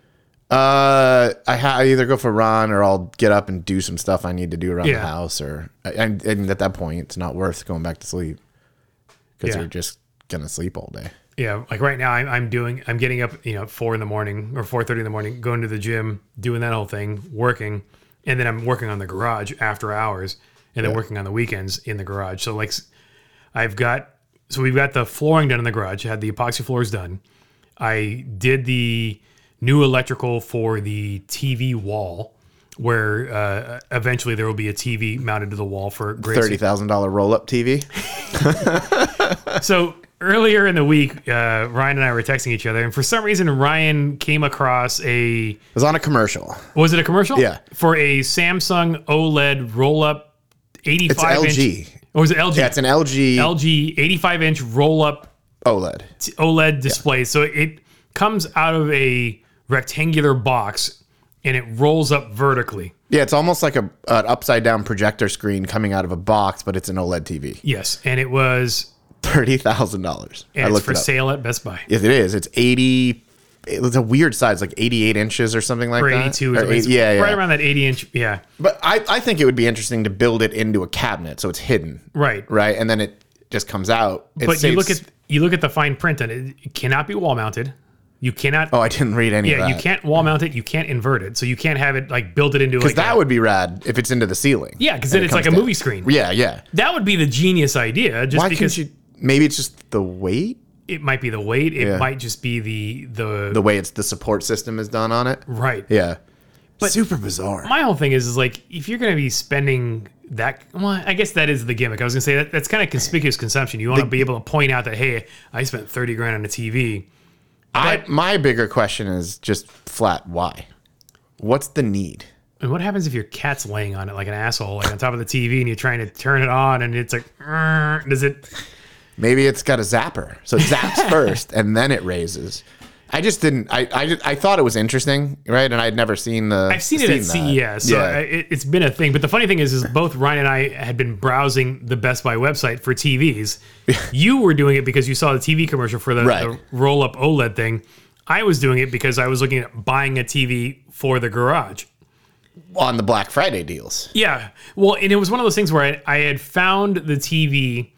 Speaker 1: Uh, I, ha- I either go for a run or I'll get up and do some stuff I need to do around
Speaker 2: Yeah.
Speaker 1: the house, or and, and at that point, it's not worth going back to sleep because
Speaker 2: Yeah.
Speaker 1: you're just gonna sleep all day.
Speaker 2: Yeah, like right now, I'm, I'm doing, I'm getting up, you know, at four in the morning or four thirty in the morning, going to the gym, doing that whole thing, working, and then I'm working on the garage after hours, and then working on the weekends in the garage. So like, s- I've got, so we've got the flooring done in the garage, had the epoxy floors done. I did the new electrical for the TV wall, where uh, eventually there will be a TV mounted to the wall for great
Speaker 1: Thirty thousand dollar roll up TV.
Speaker 2: so earlier in the week, uh, Ryan and I were texting each other, and for some reason, Ryan came across a
Speaker 1: It was on a commercial.
Speaker 2: was it a commercial?
Speaker 1: Yeah.
Speaker 2: for a Samsung E OLED roll up eighty
Speaker 1: It's
Speaker 2: five inch.
Speaker 1: LG.
Speaker 2: Or was it LG?
Speaker 1: Yeah, it's an LG
Speaker 2: LG eighty five inch roll up
Speaker 1: OLED.
Speaker 2: OLED E display. So it comes out of a rectangular box and it rolls up vertically.
Speaker 1: Yeah, it's almost like a an upside down projector screen coming out of a box, but it's an E OLED TV.
Speaker 2: Yes, and it was
Speaker 1: Thirty thousand dollars. I
Speaker 2: and it's
Speaker 1: looked
Speaker 2: for
Speaker 1: it up.
Speaker 2: sale at Best Buy.
Speaker 1: Yes, it is. It's eighty. It's a weird size, like eighty-eight inches or something like
Speaker 2: Or
Speaker 1: that.
Speaker 2: 82 is
Speaker 1: Or
Speaker 2: what it's-
Speaker 1: eight- yeah, yeah.
Speaker 2: right around that 80 inch yeah
Speaker 1: But I, I think it would be interesting to build it into a cabinet so it's hidden.
Speaker 2: right
Speaker 1: Right. And then it just comes out. It
Speaker 2: but you
Speaker 1: saves-
Speaker 2: look at you look at the fine print on it. It cannot be wall mounted. You cannot.
Speaker 1: oh, I didn't read any of
Speaker 2: yeah,
Speaker 1: that.
Speaker 2: you can't wall mount it. You can't invert it. So you can't have it like build it into like
Speaker 1: Because that
Speaker 2: a,
Speaker 1: would be rad if it's into the ceiling.
Speaker 2: yeah, because then
Speaker 1: and it
Speaker 2: it's like a
Speaker 1: comes down.
Speaker 2: movie screen.
Speaker 1: Yeah, yeah.
Speaker 2: That would be the genius idea. Just
Speaker 1: Why
Speaker 2: because
Speaker 1: couldn't you? Maybe it's just the weight,
Speaker 2: it might be the weight. It
Speaker 1: Yeah.
Speaker 2: might just be the the,
Speaker 1: the way it's the support system is done on it.
Speaker 2: right.
Speaker 1: Yeah, super bizarre.
Speaker 2: My whole thing is is like if you're gonna be spending that well, I guess that is the gimmick. I was gonna say that that's kind of conspicuous consumption. You want to be able to point out that hey, I spent thirty grand on a TV.
Speaker 1: I, my bigger question is just flat why? What's the need?
Speaker 2: And what happens if your cat's laying on it like an asshole, like on top of the TV, and you're trying to turn it on, and it's like, "Grr," does it?
Speaker 1: Maybe it's got a zapper, so it
Speaker 2: (laughs)
Speaker 1: zaps first and then it raises. I just didn't. I I, just- I thought it was interesting, right? And I'd never seen the.
Speaker 2: I've seen it at
Speaker 1: that.
Speaker 2: CES, so
Speaker 1: yeah.
Speaker 2: I, it, it's been a thing. But the funny thing is, is both Ryan and I had been browsing the Best Buy website for TVs. you were doing it because you saw the TV commercial for the,
Speaker 1: Right.
Speaker 2: the roll-up OLED thing. I was doing it because I was looking at buying a TV for the garage.
Speaker 1: on the Black Friday deals.
Speaker 2: Yeah. Well, and it was one of those things where I, I had found the TV.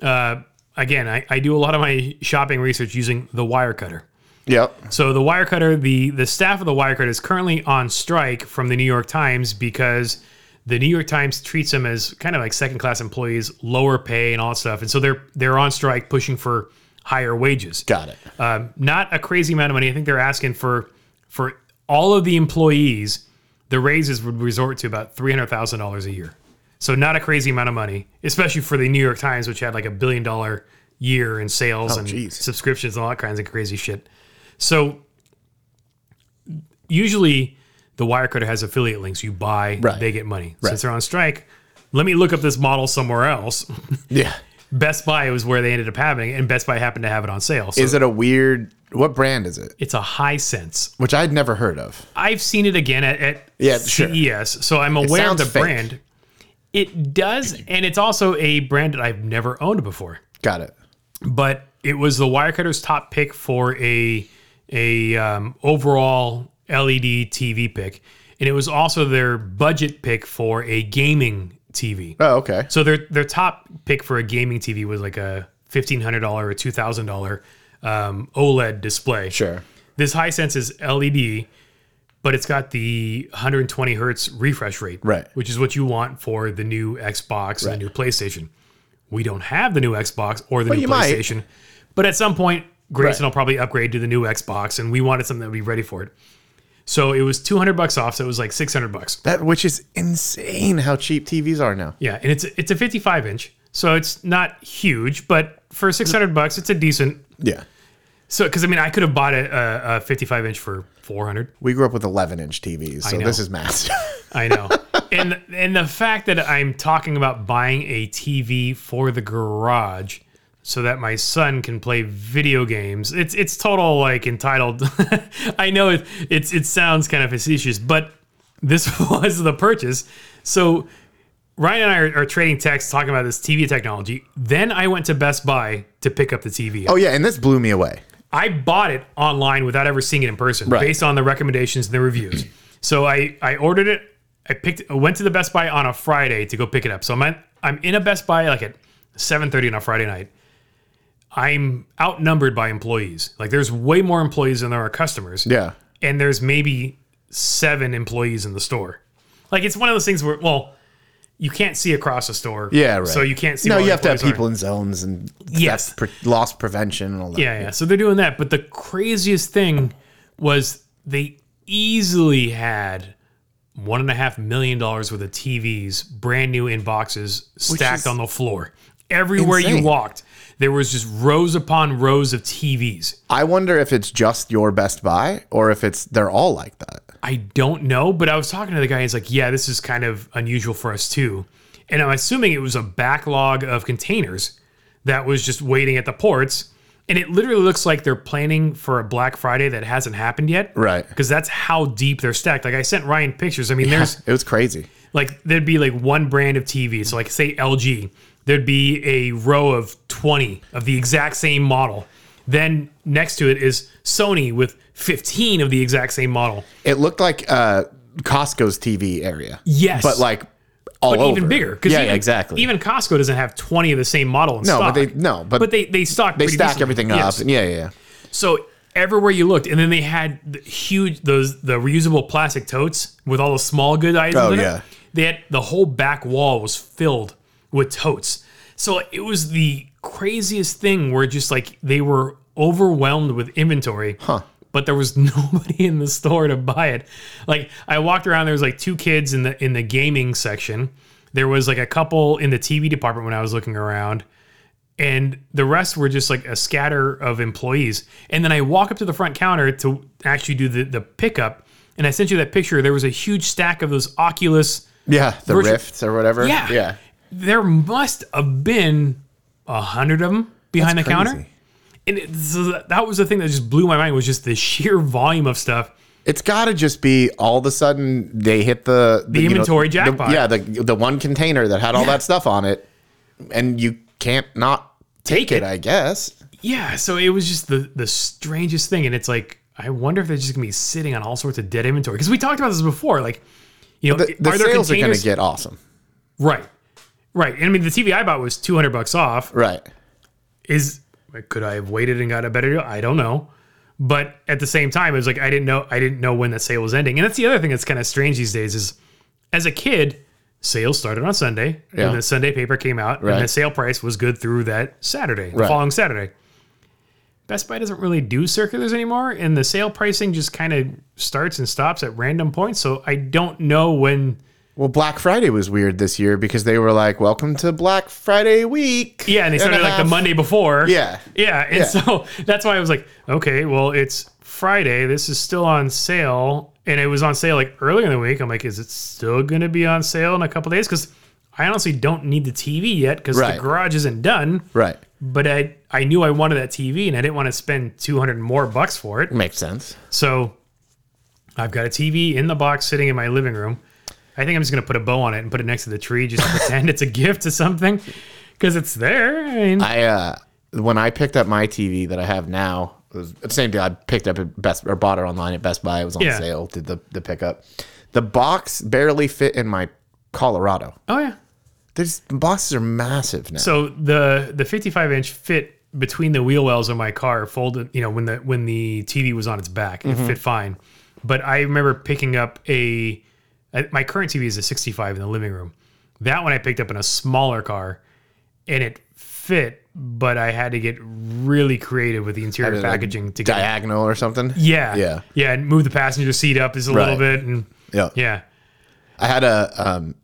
Speaker 2: Uh, again, I, I do a lot of my shopping research using the wire cutter.
Speaker 1: Yep.
Speaker 2: So the Wirecutter, the the staff of the Wirecutter is currently on strike from the New York Times because the New York Times treats them as kind of like second class employees, lower pay and all that stuff. And so they're they're on strike pushing for higher wages.
Speaker 1: Got it.
Speaker 2: Um, not a crazy amount of money. I think they're asking for for all of the employees, the raises would resort to about three hundred thousand dollars a year. So not a crazy amount of money, especially for the New York Times, which had like a billion dollar year in sales and
Speaker 1: geez.
Speaker 2: subscriptions and all that kinds of crazy shit. So usually the Wirecutter has affiliate links. You buy,
Speaker 1: Right.
Speaker 2: they get money. Since they're on strike, let me look up this model somewhere else. (laughs)
Speaker 1: Yeah.
Speaker 2: Best Buy was where they ended up having it, and Best Buy happened to have it on sale. So
Speaker 1: Is it a weird? What brand is it?
Speaker 2: it's a high sense.
Speaker 1: Which I'd never heard of.
Speaker 2: I've seen it again at, at
Speaker 1: Yeah, sure.
Speaker 2: CES, so I'm aware of
Speaker 1: sounds
Speaker 2: the
Speaker 1: fake.
Speaker 2: brand. It does, and it's also a brand that I've never owned before.
Speaker 1: Got it.
Speaker 2: But it was the Wirecutter's top pick for a a um, overall E LED TV pick, and it was also their budget pick for a gaming TV.
Speaker 1: Oh, okay.
Speaker 2: So their their top pick for a gaming TV was like a fifteen hundred dollar or two thousand dollar um, OLED display.
Speaker 1: Sure.
Speaker 2: This Hisense is LED, but it's got the 120 hertz refresh rate,
Speaker 1: Right.
Speaker 2: Which is what you want for the new Xbox and the new PlayStation. We don't have the new Xbox or the new
Speaker 1: you might.
Speaker 2: PlayStation, but at some point, Grayson
Speaker 1: Right.
Speaker 2: will probably upgrade to the new Xbox, and we wanted something that would be ready for it. So it was 200 bucks off, so it was like 600 bucks.
Speaker 1: That which is insane how cheap TVs are now.
Speaker 2: Yeah, and it's it's a 55 inch, so it's not huge, but for 600 bucks, it's a decent.
Speaker 1: Yeah.
Speaker 2: So because I mean, I could have bought uh, a, a, a 55 inch for 400.
Speaker 1: We grew up with 11 inch TVs, so
Speaker 2: know.
Speaker 1: this is massive. (laughs)
Speaker 2: I know. and and the fact that I'm talking about buying a TV for the garage so that my son can play video games. It's it's total like entitled. (laughs) I know it it's it sounds kind of facetious, but this (laughs) was the purchase. So Ryan and I are, are trading texts talking about this TV technology. Then I went to Best Buy to pick up the TV.
Speaker 1: oh yeah, and this blew me away.
Speaker 2: I bought it online without ever seeing it in person,
Speaker 1: Right.
Speaker 2: based on the recommendations and the reviews. so I I ordered it. I picked. I went to the Best Buy on a Friday to go pick it up. So I'm at, I'm in a Best Buy like at 7:30 on a Friday night. I'm outnumbered by employees. Like there's way more employees than there are customers
Speaker 1: Yeah.
Speaker 2: and there's maybe seven employees in the store. Like it's one of those things where, well, you can't see across the store.
Speaker 1: Yeah, right.
Speaker 2: So you can't see.
Speaker 1: No,
Speaker 2: where all
Speaker 1: you
Speaker 2: the
Speaker 1: have to have
Speaker 2: employees are.
Speaker 1: people in zones and
Speaker 2: Yes.
Speaker 1: pre- loss prevention and all that.
Speaker 2: Yeah, yeah. So they're doing that. But the craziest thing was they easily had one and a half million dollars worth of TVs, brand new in boxes,
Speaker 1: is
Speaker 2: stacked on the floor. Everywhere you
Speaker 1: insane.
Speaker 2: walked, there was just rows upon rows of TVs.
Speaker 1: I wonder if it's just your Best Buy or if it's they're all like that.
Speaker 2: I don't know, but I was talking to the guy. He's like, "Yeah, this is kind of unusual for us too," and I'm assuming it was a backlog of containers that was just waiting at the ports. And it literally looks like they're planning for a Black Friday that hasn't happened yet,
Speaker 1: Right.
Speaker 2: Because that's how deep they're stacked. Like I sent Ryan pictures. I mean, there's
Speaker 1: It was crazy.
Speaker 2: like there'd be like one brand of TV. So like say LG, there'd be a row of 20 of the exact same model. Then next to it is Sony with 15 of the exact same model.
Speaker 1: It looked like uh, Costco's TV area.
Speaker 2: Yes.
Speaker 1: But like all
Speaker 2: but
Speaker 1: over.
Speaker 2: even bigger. 'cause
Speaker 1: Yeah,
Speaker 2: even-
Speaker 1: yeah, exactly.
Speaker 2: Even Costco doesn't have twenty of the same model in
Speaker 1: no, but
Speaker 2: stock.
Speaker 1: they no, but,
Speaker 2: but they they stock
Speaker 1: they
Speaker 2: pretty
Speaker 1: stack
Speaker 2: decently.
Speaker 1: everything up.
Speaker 2: Yes.
Speaker 1: Yeah, yeah, yeah.
Speaker 2: So everywhere you looked, and then they had the huge those the reusable plastic totes with all the small good items.
Speaker 1: Oh,
Speaker 2: in it.
Speaker 1: yeah.
Speaker 2: They had the whole back wall was filled with totes. So it was the craziest thing where just like they were overwhelmed with inventory. Huh. But there was (laughs) nobody in the store to buy it. Like I walked around, there was like two kids in the in the gaming section. There was like a couple in the TV department when I was looking around and the rest were just like a scatter of employees. And then I walk up to the front counter to actually do the, the pickup. And I sent you that picture. There was a huge stack of those Oculus.
Speaker 1: Yeah, the rifts or whatever.
Speaker 2: Yeah.
Speaker 1: yeah.
Speaker 2: There must have been a hundred of them behind the counter.
Speaker 1: Crazy.
Speaker 2: And it, so that was the thing that just blew my mind was just the (laughs) sheer volume of stuff.
Speaker 1: It's got to just be all of a sudden they hit the the, you know,
Speaker 2: inventory
Speaker 1: the-
Speaker 2: jackpot.
Speaker 1: yeah, the the one container that had all that stuff on it, and you can't not take it. I guess.
Speaker 2: Yeah, so it was just the the strangest thing, and it's like I wonder if they're just gonna be sitting on all sorts of dead inventory because we talked about this before. Like, you know,
Speaker 1: The, the
Speaker 2: are there
Speaker 1: sales are going
Speaker 2: containers-
Speaker 1: to get awesome,
Speaker 2: Right. Right. And I mean, the TV I bought was 200 bucks off.
Speaker 1: right?
Speaker 2: Is could I have waited and got a better deal? I don't know. But at the same time, it was like I didn't know I didn't know when that sale was ending. And that's the other thing that's kind of strange these days is as a kid, sales started on Sunday
Speaker 1: Yeah.
Speaker 2: and the Sunday paper came out
Speaker 1: Right.
Speaker 2: and the sale price was good through that Saturday, the
Speaker 1: Right.
Speaker 2: following Saturday. Best Buy doesn't really do circulars anymore, and the sale pricing just kind of starts and stops at random points. So I don't know when
Speaker 1: Well, Black Friday was weird this year because they were like, "Welcome to Black Friday week."
Speaker 2: Yeah, and they started
Speaker 1: a
Speaker 2: like the
Speaker 1: half.
Speaker 2: Monday before.
Speaker 1: Yeah.
Speaker 2: Yeah. And
Speaker 1: Yeah.
Speaker 2: so (laughs) that's why I was like, okay, well, it's Friday. This is still on sale. And it was on sale like earlier in the week. I'm like, is it still going to be on sale in a couple days? Because I honestly don't need the TV yet because
Speaker 1: Right.
Speaker 2: the garage isn't done.
Speaker 1: Right,
Speaker 2: But I, I knew I wanted that TV and I didn't want to spend 200 more bucks for it.
Speaker 1: makes sense.
Speaker 2: So I've got a TV in the box sitting in my living room. I think I'm just going to put a bow on it and put it next to the tree just to pretend it's a gift to something because it's there. I mean,
Speaker 1: I uh, when I picked up my TV that I have now, it was the same deal. I picked up at Best or bought it online at Best Buy. It was on
Speaker 2: Yeah.
Speaker 1: sale. Did the the pickup? The box barely fit in my Colorado.
Speaker 2: oh, yeah.
Speaker 1: There's the boxes are massive now.
Speaker 2: So the the 55 inch fit between the wheel wells of my car folded. You know when the when the TV was on its back, it fit fine. But I remember picking up a, I- my current TV is a 65 in the living room. That one I picked up in a smaller car, and it fit. But I had to get really creative with the interior
Speaker 1: Like
Speaker 2: packaging to get. it-
Speaker 1: diagonal or something.
Speaker 2: yeah,
Speaker 1: Yeah.
Speaker 2: yeah, and move the passenger seat up just a little
Speaker 1: Right.
Speaker 2: bit, and
Speaker 1: Yeah.
Speaker 2: yeah,
Speaker 1: I had a um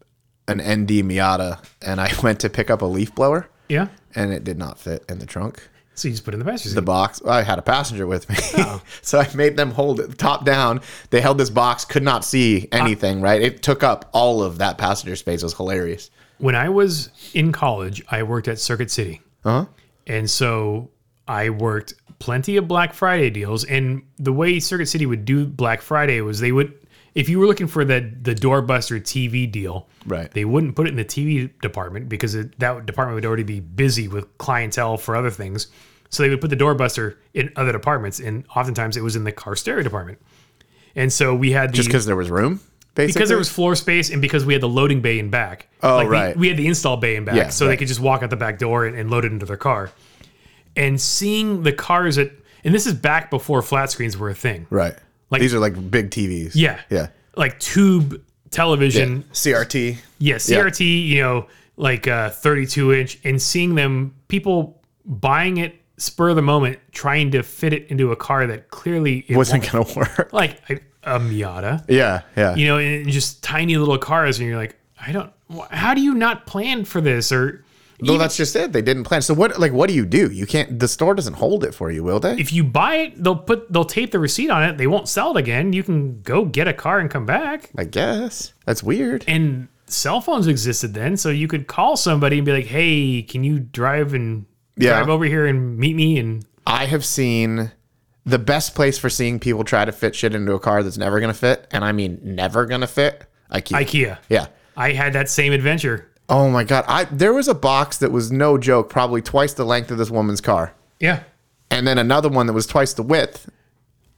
Speaker 1: an ND Miata, and I (laughs) went to pick up a leaf blower,
Speaker 2: yeah.
Speaker 1: and it did not fit in the trunk.
Speaker 2: So you just put it in the passenger seat.
Speaker 1: the box. I had a passenger with me,
Speaker 2: Oh.
Speaker 1: (laughs) so I made them hold it top down. They held this box, could not see anything.
Speaker 2: Ah.
Speaker 1: right, it took up all of that passenger space. It was hilarious.
Speaker 2: when I was in college, I worked at Circuit City. And so I worked plenty of Black Friday deals. And the way Circuit City would do Black Friday was they would, if you were looking for the, the doorbuster TV deal,
Speaker 1: Right.
Speaker 2: they wouldn't put it in the TV department because it, that department would already be busy with clientele for other things. So they would put the doorbuster in other departments. And oftentimes it was in the car stereo department. And so we had the,
Speaker 1: Just because there was room, basically.
Speaker 2: because there was floor space and because we had the loading bay in back.
Speaker 1: Oh,
Speaker 2: the-
Speaker 1: right.
Speaker 2: we had the install bay in back,
Speaker 1: Yeah,
Speaker 2: so they
Speaker 1: right.
Speaker 2: could just walk out the back door and, and load it into their car. And seeing the cars at, and this is back before flat screens were a thing.
Speaker 1: right.
Speaker 2: like-
Speaker 1: These are like big TVs.
Speaker 2: Yeah.
Speaker 1: Yeah.
Speaker 2: Like tube television.
Speaker 1: CRT.
Speaker 2: Yeah. CRT, you know, like uh, 32 inch, and seeing them, people buying it spur of the moment, trying to fit it into a car that clearly it was
Speaker 1: Wasn't gonna work.
Speaker 2: like a, a Miata.
Speaker 1: (laughs) Yeah. Yeah.
Speaker 2: you know, and just tiny little cars, and you're like, I don't. wh- How do you not plan for this? Or
Speaker 1: Well, that's just it. They didn't plan. So what? Like, what do you do? You can't. The store doesn't hold it for you, will they?
Speaker 2: if you buy it, they'll put they'll tape the receipt on it. They won't sell it again. You can go get a car and come back.
Speaker 1: I guess that's weird.
Speaker 2: And cell phones existed then, so you could call somebody and be like, Hey, can you drive and
Speaker 1: Yeah.
Speaker 2: drive over here and meet me? And
Speaker 1: I have seen the best place for seeing people try to fit shit into a car that's never gonna fit, and I mean never gonna fit. IKEA.
Speaker 2: IKEA.
Speaker 1: yeah.
Speaker 2: I had that same adventure.
Speaker 1: Oh my god. I there was a box that was no joke, probably twice the length of this woman's car,
Speaker 2: Yeah.
Speaker 1: and then another one that was twice the width.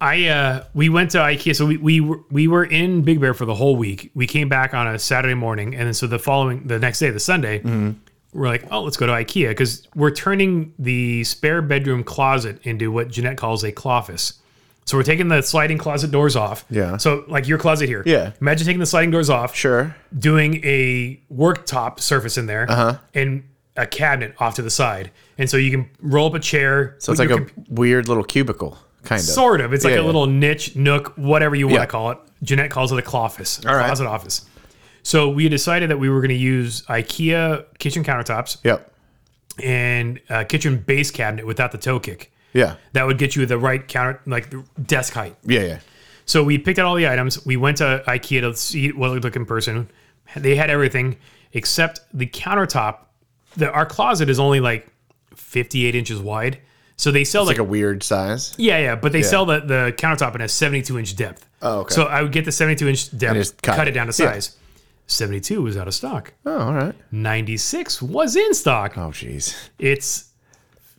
Speaker 2: I uh, we went to IKEA, so we we were, we were in Big Bear for the whole week. We came back on a Saturday morning, and then so the following the next day, the Sunday,
Speaker 1: Mm-hmm.
Speaker 2: we're like, oh, let's go to IKEA because we're turning the spare bedroom closet into what Jeanette calls a cloffice. So we're taking the sliding closet doors off.
Speaker 1: Yeah.
Speaker 2: So like your closet here.
Speaker 1: Yeah.
Speaker 2: Imagine taking the sliding doors off,
Speaker 1: Sure.
Speaker 2: doing a worktop surface in there,
Speaker 1: Uh-huh.
Speaker 2: and a cabinet off to the side, and so you can roll up a chair.
Speaker 1: So it's like a weird little cubicle, kind of.
Speaker 2: Sort of. It's like
Speaker 1: Yeah,
Speaker 2: a
Speaker 1: yeah.
Speaker 2: little niche, nook, whatever you want
Speaker 1: Yeah.
Speaker 2: to call it. Jeanette calls it a cloffice.
Speaker 1: All right.
Speaker 2: Closet office. So we decided that we were going to use IKEA kitchen countertops
Speaker 1: Yep.
Speaker 2: and a kitchen base cabinet without the toe kick.
Speaker 1: Yeah.
Speaker 2: That would get you the right counter, like the desk height.
Speaker 1: Yeah. Yeah.
Speaker 2: So we picked out all the items. We went to IKEA to see what it looked like in person. They had everything except the countertop. The, our closet is only like 58 inches wide. So they sell like
Speaker 1: Like a weird size.
Speaker 2: yeah, yeah, but they sell the, the countertop in a 72 inch depth.
Speaker 1: Oh, okay.
Speaker 2: So I would get the 72 inch depth,
Speaker 1: just
Speaker 2: cut,
Speaker 1: cut
Speaker 2: it
Speaker 1: it.
Speaker 2: down to
Speaker 1: Yeah.
Speaker 2: size. 72 was out of stock.
Speaker 1: Oh, all right.
Speaker 2: 96 was in stock.
Speaker 1: Oh, jeez.
Speaker 2: It's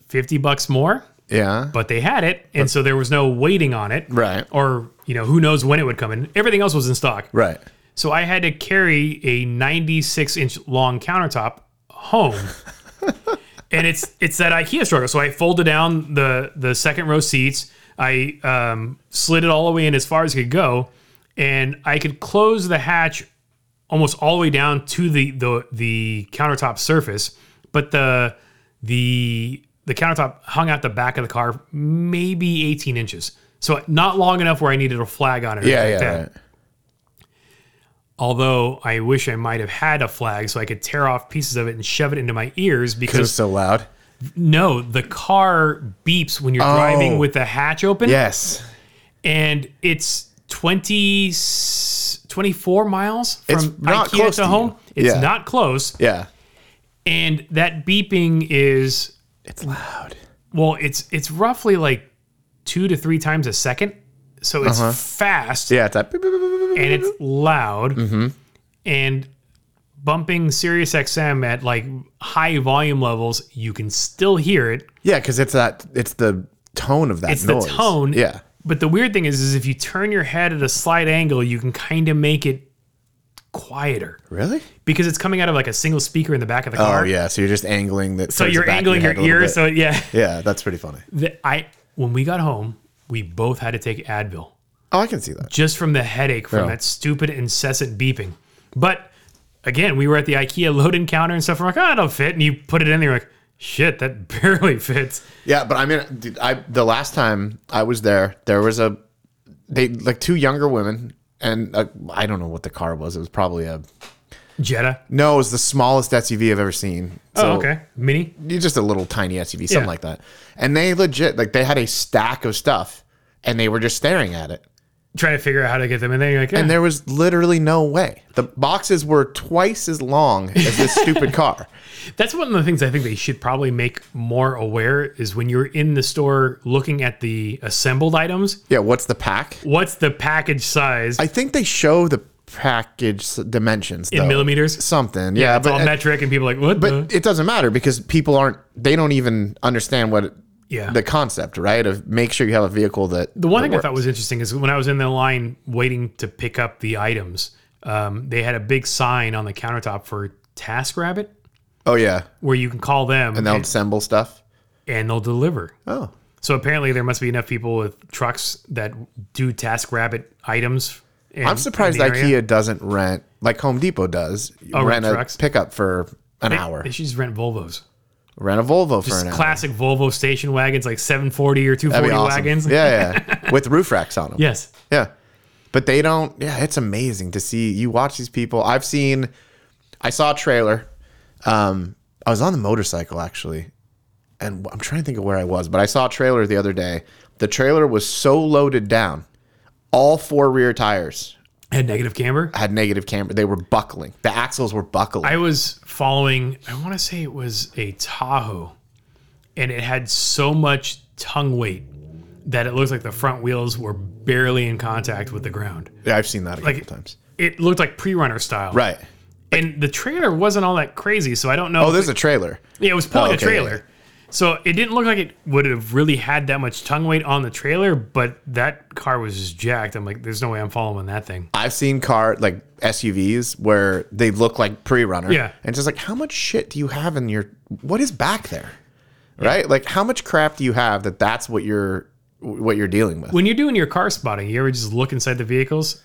Speaker 2: 50 bucks more,
Speaker 1: Yeah.
Speaker 2: but they had it. And so there was no waiting on it.
Speaker 1: Right.
Speaker 2: Or, you know, who knows when it would come in. Everything else was in stock.
Speaker 1: right.
Speaker 2: So I had to carry a 96 inch long countertop
Speaker 1: (laughs)
Speaker 2: home. and it's it's that IKEA struggle. So I folded down the the second row seats. I um, slid it all the way in as far as it could go, and I could close the hatch almost all the way down to the the the countertop surface. But the the the countertop hung out the back of the car maybe 18 inches. So not long enough where I needed a flag on it. or
Speaker 1: Yeah.
Speaker 2: anything
Speaker 1: Yeah.
Speaker 2: like that
Speaker 1: right.
Speaker 2: although I wish I might have had a flag so I could tear off pieces of it and shove it into my ears
Speaker 1: It was
Speaker 2: because
Speaker 1: so loud.
Speaker 2: no, the car beeps when you're
Speaker 1: Oh.
Speaker 2: driving with the hatch open
Speaker 1: Yes.
Speaker 2: and it's 20 24 miles from
Speaker 1: It's not
Speaker 2: IKEA
Speaker 1: close
Speaker 2: to
Speaker 1: to
Speaker 2: home.
Speaker 1: you.
Speaker 2: It's
Speaker 1: Yeah.
Speaker 2: not close
Speaker 1: Yeah.
Speaker 2: and that beeping is
Speaker 1: It's loud.
Speaker 2: well it's it's roughly like 2 to 3 times a second. So it's
Speaker 1: Uh-huh.
Speaker 2: fast.
Speaker 1: Yeah. It's that.
Speaker 2: and it's loud
Speaker 1: Mm-hmm.
Speaker 2: and bumping Sirius XM at like high volume levels, you can still hear it.
Speaker 1: Yeah, because it's that. It's the tone of that
Speaker 2: It's
Speaker 1: noise.
Speaker 2: the tone.
Speaker 1: Yeah.
Speaker 2: But the weird thing is, is if you turn your head at a slight angle, you can kind of make it quieter
Speaker 1: Really?
Speaker 2: because it's coming out of like a single speaker in the back of the car.
Speaker 1: Oh yeah. So you're just angling that.
Speaker 2: So you're angling your, ear. So yeah, (laughs)
Speaker 1: yeah, that's pretty funny.
Speaker 2: The- I when we got home, we both had to take Advil.
Speaker 1: Oh, I can see that.
Speaker 2: just from the headache from
Speaker 1: Yeah.
Speaker 2: that stupid incessant beeping. But again, we were at the IKEA load in counter and stuff. We're like, oh, it'll fit. And you put it in there, you're like, shit, that (laughs) barely fits.
Speaker 1: Yeah, but I mean, dude, I the last time I was there, there was a they like two younger women, and I I don't know what the car was. It was probably a
Speaker 2: Jetta.
Speaker 1: no, it was the smallest SUV I've ever seen.
Speaker 2: oh,
Speaker 1: So
Speaker 2: okay. Mini.
Speaker 1: you're just a little tiny SUV, something
Speaker 2: Yeah.
Speaker 1: like that. And they legit like they had a stack of stuff, and they were just staring at it.
Speaker 2: Trying to figure out how to get them in there. You're like,
Speaker 1: And
Speaker 2: "Yeah."
Speaker 1: there was literally no way. The boxes were twice as long as this
Speaker 2: (laughs)
Speaker 1: stupid car.
Speaker 2: that's one of the things I think they should probably make more aware is when you're in the store looking at the assembled items,
Speaker 1: Yeah, what's the pack?
Speaker 2: what's the package size
Speaker 1: I think they show the package s- dimensions
Speaker 2: in
Speaker 1: though.
Speaker 2: millimeters?
Speaker 1: Something, yeah,
Speaker 2: It's all
Speaker 1: but
Speaker 2: metric, and people are like, what? the?
Speaker 1: but it doesn't matter because people aren't they don't even understand what
Speaker 2: Yeah.
Speaker 1: the concept right of make sure you have a vehicle that
Speaker 2: The one thing I thought was interesting is when I was in the line waiting to pick up the items, um, they had a big sign on the countertop for TaskRabbit
Speaker 1: oh yeah
Speaker 2: where you can call them and
Speaker 1: and they'll
Speaker 2: they'll,
Speaker 1: assemble stuff
Speaker 2: and they'll deliver.
Speaker 1: oh
Speaker 2: So apparently there must be enough people with trucks that do TaskRabbit items. in-
Speaker 1: i'm surprised
Speaker 2: in the area.
Speaker 1: ikea doesn't rent like home depot does
Speaker 2: Oh, rent
Speaker 1: rent a
Speaker 2: trucks?
Speaker 1: pickup for an hour
Speaker 2: They should just rent Volvos.
Speaker 1: rent a volvo for an hour
Speaker 2: Classic Volvo station wagons like 740 or 240
Speaker 1: that'd be awesome
Speaker 2: wagons.
Speaker 1: yeah
Speaker 2: (laughs)
Speaker 1: yeah with roof racks on them
Speaker 2: Yes.
Speaker 1: Yeah. But they don't yeah, it's amazing to see you watch these people. I've seen I saw a trailer. Um I was on the motorcycle actually. And I'm trying to think of where I was, but I saw a trailer the other day. The trailer was so loaded down. All four rear tires
Speaker 2: Had negative camber.
Speaker 1: had negative camber. They were buckling. The axles were buckling.
Speaker 2: I was following, I want to say it was a Tahoe, and it had so much tongue weight that it looked like the front wheels were barely in contact with the ground.
Speaker 1: yeah, I've seen that a
Speaker 2: like-
Speaker 1: couple times.
Speaker 2: It looked like pre runner style.
Speaker 1: Right.
Speaker 2: And the trailer wasn't all that crazy, so I don't know.
Speaker 1: Oh,
Speaker 2: if
Speaker 1: there's a trailer.
Speaker 2: it, yeah, it was pulling
Speaker 1: Oh, okay,
Speaker 2: a
Speaker 1: yeah,
Speaker 2: trailer. So it didn't look like it would have really had that much tongue weight on the trailer, but that car was just jacked. I'm like, there's no way I'm following that thing.
Speaker 1: I've seen car like SUVs where they look like pre-runner.
Speaker 2: Yeah.
Speaker 1: And it's just like how much shit do you have in your what is back there? Right? Like how much crap do you have that that's what you're what you're dealing with?
Speaker 2: When you're doing your car spotting, you ever just look inside the vehicles?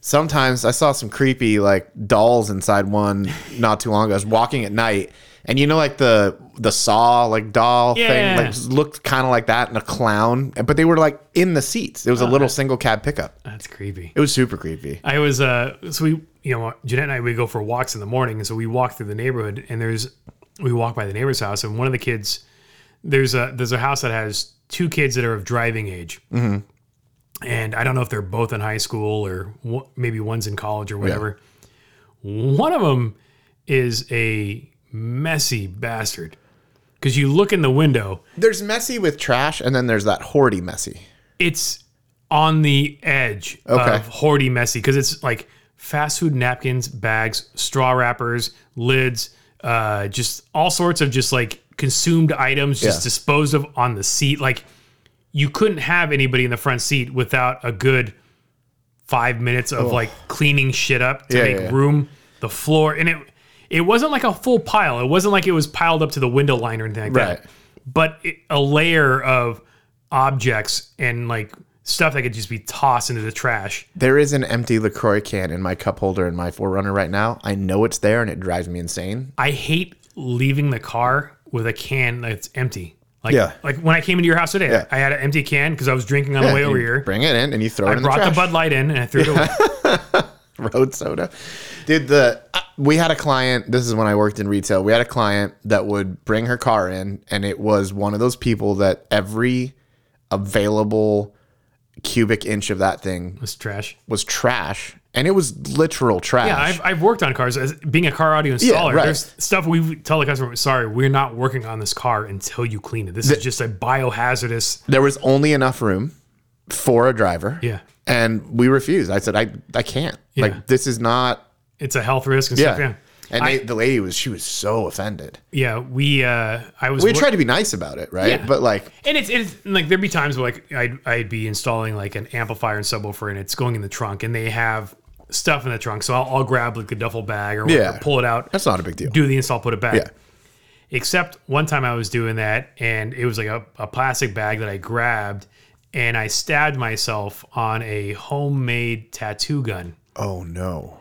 Speaker 1: Sometimes I saw some creepy like dolls inside
Speaker 2: (laughs)
Speaker 1: one not too long ago. I was walking at night and you know like the the saw like doll
Speaker 2: Yeah.
Speaker 1: thing like just looked kind of like that and a clown but they were like in the seats. It
Speaker 2: Uh-huh.
Speaker 1: was a little single cab pickup.
Speaker 2: That's creepy.
Speaker 1: It was super creepy.
Speaker 2: I was uh so we you know Jeanette and I we go for walks in the morning and so we walk through the neighborhood and there's we walk by the neighbor's house and one of the kids there's a there's a house that has two kids that are of driving age mm-hmm. and I don't know if they're both in high school or wha- maybe one's in college or whatever one of them is a messy bastard because you look in the window
Speaker 1: There's messy with trash and then there's that hoardy messy.
Speaker 2: it's on the edge
Speaker 1: Okay.
Speaker 2: of hoardy messy because it's like fast food napkins, bags, straw wrappers, lids, uh, just all sorts of just like consumed items just
Speaker 1: Yeah.
Speaker 2: disposed of on the seat. Like you couldn't have anybody in the front seat without a good five minutes of like cleaning shit up to
Speaker 1: Yeah,
Speaker 2: make
Speaker 1: yeah, yeah.
Speaker 2: room, the floor, and it it wasn't like a full pile. It wasn't like it was piled up to the window line or anything like that
Speaker 1: Right.
Speaker 2: but it, a layer of objects and like stuff that could just be tossed into the trash.
Speaker 1: There is an empty LaCroix can in my cup holder in my Forerunner right now. I know it's there and it drives me insane.
Speaker 2: I hate leaving the car with a can that's empty. Like,
Speaker 1: Yeah.
Speaker 2: like when I came into your house today,
Speaker 1: Yeah.
Speaker 2: I had an empty can because I was drinking on the way
Speaker 1: You
Speaker 2: over here.
Speaker 1: Bring it in and you throw it
Speaker 2: I
Speaker 1: in the
Speaker 2: brought the,
Speaker 1: trash.
Speaker 2: Bud Light in and I threw
Speaker 1: (laughs)
Speaker 2: it away.
Speaker 1: Road soda. Dude, the uh, we had a client, this is when I worked in retail. We had a client that would bring her car in and it was one of those people that every available cubic inch of that thing
Speaker 2: It's trash.
Speaker 1: was trash and it was literal trash.
Speaker 2: Yeah, I've, I've worked on cars as being a car audio installer.
Speaker 1: right.
Speaker 2: There's stuff we tell the customer, sorry, we're not working on this car until you clean it. This is just a biohazardous.
Speaker 1: there was only enough room for a driver.
Speaker 2: Yeah.
Speaker 1: And we refused. I said, I, I can't. Like, this is not.
Speaker 2: It's a health risk and stuff. Yeah.
Speaker 1: And they, the lady was, she was so offended.
Speaker 2: Yeah. We, uh, I was,
Speaker 1: We
Speaker 2: wor-
Speaker 1: tried to be nice about it, right?
Speaker 2: Yeah.
Speaker 1: But like,
Speaker 2: And it's, it's like there'd be times where like I'd, I'd be installing like an amplifier and subwoofer and it's going in the trunk and they have stuff in the trunk. So I'll, I'll grab like a duffel bag or whatever,
Speaker 1: Yeah.
Speaker 2: pull it out,
Speaker 1: that's not a big deal.
Speaker 2: do the install, put it back.
Speaker 1: Yeah.
Speaker 2: Except one time I was doing that and it was like a, a plastic bag that I grabbed and I stabbed myself on a homemade tattoo gun.
Speaker 1: Oh, no.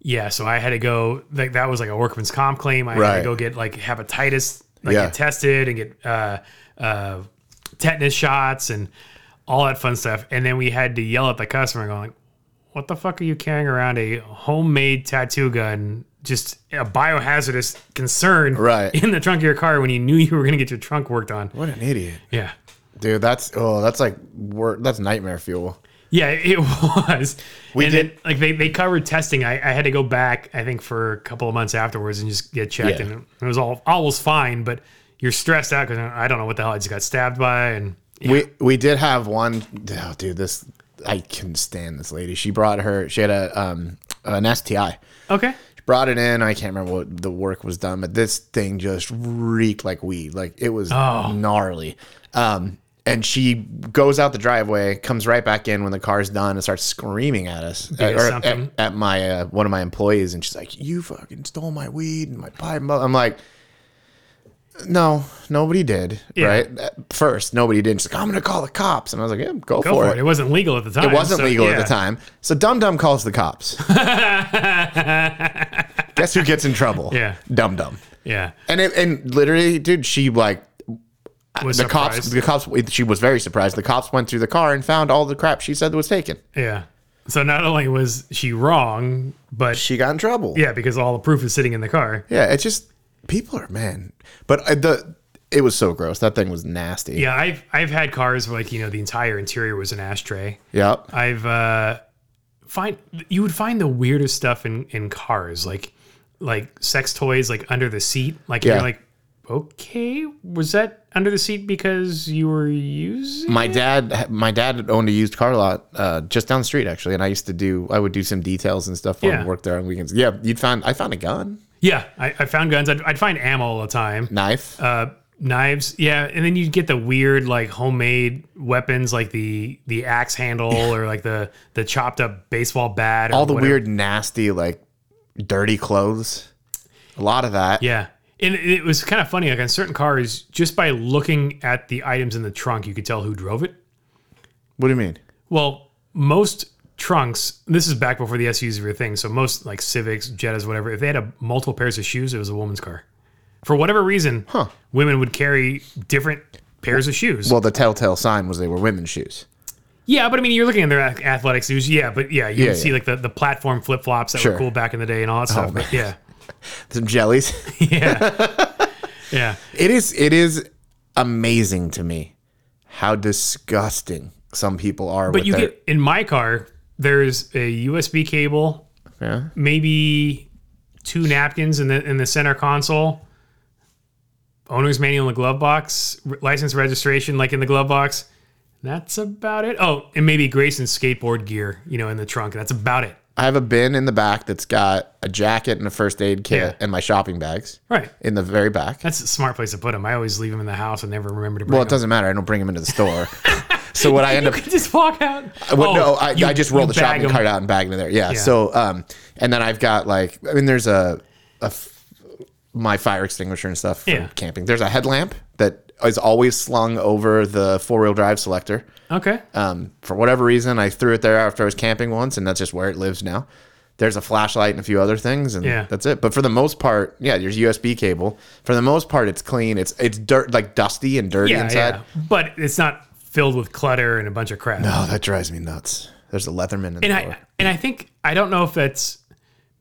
Speaker 2: Yeah, so I had to go. Like that was like a workman's comp claim. I had to
Speaker 1: Right.
Speaker 2: go get like hepatitis, like
Speaker 1: Yeah.
Speaker 2: get tested and get uh, uh, tetanus shots and all that fun stuff. And then we had to yell at the customer, going like, "What the fuck are you carrying around a homemade tattoo gun? Just a biohazardous concern,
Speaker 1: Right.
Speaker 2: (laughs) In the trunk of your car when you knew you were going to get your trunk worked on."
Speaker 1: What an idiot.
Speaker 2: Yeah,
Speaker 1: Dude, that's, oh, that's like, wor- that's nightmare fuel.
Speaker 2: Yeah, it (laughs) was.
Speaker 1: We
Speaker 2: and
Speaker 1: did-
Speaker 2: Then, like they, they covered testing. I, I had to go back, I think, for a couple of months afterwards and just get checked,
Speaker 1: Yeah.
Speaker 2: and it was all all was fine. But you're stressed out because I don't know what the hell I just got stabbed by, and
Speaker 1: We we did have one oh, dude. This I couldn't stand this lady. She brought her. She had a um an STI.
Speaker 2: okay,
Speaker 1: Brought it in. I can't remember what the work was done, but this thing just reeked like weed. Like it was
Speaker 2: Oh.
Speaker 1: gnarly. Um, and she goes out the driveway, comes right back in when the car's done, and starts screaming at us at, or at,
Speaker 2: something.
Speaker 1: at my uh, one of my employees. And she's like, "You fucking stole my weed and my pipe." mo-" I'm like. No, nobody did. Right At first, nobody did. She's like, "I'm gonna call the cops," and I was like, "Yeah, go,
Speaker 2: go for it. It wasn't legal at the time.
Speaker 1: it wasn't
Speaker 2: so,
Speaker 1: legal at
Speaker 2: yeah.
Speaker 1: the time. So Dum Dum calls the
Speaker 2: (laughs)
Speaker 1: cops. Guess who gets in trouble?
Speaker 2: Yeah.
Speaker 1: Dum Dum.
Speaker 2: Yeah,
Speaker 1: And it, and literally, dude, she like
Speaker 2: was
Speaker 1: Uh, the cops.
Speaker 2: surprised.
Speaker 1: The cops. She was very surprised. The cops went through the car and found all the crap she said was taken.
Speaker 2: Yeah. So not only was she wrong, but
Speaker 1: She got in trouble.
Speaker 2: yeah, because all the proof is sitting in the car.
Speaker 1: Yeah. It's just people are man. But uh, the it was so gross. That thing was nasty.
Speaker 2: Yeah, I've I've had cars where like you know the entire interior was an ashtray.
Speaker 1: Yep.
Speaker 2: I've uh, find you would find the weirdest stuff in in cars, like like sex toys, like under the seat. Like
Speaker 1: Yeah.
Speaker 2: you're like, okay, was that under the seat because you were using?
Speaker 1: my dad my dad owned a used car lot uh, just down the street actually and i used to do i would do some details and stuff for him,
Speaker 2: Yeah.
Speaker 1: work there on weekends yeah you'd find i found a gun
Speaker 2: Yeah, I, I found guns. I'd, I'd find ammo all the time.
Speaker 1: knife
Speaker 2: Uh, knives. Yeah, and then you get the weird like homemade weapons, like the the axe handle or like the the chopped up baseball bat. Or
Speaker 1: All the
Speaker 2: whatever.
Speaker 1: weird, nasty, like dirty clothes. A lot of that.
Speaker 2: Yeah. And it it was kind of funny. Like on certain cars, just by looking at the items in the trunk, you could tell who drove it.
Speaker 1: What do you mean?
Speaker 2: Well, most trunks, this is back before the SUVs were a thing. So most like Civics, Jettas, whatever, if they had a, multiple pairs of shoes, it was a woman's car. For whatever reason, women would carry different pairs of shoes.
Speaker 1: Well, the telltale sign was they were women's shoes.
Speaker 2: yeah, but I mean, you're looking at their ath- athletic shoes. Yeah, but yeah, you
Speaker 1: Yeah,
Speaker 2: would see
Speaker 1: yeah.
Speaker 2: like the, the platform flip flops that
Speaker 1: Sure. Oh,
Speaker 2: were cool back in the day and all that stuff. But yeah,
Speaker 1: Some jellies. (laughs)
Speaker 2: yeah, yeah.
Speaker 1: It is it is amazing to me how disgusting some people are
Speaker 2: But
Speaker 1: with
Speaker 2: you
Speaker 1: their
Speaker 2: get in my car, there's a USB cable,
Speaker 1: Yeah.
Speaker 2: maybe two napkins in the in the center console, owner's manual in the glove box, r- license registration like in the glove box. That's about it. Oh, and maybe Grayson's skateboard gear, you know, in the trunk. That's about it.
Speaker 1: I have a bin in the back that's got a jacket and a first aid kit
Speaker 2: Yeah.
Speaker 1: and my shopping bags
Speaker 2: Right.
Speaker 1: in the very back.
Speaker 2: That's a smart place to put them. I always leave them in the house and never remember to bring
Speaker 1: Well, it
Speaker 2: them.
Speaker 1: doesn't matter. I don't bring them into the store. (laughs) so what I end up
Speaker 2: you could just walk out.
Speaker 1: Uh, Well,
Speaker 2: Oh,
Speaker 1: no, I,
Speaker 2: you-
Speaker 1: I just roll
Speaker 2: you
Speaker 1: the
Speaker 2: bag
Speaker 1: shopping
Speaker 2: 'em.
Speaker 1: cart out and bag it in there. Yeah. So, um, and then I've got like, I mean, there's a, a f- my fire extinguisher and stuff for
Speaker 2: Yeah.
Speaker 1: camping. There's a headlamp that is always slung over the four wheel drive selector.
Speaker 2: Okay.
Speaker 1: Um, for whatever reason, I threw it there after I was camping once, and that's just where it lives now. There's a flashlight and a few other things, and
Speaker 2: Yeah.
Speaker 1: that's it. But for the most part, yeah, there's USB cable. For the most part, it's clean. It's it's dirt like dusty and dirty
Speaker 2: Yeah,
Speaker 1: inside.
Speaker 2: yeah. But it's not filled with clutter and a bunch of crap.
Speaker 1: Oh, that drives me nuts. There's a Leatherman in the
Speaker 2: and
Speaker 1: door.
Speaker 2: I and I think I don't know if that's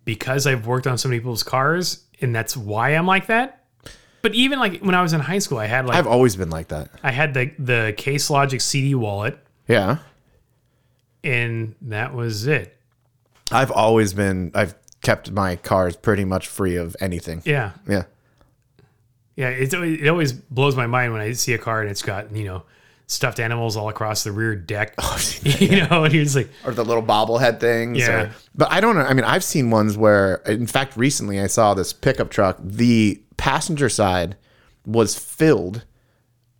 Speaker 2: because I've worked on so many people's cars and that's why I'm like that. But even like when I was in high school, I had like
Speaker 1: I've always been like that.
Speaker 2: I had the the Case Logic CD wallet,
Speaker 1: Yeah.
Speaker 2: and that was it.
Speaker 1: I've always been I've kept my cars pretty much free of anything.
Speaker 2: Yeah,
Speaker 1: Yeah.
Speaker 2: yeah. It's al- it always blows my mind when I see a car and it's got you know stuffed animals all across the rear deck. (laughs) you know, and you're just like,
Speaker 1: Or the little bobblehead things.
Speaker 2: Yeah.
Speaker 1: Or, but I don't know. I mean, I've seen ones where in fact recently I saw this pickup truck. The passenger side was filled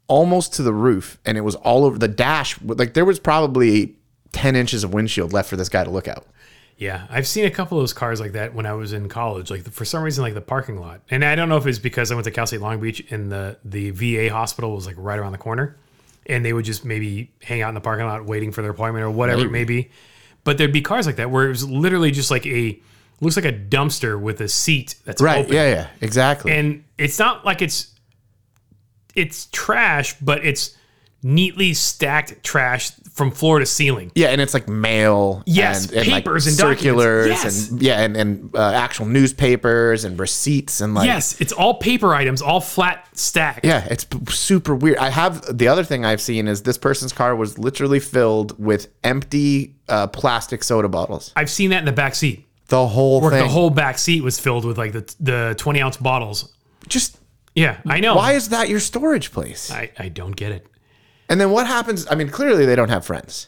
Speaker 1: almost to the roof and it was all over the dash like there was probably 10 inches of windshield left for this guy to look out.
Speaker 2: Yeah, I've seen a couple of those cars like that when I was in college. Like for some reason, like the parking lot, and I don't know if it's because I went to Cal State Long Beach and the the VA hospital was like right around the corner, and they would just maybe hang out in the parking lot waiting for their appointment or whatever it may be. But there'd be cars like that where it was literally just like a looks like a dumpster with a seat that's
Speaker 1: Right.
Speaker 2: open,
Speaker 1: Yeah, yeah. Exactly.
Speaker 2: and it's not like it's it's trash, but it's neatly stacked trash from floor to ceiling.
Speaker 1: Yeah, and it's like mail,
Speaker 2: Yes,
Speaker 1: and, and like
Speaker 2: papers and documents.
Speaker 1: circulars,
Speaker 2: Yes.
Speaker 1: and yeah, and and uh, actual newspapers and receipts and like
Speaker 2: Yes, it's all paper items, all flat stacked.
Speaker 1: yeah, it's p- super weird. I have the other thing I've seen is this person's car was literally filled with empty uh, plastic soda bottles.
Speaker 2: I've seen that in the back seat.
Speaker 1: The whole
Speaker 2: Where
Speaker 1: thing,
Speaker 2: the whole back seat was filled with like the the twenty ounce bottles.
Speaker 1: just
Speaker 2: Yeah, I know.
Speaker 1: why is that your storage place?
Speaker 2: I, I don't get it.
Speaker 1: And then what happens? I mean, clearly they don't have friends,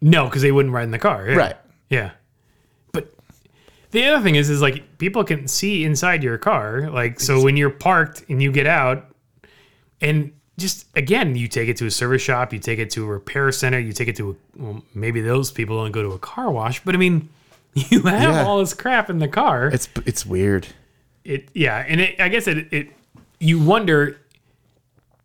Speaker 2: No, because they wouldn't ride in the car. Yeah.
Speaker 1: right?
Speaker 2: Yeah. But the other thing is, is like people can see inside your car. Like so, when you're parked and you get out, and just again, you take it to a service shop, you take it to a repair center, you take it to a, well, maybe those people don't go to a car wash, but I mean, (laughs) you have
Speaker 1: Yeah.
Speaker 2: all this crap in the car.
Speaker 1: It's it's weird.
Speaker 2: it yeah and it, i guess it, it you wonder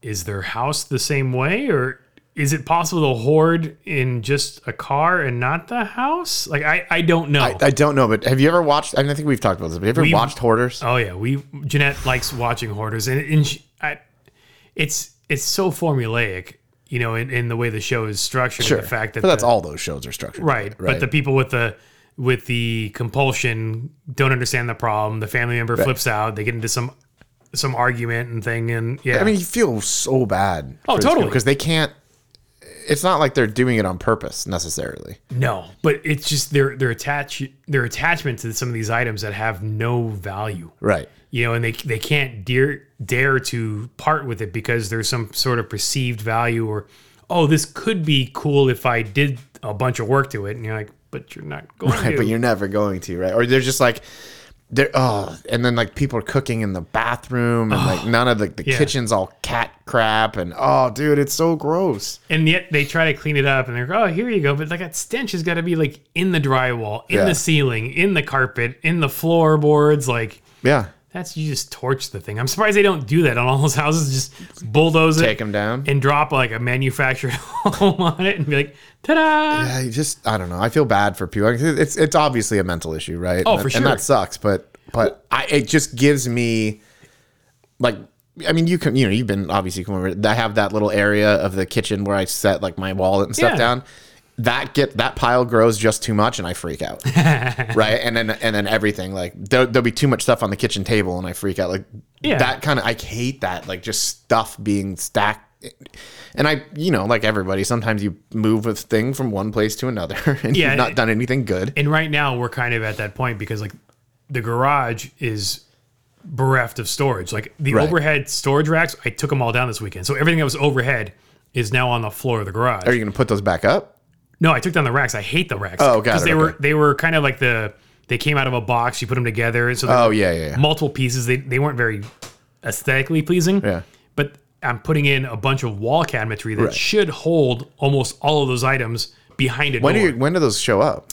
Speaker 2: is their house the same way or is it possible to hoard in just a car and not the house like i i don't know
Speaker 1: I, I don't know, but have you ever watched? I mean, I think we've talked about this. But have you ever
Speaker 2: We've-
Speaker 1: watched Hoarders?
Speaker 2: oh yeah we jeanette likes watching hoarders and, and she, I, it's it's so formulaic you know in, in the way the show is structured and the fact that
Speaker 1: but that's
Speaker 2: the-
Speaker 1: all those shows are structured.
Speaker 2: right, but the people with the with the compulsion don't understand the problem the family member flips out they get into some some argument and thing and yeah
Speaker 1: I mean, you feel so bad.
Speaker 2: Oh, totally.
Speaker 1: Because they can't. It's not like they're doing it on purpose necessarily.
Speaker 2: No, but it's just their their attach their attachment to some of these items that have no value,
Speaker 1: Right.
Speaker 2: you know, and they they can't dare dare to part with it because there's some sort of perceived value or oh this could be cool if I did
Speaker 1: (laughs)
Speaker 2: a bunch of work to it, and you're like, but you're not going
Speaker 1: Right.
Speaker 2: to.
Speaker 1: But you're never going to, right? Or they're just like, there oh and then like people are cooking in the bathroom and like none of the, the
Speaker 2: yeah.
Speaker 1: kitchen's all cat crap and oh dude it's so gross
Speaker 2: And yet they try to clean it up and they're like, oh, here you go. But like that stench has got to be like in the drywall, in
Speaker 1: Yeah.
Speaker 2: the ceiling, in the carpet, in the floorboards. Like
Speaker 1: yeah
Speaker 2: that's, you just torch the thing. I'm surprised they don't do that on all those houses. Just bulldoze it
Speaker 1: take them down
Speaker 2: and drop like a manufactured (laughs) home on it and be like, ta da.
Speaker 1: I just I don't know. I feel bad for people. It's it's obviously a mental issue, right?
Speaker 2: Oh,
Speaker 1: and,
Speaker 2: for
Speaker 1: And
Speaker 2: sure.
Speaker 1: that sucks, but but I it just gives me like I mean you can you know you've been obviously come over. I have that little area of the kitchen where I set like my wallet and stuff
Speaker 2: Yeah.
Speaker 1: down. That get that pile grows just too much and I freak out, right? And then and then everything like there, there'll be too much stuff on the kitchen table and I freak out. Like
Speaker 2: Yeah.
Speaker 1: that kind of I hate that like just stuff being stacked and I, you know, like everybody, sometimes you move a thing from one place to another (laughs) and
Speaker 2: Yeah,
Speaker 1: you've not
Speaker 2: it-
Speaker 1: done anything good.
Speaker 2: And right now we're kind of at that point because like the garage is bereft of storage. Like the
Speaker 1: Right.
Speaker 2: overhead storage racks, I took them all down this weekend. So everything that was overhead is now on the floor of the garage.
Speaker 1: Are you going to put those back up?
Speaker 2: No, I took down the racks. I hate the racks.
Speaker 1: Oh, got it, okay.
Speaker 2: they were they were kind of like the they came out of a box. You put them together, so they
Speaker 1: Oh,
Speaker 2: were
Speaker 1: yeah, yeah, yeah.
Speaker 2: multiple pieces. They they weren't very aesthetically pleasing.
Speaker 1: Yeah.
Speaker 2: but I'm putting in a bunch of wall cabinetry that
Speaker 1: Right.
Speaker 2: should hold almost all of those items behind a
Speaker 1: When do
Speaker 2: door.
Speaker 1: you, when do those show up?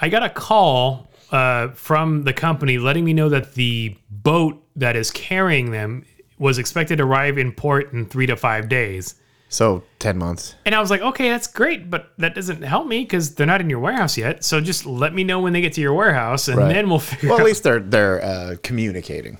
Speaker 2: I got a call uh, from the company letting me know that the boat that is carrying them was expected to arrive in port in three to five days.
Speaker 1: So 10 months.
Speaker 2: And I was like, okay, that's great, but that doesn't help me because they're not in your warehouse yet. So just let me know when they get to your warehouse, and
Speaker 1: Right.
Speaker 2: then we'll figure
Speaker 1: Well, at
Speaker 2: out.
Speaker 1: least they're they're uh, communicating.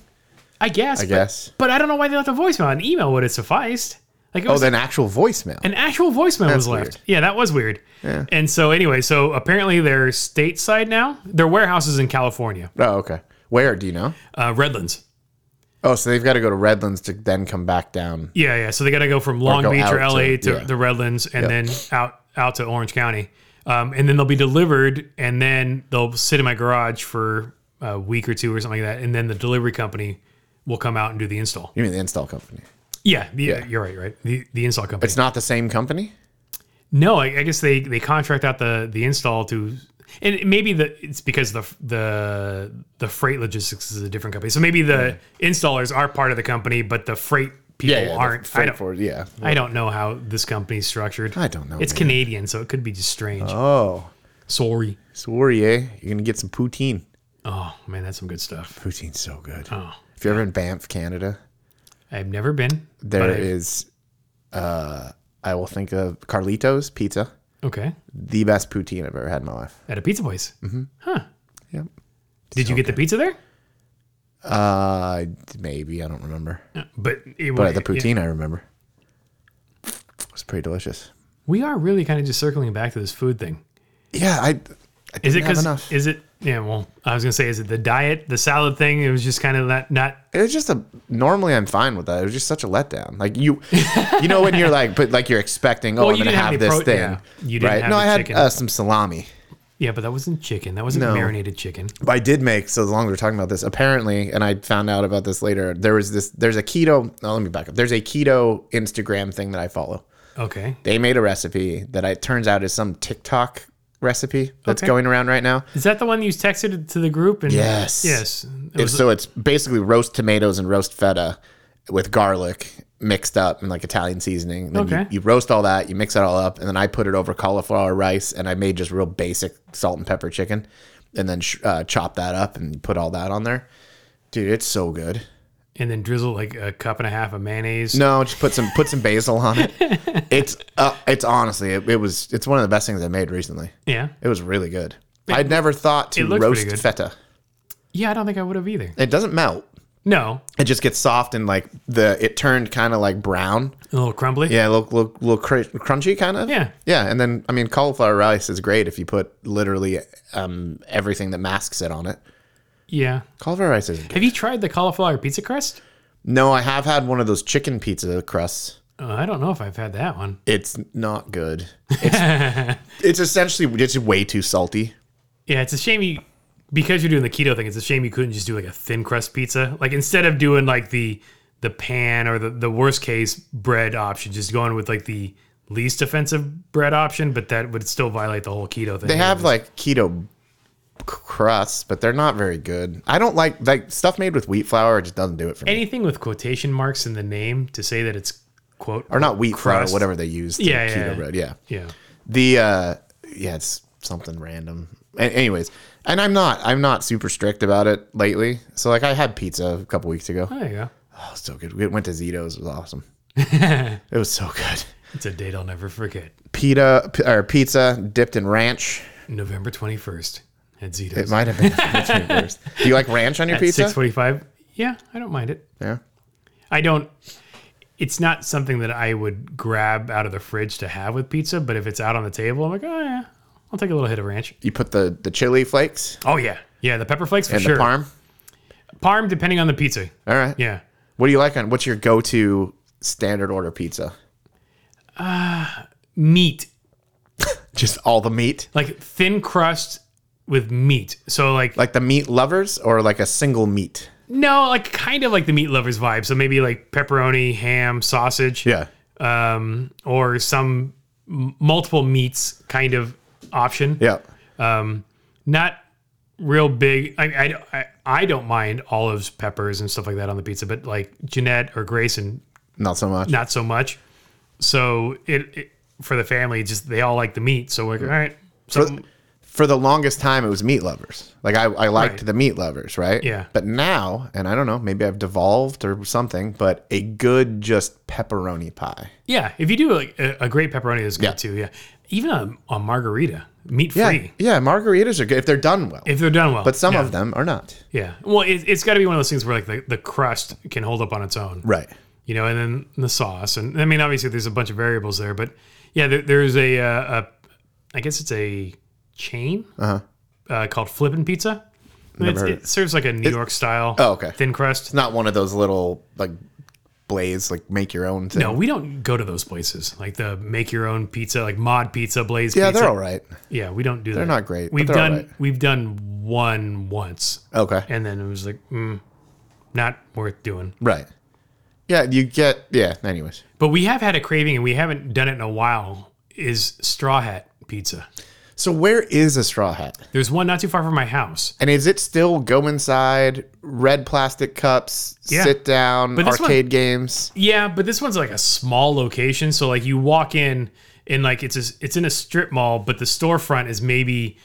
Speaker 2: I guess. I
Speaker 1: guess.
Speaker 2: But, I don't know why they left a voicemail. An email would have sufficed. Like it
Speaker 1: Oh,
Speaker 2: was
Speaker 1: then actual voicemail.
Speaker 2: an actual voicemail was left.
Speaker 1: weird.
Speaker 2: Yeah, that was weird. And so anyway, so apparently they're stateside now. Their warehouse is in California,
Speaker 1: oh, okay. Where do you know?
Speaker 2: uh, Redlands.
Speaker 1: Oh, so they've got to go to Redlands to then come back down.
Speaker 2: Yeah, yeah. So they got to go from Long
Speaker 1: go
Speaker 2: Beach or
Speaker 1: out
Speaker 2: LA to,
Speaker 1: to- yeah.
Speaker 2: the Redlands, and then out out to Orange County, um, and then they'll be delivered, and then they'll sit in my garage for a week or two or something like that, and then the delivery company will come out and do the install.
Speaker 1: You mean the install company?
Speaker 2: Yeah, the, you're right, right. The the install company.
Speaker 1: It's not the same company.
Speaker 2: no, I, I guess they they contract out the the install to. And maybe the it's because the the the freight logistics is a different company, so maybe the installers are part of the company, but the freight people
Speaker 1: the
Speaker 2: aren't. I
Speaker 1: freight
Speaker 2: don't-
Speaker 1: forward- yeah.
Speaker 2: I don't know how this company's structured.
Speaker 1: I don't know,
Speaker 2: It's
Speaker 1: man.
Speaker 2: Canadian, so it could be just strange.
Speaker 1: Oh,
Speaker 2: Sorry.
Speaker 1: sorry, eh? You're gonna get some poutine.
Speaker 2: Oh man, that's some good stuff.
Speaker 1: Poutine's so good. Oh. If you're ever in Banff, Canada,
Speaker 2: I've never been.
Speaker 1: There
Speaker 2: but I-
Speaker 1: is, uh, I will think of Carlitos Pizza,
Speaker 2: okay
Speaker 1: the best poutine I've ever had in my life.
Speaker 2: at a pizza place. Mm-hmm. Huh?
Speaker 1: Yep.
Speaker 2: Did you get the pizza there?
Speaker 1: Uh, maybe I don't remember,
Speaker 2: Uh, But it
Speaker 1: but the
Speaker 2: yeah.
Speaker 1: poutine I remember it was pretty delicious.
Speaker 2: We are really kind of just circling back to this food thing.
Speaker 1: Yeah, I. I didn't have
Speaker 2: Is it because?
Speaker 1: enough?
Speaker 2: Is it? Yeah. Well, I was gonna say, is it the diet, the salad thing? It was just kind of that. Not.
Speaker 1: It was just a. Normally, I'm fine with that. It was just such a letdown. Like you, you know, when you're like, but like you're expecting, oh,
Speaker 2: Well,
Speaker 1: I'm
Speaker 2: you
Speaker 1: gonna
Speaker 2: didn't have
Speaker 1: have,
Speaker 2: any
Speaker 1: this
Speaker 2: pro-
Speaker 1: thing,
Speaker 2: yeah. You didn't
Speaker 1: right?
Speaker 2: have
Speaker 1: no,
Speaker 2: the
Speaker 1: I had
Speaker 2: chicken.
Speaker 1: uh, some salami.
Speaker 2: Yeah, but that wasn't chicken. That wasn't
Speaker 1: No.
Speaker 2: marinated chicken.
Speaker 1: But I did make so as long as we're talking about this, apparently, and I found out about this later. There was this. There's a keto. No, let me back up. There's a keto Instagram thing that I follow.
Speaker 2: Okay.
Speaker 1: They made a recipe that I, it turns out is some TikTok recipe that's
Speaker 2: Okay.
Speaker 1: going around right now.
Speaker 2: Is that the one you texted to the group? And
Speaker 1: Yes.
Speaker 2: Yes. It
Speaker 1: It's,
Speaker 2: was,
Speaker 1: so it's basically roast tomatoes and roast feta with garlic mixed up and like Italian seasoning. And then
Speaker 2: Okay.
Speaker 1: you, you roast all that, you mix it all up, and then I put it over cauliflower rice, and I made just real basic salt and pepper chicken, and then sh- uh, chop that up and put all that on there. Dude, it's so good.
Speaker 2: and then drizzle like a cup and a half of mayonnaise.
Speaker 1: No, just put some put some basil on
Speaker 2: (laughs)
Speaker 1: it. It's uh, it's honestly it, it was it's one of the best things I made recently.
Speaker 2: Yeah.
Speaker 1: It was really good. I'd never thought to
Speaker 2: looked pretty
Speaker 1: roast
Speaker 2: good.
Speaker 1: feta.
Speaker 2: Yeah, I don't think I would have either.
Speaker 1: It doesn't melt.
Speaker 2: No,
Speaker 1: It just gets soft and like the it turned kind of like brown.
Speaker 2: a little crumbly.
Speaker 1: Yeah, a little little, little cr- crunchy kind of.
Speaker 2: Yeah.
Speaker 1: yeah. And then I mean, cauliflower rice is great if you put literally um, everything that masks it on it.
Speaker 2: Yeah.
Speaker 1: Cauliflower rice is
Speaker 2: Have you tried the cauliflower pizza crust?
Speaker 1: no. I have had one of those chicken pizza crusts.
Speaker 2: Uh, I don't know if I've had that one.
Speaker 1: It's not good.
Speaker 2: (laughs)
Speaker 1: It's, it's essentially it's way too salty.
Speaker 2: Yeah, it's a shame you because you're doing the keto thing. It's a shame you couldn't just do like a thin crust pizza. Like instead of doing like the the pan or the the worst case bread option, just going with like the least offensive bread option. But that would still violate the whole keto thing.
Speaker 1: They have like keto crusts, but they're not very good. I don't like like stuff made with wheat flour. It just doesn't do it for me.
Speaker 2: Anything with quotation marks in the name to say that it's quote
Speaker 1: or not wheat flour,
Speaker 2: crust.
Speaker 1: whatever they use. to
Speaker 2: Yeah, yeah,
Speaker 1: keto
Speaker 2: yeah.
Speaker 1: bread. Yeah.
Speaker 2: Yeah.
Speaker 1: The uh, yeah, it's something random. A- anyways, and I'm not I'm not super strict about it lately. So like I had pizza a couple weeks ago.
Speaker 2: There you go.
Speaker 1: Oh, so good. We went to Zito's. It was
Speaker 2: (laughs)
Speaker 1: awesome. it was so good.
Speaker 2: It's a date I'll never forget.
Speaker 1: Pita p- or pizza dipped in ranch.
Speaker 2: November 21st at
Speaker 1: It
Speaker 2: Zito's.
Speaker 1: might have been the worst. Do you like ranch on your
Speaker 2: At
Speaker 1: pizza?
Speaker 2: 645. Yeah, I don't mind it.
Speaker 1: yeah.
Speaker 2: I don't. It's not something that I would grab out of the fridge to have with pizza, but if it's out on the table, I'm like, oh yeah, I'll take a little hit of ranch.
Speaker 1: You put the the chili flakes
Speaker 2: Oh yeah, yeah, the pepper flakes for
Speaker 1: and
Speaker 2: sure.
Speaker 1: the parm.
Speaker 2: Parm, depending on the pizza.
Speaker 1: All right.
Speaker 2: Yeah,
Speaker 1: What do you like on? What's your go to standard order pizza?
Speaker 2: meat
Speaker 1: Just all the meat.
Speaker 2: like thin crust with meat. So like,
Speaker 1: Like the meat lovers or like a single meat?
Speaker 2: no, like kind of like the meat lovers vibe. So maybe like pepperoni, ham, sausage,
Speaker 1: Yeah.
Speaker 2: um, or some m- multiple meats kind of option.
Speaker 1: Yeah.
Speaker 2: Um, not real big. I, I, I, I don't mind olives, peppers, and stuff like that on the pizza, but like Jeanette or Grayson,
Speaker 1: Not so much.
Speaker 2: not so much. So it, it for the family, just they all like the meat. So we're like, all right. So
Speaker 1: Mm. For the longest time, it was meat lovers. Like I, I liked
Speaker 2: Right.
Speaker 1: the meat lovers, right?
Speaker 2: Yeah.
Speaker 1: But now, and I don't know, maybe I've devolved or something, but a good just pepperoni pie.
Speaker 2: yeah, if you do like a, a great pepperoni is good
Speaker 1: Yeah.
Speaker 2: too. Yeah, even a, a margarita, meat
Speaker 1: Yeah.
Speaker 2: free.
Speaker 1: Yeah. Margaritas are good if they're done well,
Speaker 2: If they're done well,
Speaker 1: but some
Speaker 2: yeah,
Speaker 1: of them are not.
Speaker 2: yeah. Well, it, it's got to be one of those things where like the, the crust can hold up on its own,
Speaker 1: Right.
Speaker 2: you know, and then the sauce. And I mean, obviously, there's a bunch of variables there, but yeah, there, there's a, uh, a, I guess it's a chain uh called Flippin' Pizza. And it's,
Speaker 1: Uh-huh. heard
Speaker 2: it serves like a New York style
Speaker 1: Oh, okay.
Speaker 2: thin crust.
Speaker 1: Not one of those little like blaze, like make your own thing.
Speaker 2: No, we don't go to those places like the make your own pizza, like Mod Pizza, Blaze
Speaker 1: Yeah,
Speaker 2: Pizza.
Speaker 1: they're all right.
Speaker 2: yeah, we don't do that. They're
Speaker 1: not great, but
Speaker 2: We've
Speaker 1: they're
Speaker 2: done
Speaker 1: all right.
Speaker 2: we've done one once,
Speaker 1: Okay.
Speaker 2: and then it was like, mm, not worth doing.
Speaker 1: Right. Yeah, you get yeah, anyways.
Speaker 2: But we have had a craving, and we haven't done it in a while. Is Straw Hat Pizza?
Speaker 1: So where is a straw hat?
Speaker 2: There's one not too far from my house.
Speaker 1: And is it still go inside, red plastic cups,
Speaker 2: Yeah.
Speaker 1: sit down,
Speaker 2: this one-
Speaker 1: arcade games?
Speaker 2: Yeah, but this one's like a small location, so like you walk in and like it's a, it's in a strip mall, but the storefront is maybe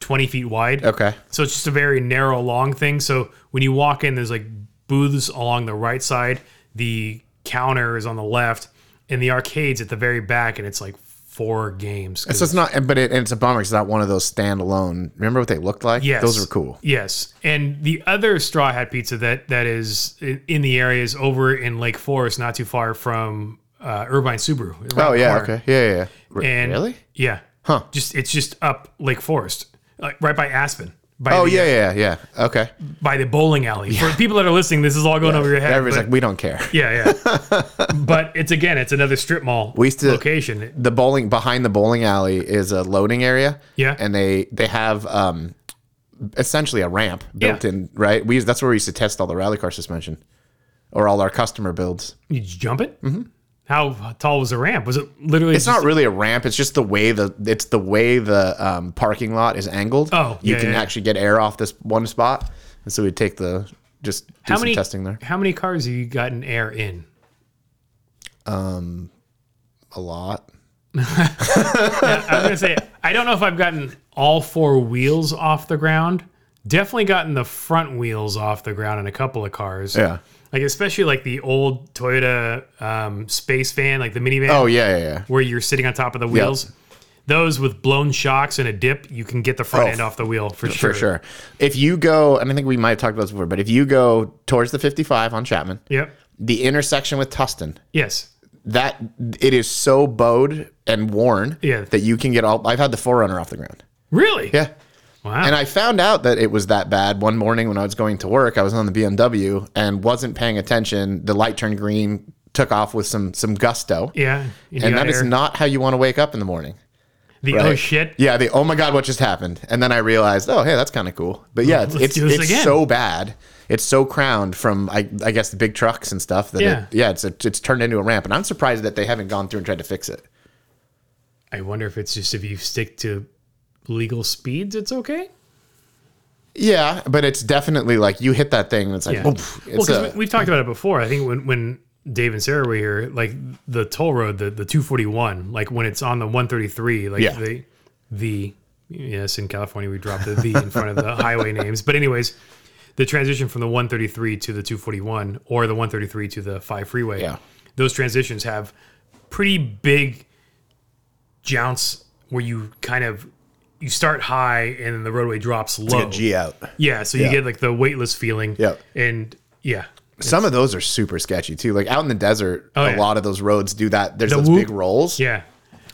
Speaker 2: 20 feet wide.
Speaker 1: Okay.
Speaker 2: So it's just a very narrow long thing. So when you walk in there's like booths along the right side, the counter is on the left, and the arcades at the very back and it's like four games.
Speaker 1: So it's not but it, and it's a bummer 'cause it's not one of those standalone. Remember what they looked like?
Speaker 2: Yes.
Speaker 1: Those were cool.
Speaker 2: Yes. And the other Straw Hat pizza that that is i- in the area is over in Lake Forest, not too far from uh, Irvine Subaru. around
Speaker 1: Oh
Speaker 2: the
Speaker 1: yeah,
Speaker 2: corner.
Speaker 1: okay. Yeah, yeah, yeah. Re-
Speaker 2: And
Speaker 1: really?
Speaker 2: Yeah.
Speaker 1: Huh.
Speaker 2: Just it's just up Lake Forest, like right by Aspen. By
Speaker 1: Oh
Speaker 2: the,
Speaker 1: yeah, yeah, yeah. Okay.
Speaker 2: By the bowling alley. For people that are listening, this is all going over your head.
Speaker 1: Everybody's
Speaker 2: but-
Speaker 1: like, we don't care.
Speaker 2: yeah, yeah.
Speaker 1: (laughs)
Speaker 2: but it's again, it's another strip mall
Speaker 1: We used to-
Speaker 2: location.
Speaker 1: the bowling behind the bowling alley is a loading area.
Speaker 2: Yeah.
Speaker 1: and they they have um essentially a ramp built
Speaker 2: Yeah.
Speaker 1: in. Right, we used, that's where we used to test all the rally car suspension or all our customer builds.
Speaker 2: You just jump it. Mm-hmm. How tall was the ramp? Was it literally?
Speaker 1: It's not really a ramp. It's just the way the it's the way the um, parking lot is angled.
Speaker 2: Oh,
Speaker 1: you
Speaker 2: yeah,
Speaker 1: can
Speaker 2: yeah, yeah.
Speaker 1: actually get air off this one spot, and so we take the just do
Speaker 2: how
Speaker 1: some
Speaker 2: many
Speaker 1: testing there
Speaker 2: How many cars have you gotten air in?
Speaker 1: a lot.
Speaker 2: I'm gonna say I don't know if I've gotten all four wheels off the ground. Definitely gotten the front wheels off the ground in a couple of cars.
Speaker 1: Yeah.
Speaker 2: Like especially like the old Toyota um, space van, like the minivan,
Speaker 1: Oh yeah, yeah, yeah.
Speaker 2: where you're sitting on top of the wheels. Those with blown shocks and a dip, you can get the front
Speaker 1: Oh,
Speaker 2: end off the wheel for sure.
Speaker 1: For sure. If you go, and I think we might have talked about this before, but if you go towards the 55 on Chapman,
Speaker 2: Yep.
Speaker 1: the intersection with Tustin,
Speaker 2: Yes.
Speaker 1: that it is so bowed and worn
Speaker 2: Yeah.
Speaker 1: that you can get all. I've had the Forerunner off the ground.
Speaker 2: Really?
Speaker 1: Yeah.
Speaker 2: Wow.
Speaker 1: And I found out that it was that bad one morning when I was going to work. I was on the BMW and wasn't paying attention. The light turned green, took off with some some gusto.
Speaker 2: yeah. you
Speaker 1: And
Speaker 2: got
Speaker 1: that is
Speaker 2: air.
Speaker 1: not how you want to wake up in the morning.
Speaker 2: the
Speaker 1: Right.
Speaker 2: oh shit.
Speaker 1: Yeah, the oh my god, what just happened? And then I realized, oh hey, that's kind of cool. But yeah, it's
Speaker 2: Let's
Speaker 1: it's,
Speaker 2: do this
Speaker 1: it's
Speaker 2: again.
Speaker 1: so bad. It's so crowned from I, I guess the big trucks and stuff that
Speaker 2: Yeah.
Speaker 1: it, yeah it's it's turned into a ramp. And I'm surprised that they haven't gone through and tried to fix it.
Speaker 2: I wonder if it's just if you stick to legal speeds, it's okay.
Speaker 1: Yeah, but it's definitely like you hit that thing and it's like,
Speaker 2: Yeah.
Speaker 1: oomph,
Speaker 2: Well,
Speaker 1: it's
Speaker 2: because
Speaker 1: a-
Speaker 2: we, have talked about it before. I think when when Dave and Sarah were here, like the toll road, the the two forty one, like when it's on the one thirty three, like
Speaker 1: Yeah.
Speaker 2: the the yes, in California we dropped the the in front of
Speaker 1: (laughs)
Speaker 2: the highway names. But anyways, the transition from the one thirty three to the two forty one, or the one thirty three to the five freeway,
Speaker 1: Yeah.
Speaker 2: those transitions have pretty big jounce where you kind of you start high and then the roadway drops low.
Speaker 1: a G out.
Speaker 2: Yeah, so you
Speaker 1: Yeah.
Speaker 2: get like the weightless feeling.
Speaker 1: Yeah.
Speaker 2: And yeah.
Speaker 1: Some of those are super sketchy too. Like out in the desert, a
Speaker 2: Oh, yeah.
Speaker 1: lot of those roads do that. There's those
Speaker 2: whoop.
Speaker 1: big rolls.
Speaker 2: Yeah.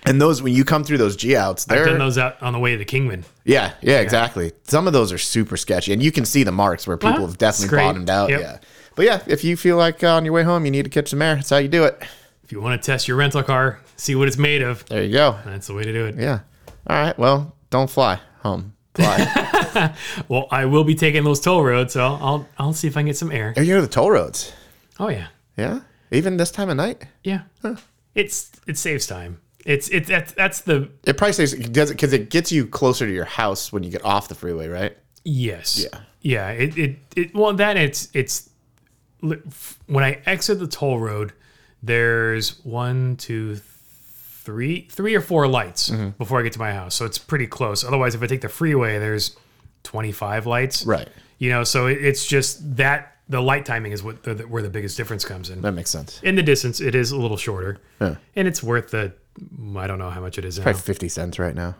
Speaker 1: And those when you come through those G outs,
Speaker 2: Done
Speaker 1: they're
Speaker 2: those out on the way to Kingman.
Speaker 1: yeah, yeah, exactly. Some of those are super sketchy. And you can see the marks where people
Speaker 2: Uh-huh.
Speaker 1: have
Speaker 2: It's
Speaker 1: definitely
Speaker 2: great.
Speaker 1: bottomed out.
Speaker 2: Yep.
Speaker 1: Yeah. But yeah, if you feel like uh, on your way home you need to catch some air, that's how you do it.
Speaker 2: If you want to test your rental car, see what it's made of.
Speaker 1: There you go.
Speaker 2: That's the way to do it.
Speaker 1: Yeah. All right. Well, don't fly home. Fly.
Speaker 2: Well, I will be taking those toll roads, so I'll I'll see if I can get some air.
Speaker 1: Are you go to the toll roads?
Speaker 2: Oh yeah,
Speaker 1: Yeah. Even this time of night?
Speaker 2: yeah. It's it saves time. It's it that's that's the
Speaker 1: It probably saves does it because it gets you closer to your house when you get off the freeway, right?
Speaker 2: Yes.
Speaker 1: Yeah.
Speaker 2: Yeah. It, it, it, well, that it's, it's, li- f- when I exit the toll road, there's one, two, three, three or four lights
Speaker 1: Mm-hmm.
Speaker 2: before I get to my house. So it's pretty close. Otherwise, if I take the freeway, there's 25 lights.
Speaker 1: Right.
Speaker 2: You know, so it, it's just that the light timing is what the, the, where the biggest difference comes in.
Speaker 1: That makes sense.
Speaker 2: In the distance, it is a little shorter.
Speaker 1: Yeah.
Speaker 2: And it's worth the, I don't know how much it is now.
Speaker 1: Probably fifty cents right now.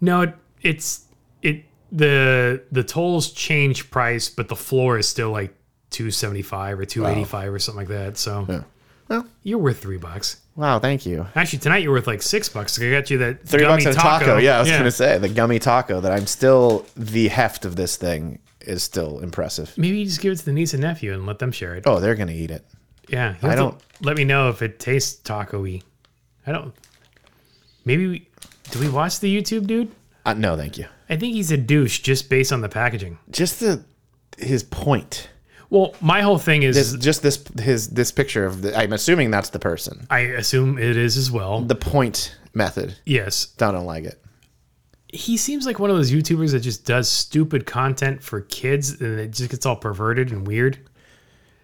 Speaker 2: No, it, it's it the the tolls change price, but the floor is still like two seventy five or two eighty five or something like that. So
Speaker 1: Well.
Speaker 2: you're worth three bucks.
Speaker 1: Wow, thank you.
Speaker 2: Actually, tonight you're worth like six bucks. 'cause I got you that
Speaker 1: Three
Speaker 2: gummy
Speaker 1: bucks on a taco. Yeah, I was
Speaker 2: yeah.
Speaker 1: gonna say the gummy taco that I'm still the heft of this thing is still impressive.
Speaker 2: Maybe you just give it to the niece and nephew and let them share it.
Speaker 1: Oh, they're gonna eat it.
Speaker 2: yeah, you'll have to
Speaker 1: don't-
Speaker 2: Let me know if it tastes taco-y. I don't. Maybe we, do we watch the YouTube dude?
Speaker 1: Uh, no, thank you.
Speaker 2: I think he's a douche just based on the packaging.
Speaker 1: Just the his point.
Speaker 2: Well, my whole thing is
Speaker 1: It's just this his this picture of the, I'm assuming that's the person.
Speaker 2: I assume it is as well.
Speaker 1: The point method.
Speaker 2: Yes,
Speaker 1: I don't like it.
Speaker 2: he seems like one of those YouTubers that just does stupid content for kids and it just gets all perverted and weird.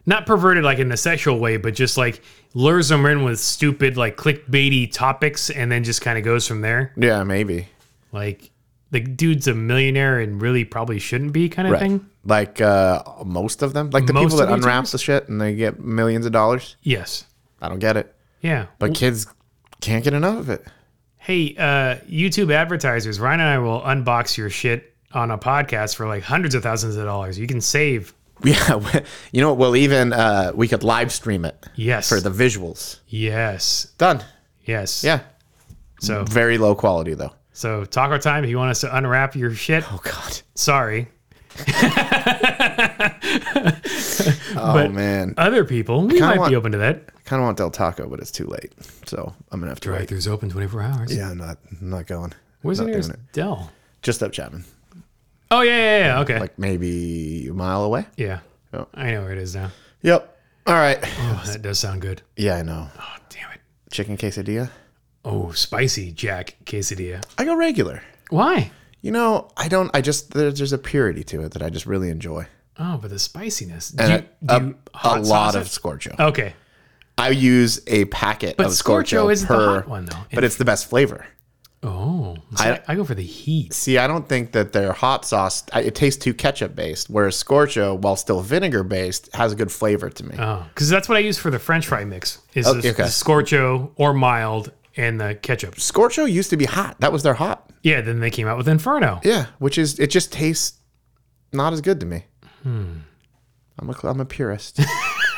Speaker 2: Not perverted like in a sexual way, but just like lures them in with stupid, like clickbaity topics and then just kind of goes from there.
Speaker 1: Yeah, maybe.
Speaker 2: Like the dude's a millionaire and really probably shouldn't be kind of thing.
Speaker 1: Like uh, most of them, like the
Speaker 2: Most
Speaker 1: people that
Speaker 2: of YouTubers?
Speaker 1: unwrap the shit and they get millions of dollars.
Speaker 2: Yes.
Speaker 1: I don't get it.
Speaker 2: Yeah.
Speaker 1: But kids can't get enough of it. (laughs)
Speaker 2: hey, uh, YouTube advertisers, Ryan and I will unbox your shit on a podcast for like hundreds of thousands of dollars. You can save.
Speaker 1: Yeah, you know what? We'll even uh, we could live stream it
Speaker 2: Yes.
Speaker 1: for the visuals.
Speaker 2: yes.
Speaker 1: Done.
Speaker 2: Yes.
Speaker 1: Yeah,
Speaker 2: So
Speaker 1: very low quality though.
Speaker 2: So taco time. If you want us to unwrap your shit,
Speaker 1: Oh god.
Speaker 2: sorry.
Speaker 1: Oh
Speaker 2: (laughs) But-
Speaker 1: man,
Speaker 2: Other people, we might
Speaker 1: want-
Speaker 2: be open to that.
Speaker 1: I kind of want Del Taco, but it's too late, so I'm gonna have to wait.
Speaker 2: Drive-throughs open 24 hours.
Speaker 1: Yeah, I'm not I'm not going.
Speaker 2: Where's the
Speaker 1: Not doing
Speaker 2: nearest
Speaker 1: it.
Speaker 2: Dell?
Speaker 1: Just up Chapman,
Speaker 2: Oh yeah, yeah, yeah. Okay.
Speaker 1: like maybe a mile away.
Speaker 2: yeah.
Speaker 1: Oh.
Speaker 2: I know where it is now.
Speaker 1: Yep. All right.
Speaker 2: Oh, that does sound good.
Speaker 1: Yeah, I know.
Speaker 2: Oh damn it.
Speaker 1: Chicken quesadilla.
Speaker 2: Oh, spicy Jack quesadilla.
Speaker 1: I go regular.
Speaker 2: Why?
Speaker 1: You know, I don't. I just there's, there's a purity to it that I just really enjoy,
Speaker 2: Oh, but the spiciness. Do
Speaker 1: and
Speaker 2: you-
Speaker 1: a,
Speaker 2: do you
Speaker 1: a
Speaker 2: hot
Speaker 1: lot
Speaker 2: sauce
Speaker 1: of
Speaker 2: it?
Speaker 1: scorcho.
Speaker 2: Okay.
Speaker 1: I use a packet
Speaker 2: But
Speaker 1: of scorcho,
Speaker 2: Scorcho isn't the
Speaker 1: per
Speaker 2: hot one, though.
Speaker 1: but it's the best flavor.
Speaker 2: Oh, so I, I go for the heat.
Speaker 1: See, I don't think that their hot sauce I, it tastes too ketchup based, whereas scorcho, while still vinegar based, has a good flavor to me.
Speaker 2: Oh, because that's what I use for the French fry mix. Is the,
Speaker 1: Oh, okay.
Speaker 2: the scorcho or mild and the ketchup.
Speaker 1: scorcho used to be hot. That was their hot.
Speaker 2: Yeah. Then they came out with Inferno.
Speaker 1: Yeah, which is it just tastes not as good to me. I'm a cl- I'm a purist.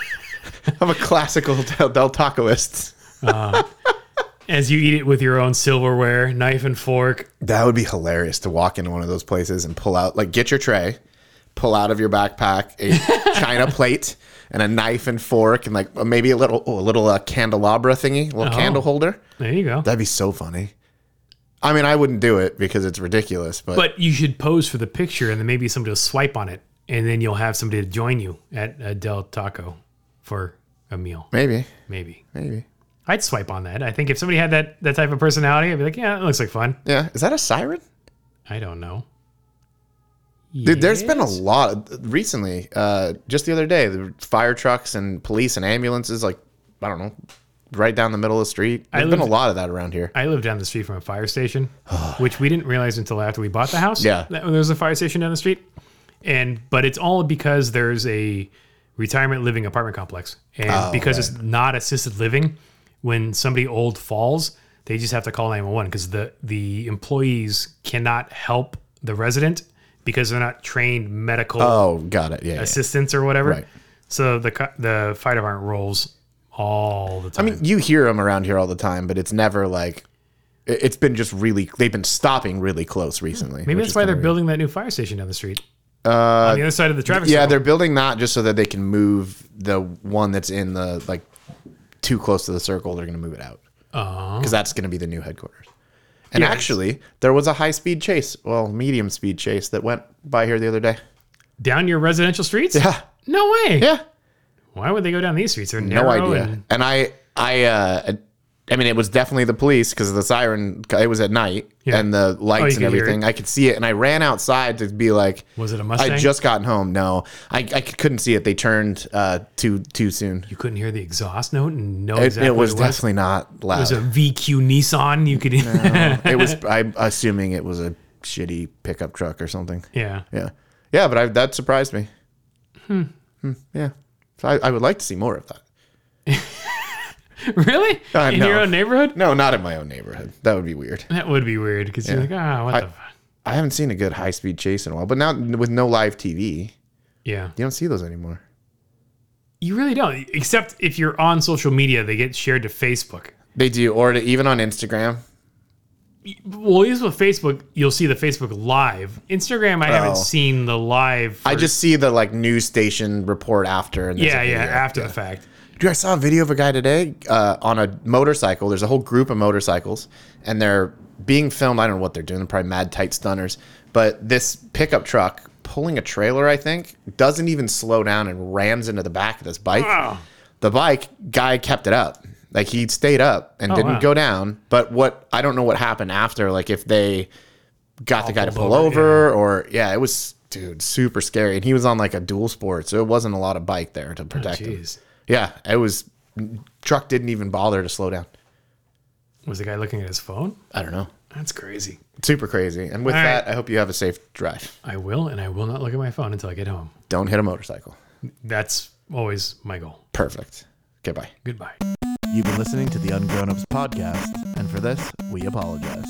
Speaker 1: (laughs) I'm a classical del, del tacoist.
Speaker 2: as you eat it with your own silverware, knife and fork.
Speaker 1: That would be hilarious to walk into one of those places and pull out, like, get your tray, pull out of your backpack
Speaker 2: (laughs)
Speaker 1: a china plate and a knife and fork and like maybe a little oh, a little uh, candelabra thingy, a little
Speaker 2: Oh.
Speaker 1: candle holder.
Speaker 2: There you go.
Speaker 1: That'd be so funny. I mean, I wouldn't do it because it's ridiculous, but,
Speaker 2: but you should pose for the picture, and then maybe somebody will swipe on it, and then you'll have somebody to join you at uh, Del Taco for a meal.
Speaker 1: maybe,
Speaker 2: Maybe
Speaker 1: maybe.
Speaker 2: I'd swipe on that. I think if somebody had that that type of personality, I'd be like, yeah, it looks like fun.
Speaker 1: Yeah, is that a siren?
Speaker 2: I don't know.
Speaker 1: Dude, there's been a
Speaker 2: Yes.
Speaker 1: lot recently. Uh, just the other day, the fire trucks and police and ambulances, like I don't know, right down the middle of the street. There's been a
Speaker 2: lived-
Speaker 1: lot of that around here.
Speaker 2: I live down the street from a
Speaker 1: (sighs)
Speaker 2: fire station, which we didn't realize until after we bought the house.
Speaker 1: Oh. Yeah.
Speaker 2: that there was a fire station down the street, and but it's all because there's a retirement living apartment complex, and
Speaker 1: Oh,
Speaker 2: because it's not assisted living, when somebody old falls, they just have to call nine one one because the the employees cannot help the resident because they're not trained medical
Speaker 1: Oh, got it. Yeah. yeah.
Speaker 2: assistants or whatever.
Speaker 1: Right.
Speaker 2: So the co- the fire department rolls all the time.
Speaker 1: I mean, you hear them around here all the time, but it's never like it- it's been just really. They've been stopping really close recently.
Speaker 2: Maybe
Speaker 1: which
Speaker 2: that's
Speaker 1: is
Speaker 2: why they're
Speaker 1: kinda
Speaker 2: building that new fire station down the street. Uh, on the other side of the traffic.
Speaker 1: weird. Yeah,
Speaker 2: circle.
Speaker 1: they're building that just so that they can move the one that's in the like too close to the circle. They're going to move it out
Speaker 2: Oh.
Speaker 1: because that's going to be the new headquarters. And actually, there was a high speed chase, well, medium speed chase that went by here the other day.
Speaker 2: down your residential streets.
Speaker 1: Yeah.
Speaker 2: No way.
Speaker 1: Yeah.
Speaker 2: Why would they go down these streets? They're
Speaker 1: no
Speaker 2: narrow
Speaker 1: idea.
Speaker 2: and-
Speaker 1: And I, I, uh, I mean, it was definitely the police because the siren. It was at night
Speaker 2: Yeah. Oh,
Speaker 1: and the
Speaker 2: you
Speaker 1: lights and
Speaker 2: could hear
Speaker 1: everything. I could see it, and I ran outside to be like,
Speaker 2: was it a Mustang?
Speaker 1: I just gotten home. No, I, I couldn't see it. They turned uh, too too soon.
Speaker 2: you couldn't hear the exhaust note and know
Speaker 1: It,
Speaker 2: exactly
Speaker 1: it was
Speaker 2: what it was.
Speaker 1: definitely not loud.
Speaker 2: It (laughs) was a VQ Nissan. You could.
Speaker 1: it was. I'm assuming it was a shitty pickup truck or something.
Speaker 2: (laughs) yeah.
Speaker 1: Yeah, yeah, but I, that surprised me. Hmm. Yeah. So I, I would like to see more of that.
Speaker 2: Really?
Speaker 1: I
Speaker 2: In
Speaker 1: know.
Speaker 2: your own neighborhood?
Speaker 1: No, not in my own neighborhood. That would be weird.
Speaker 2: That would be weird because you're like, ah, what the. F-?
Speaker 1: I haven't seen a good high speed chase in a while, but now with no live TV,
Speaker 2: Yeah.
Speaker 1: you don't see those anymore.
Speaker 2: You really don't. Except if you're on social media, they get shared to Facebook.
Speaker 1: They do, or to, even on Instagram.
Speaker 2: Well, at least with Facebook, you'll see the Facebook live. Instagram, I
Speaker 1: Oh.
Speaker 2: haven't seen the live.
Speaker 1: I
Speaker 2: for-
Speaker 1: just see the like news station report after. And there's
Speaker 2: yeah,
Speaker 1: a
Speaker 2: yeah,
Speaker 1: video.
Speaker 2: after the fact.
Speaker 1: Dude, I saw a video of a guy today uh, on a motorcycle. There's a whole group of motorcycles, and they're being filmed. I don't know what they're doing. They're probably mad tight stunners. But this pickup truck pulling a trailer, I think, doesn't even slow down and rams into the back of this bike.
Speaker 2: Wow.
Speaker 1: The bike guy kept it up. Like he stayed up and didn't
Speaker 2: Oh, wow.
Speaker 1: go down. But what I don't know what happened after. Like if they got the guy to
Speaker 2: Toppled
Speaker 1: pull over,
Speaker 2: over,
Speaker 1: or yeah, it was dude super scary. And he was on like a dual sport, so it wasn't a lot of bike there to protect him.
Speaker 2: Oh, Jeez.
Speaker 1: Yeah, it was. Truck didn't even bother to slow down.
Speaker 2: Was the guy looking at his phone?
Speaker 1: I don't know.
Speaker 2: That's crazy.
Speaker 1: Super crazy. And with
Speaker 2: All
Speaker 1: that, I hope you have a safe drive.
Speaker 2: I will, and I will not look at my phone until I get home.
Speaker 1: Don't hit a motorcycle.
Speaker 2: That's always my goal.
Speaker 1: Perfect. Goodbye.
Speaker 2: Goodbye.
Speaker 3: You've been listening to the Ungrown Ups podcast, and for this, we apologize.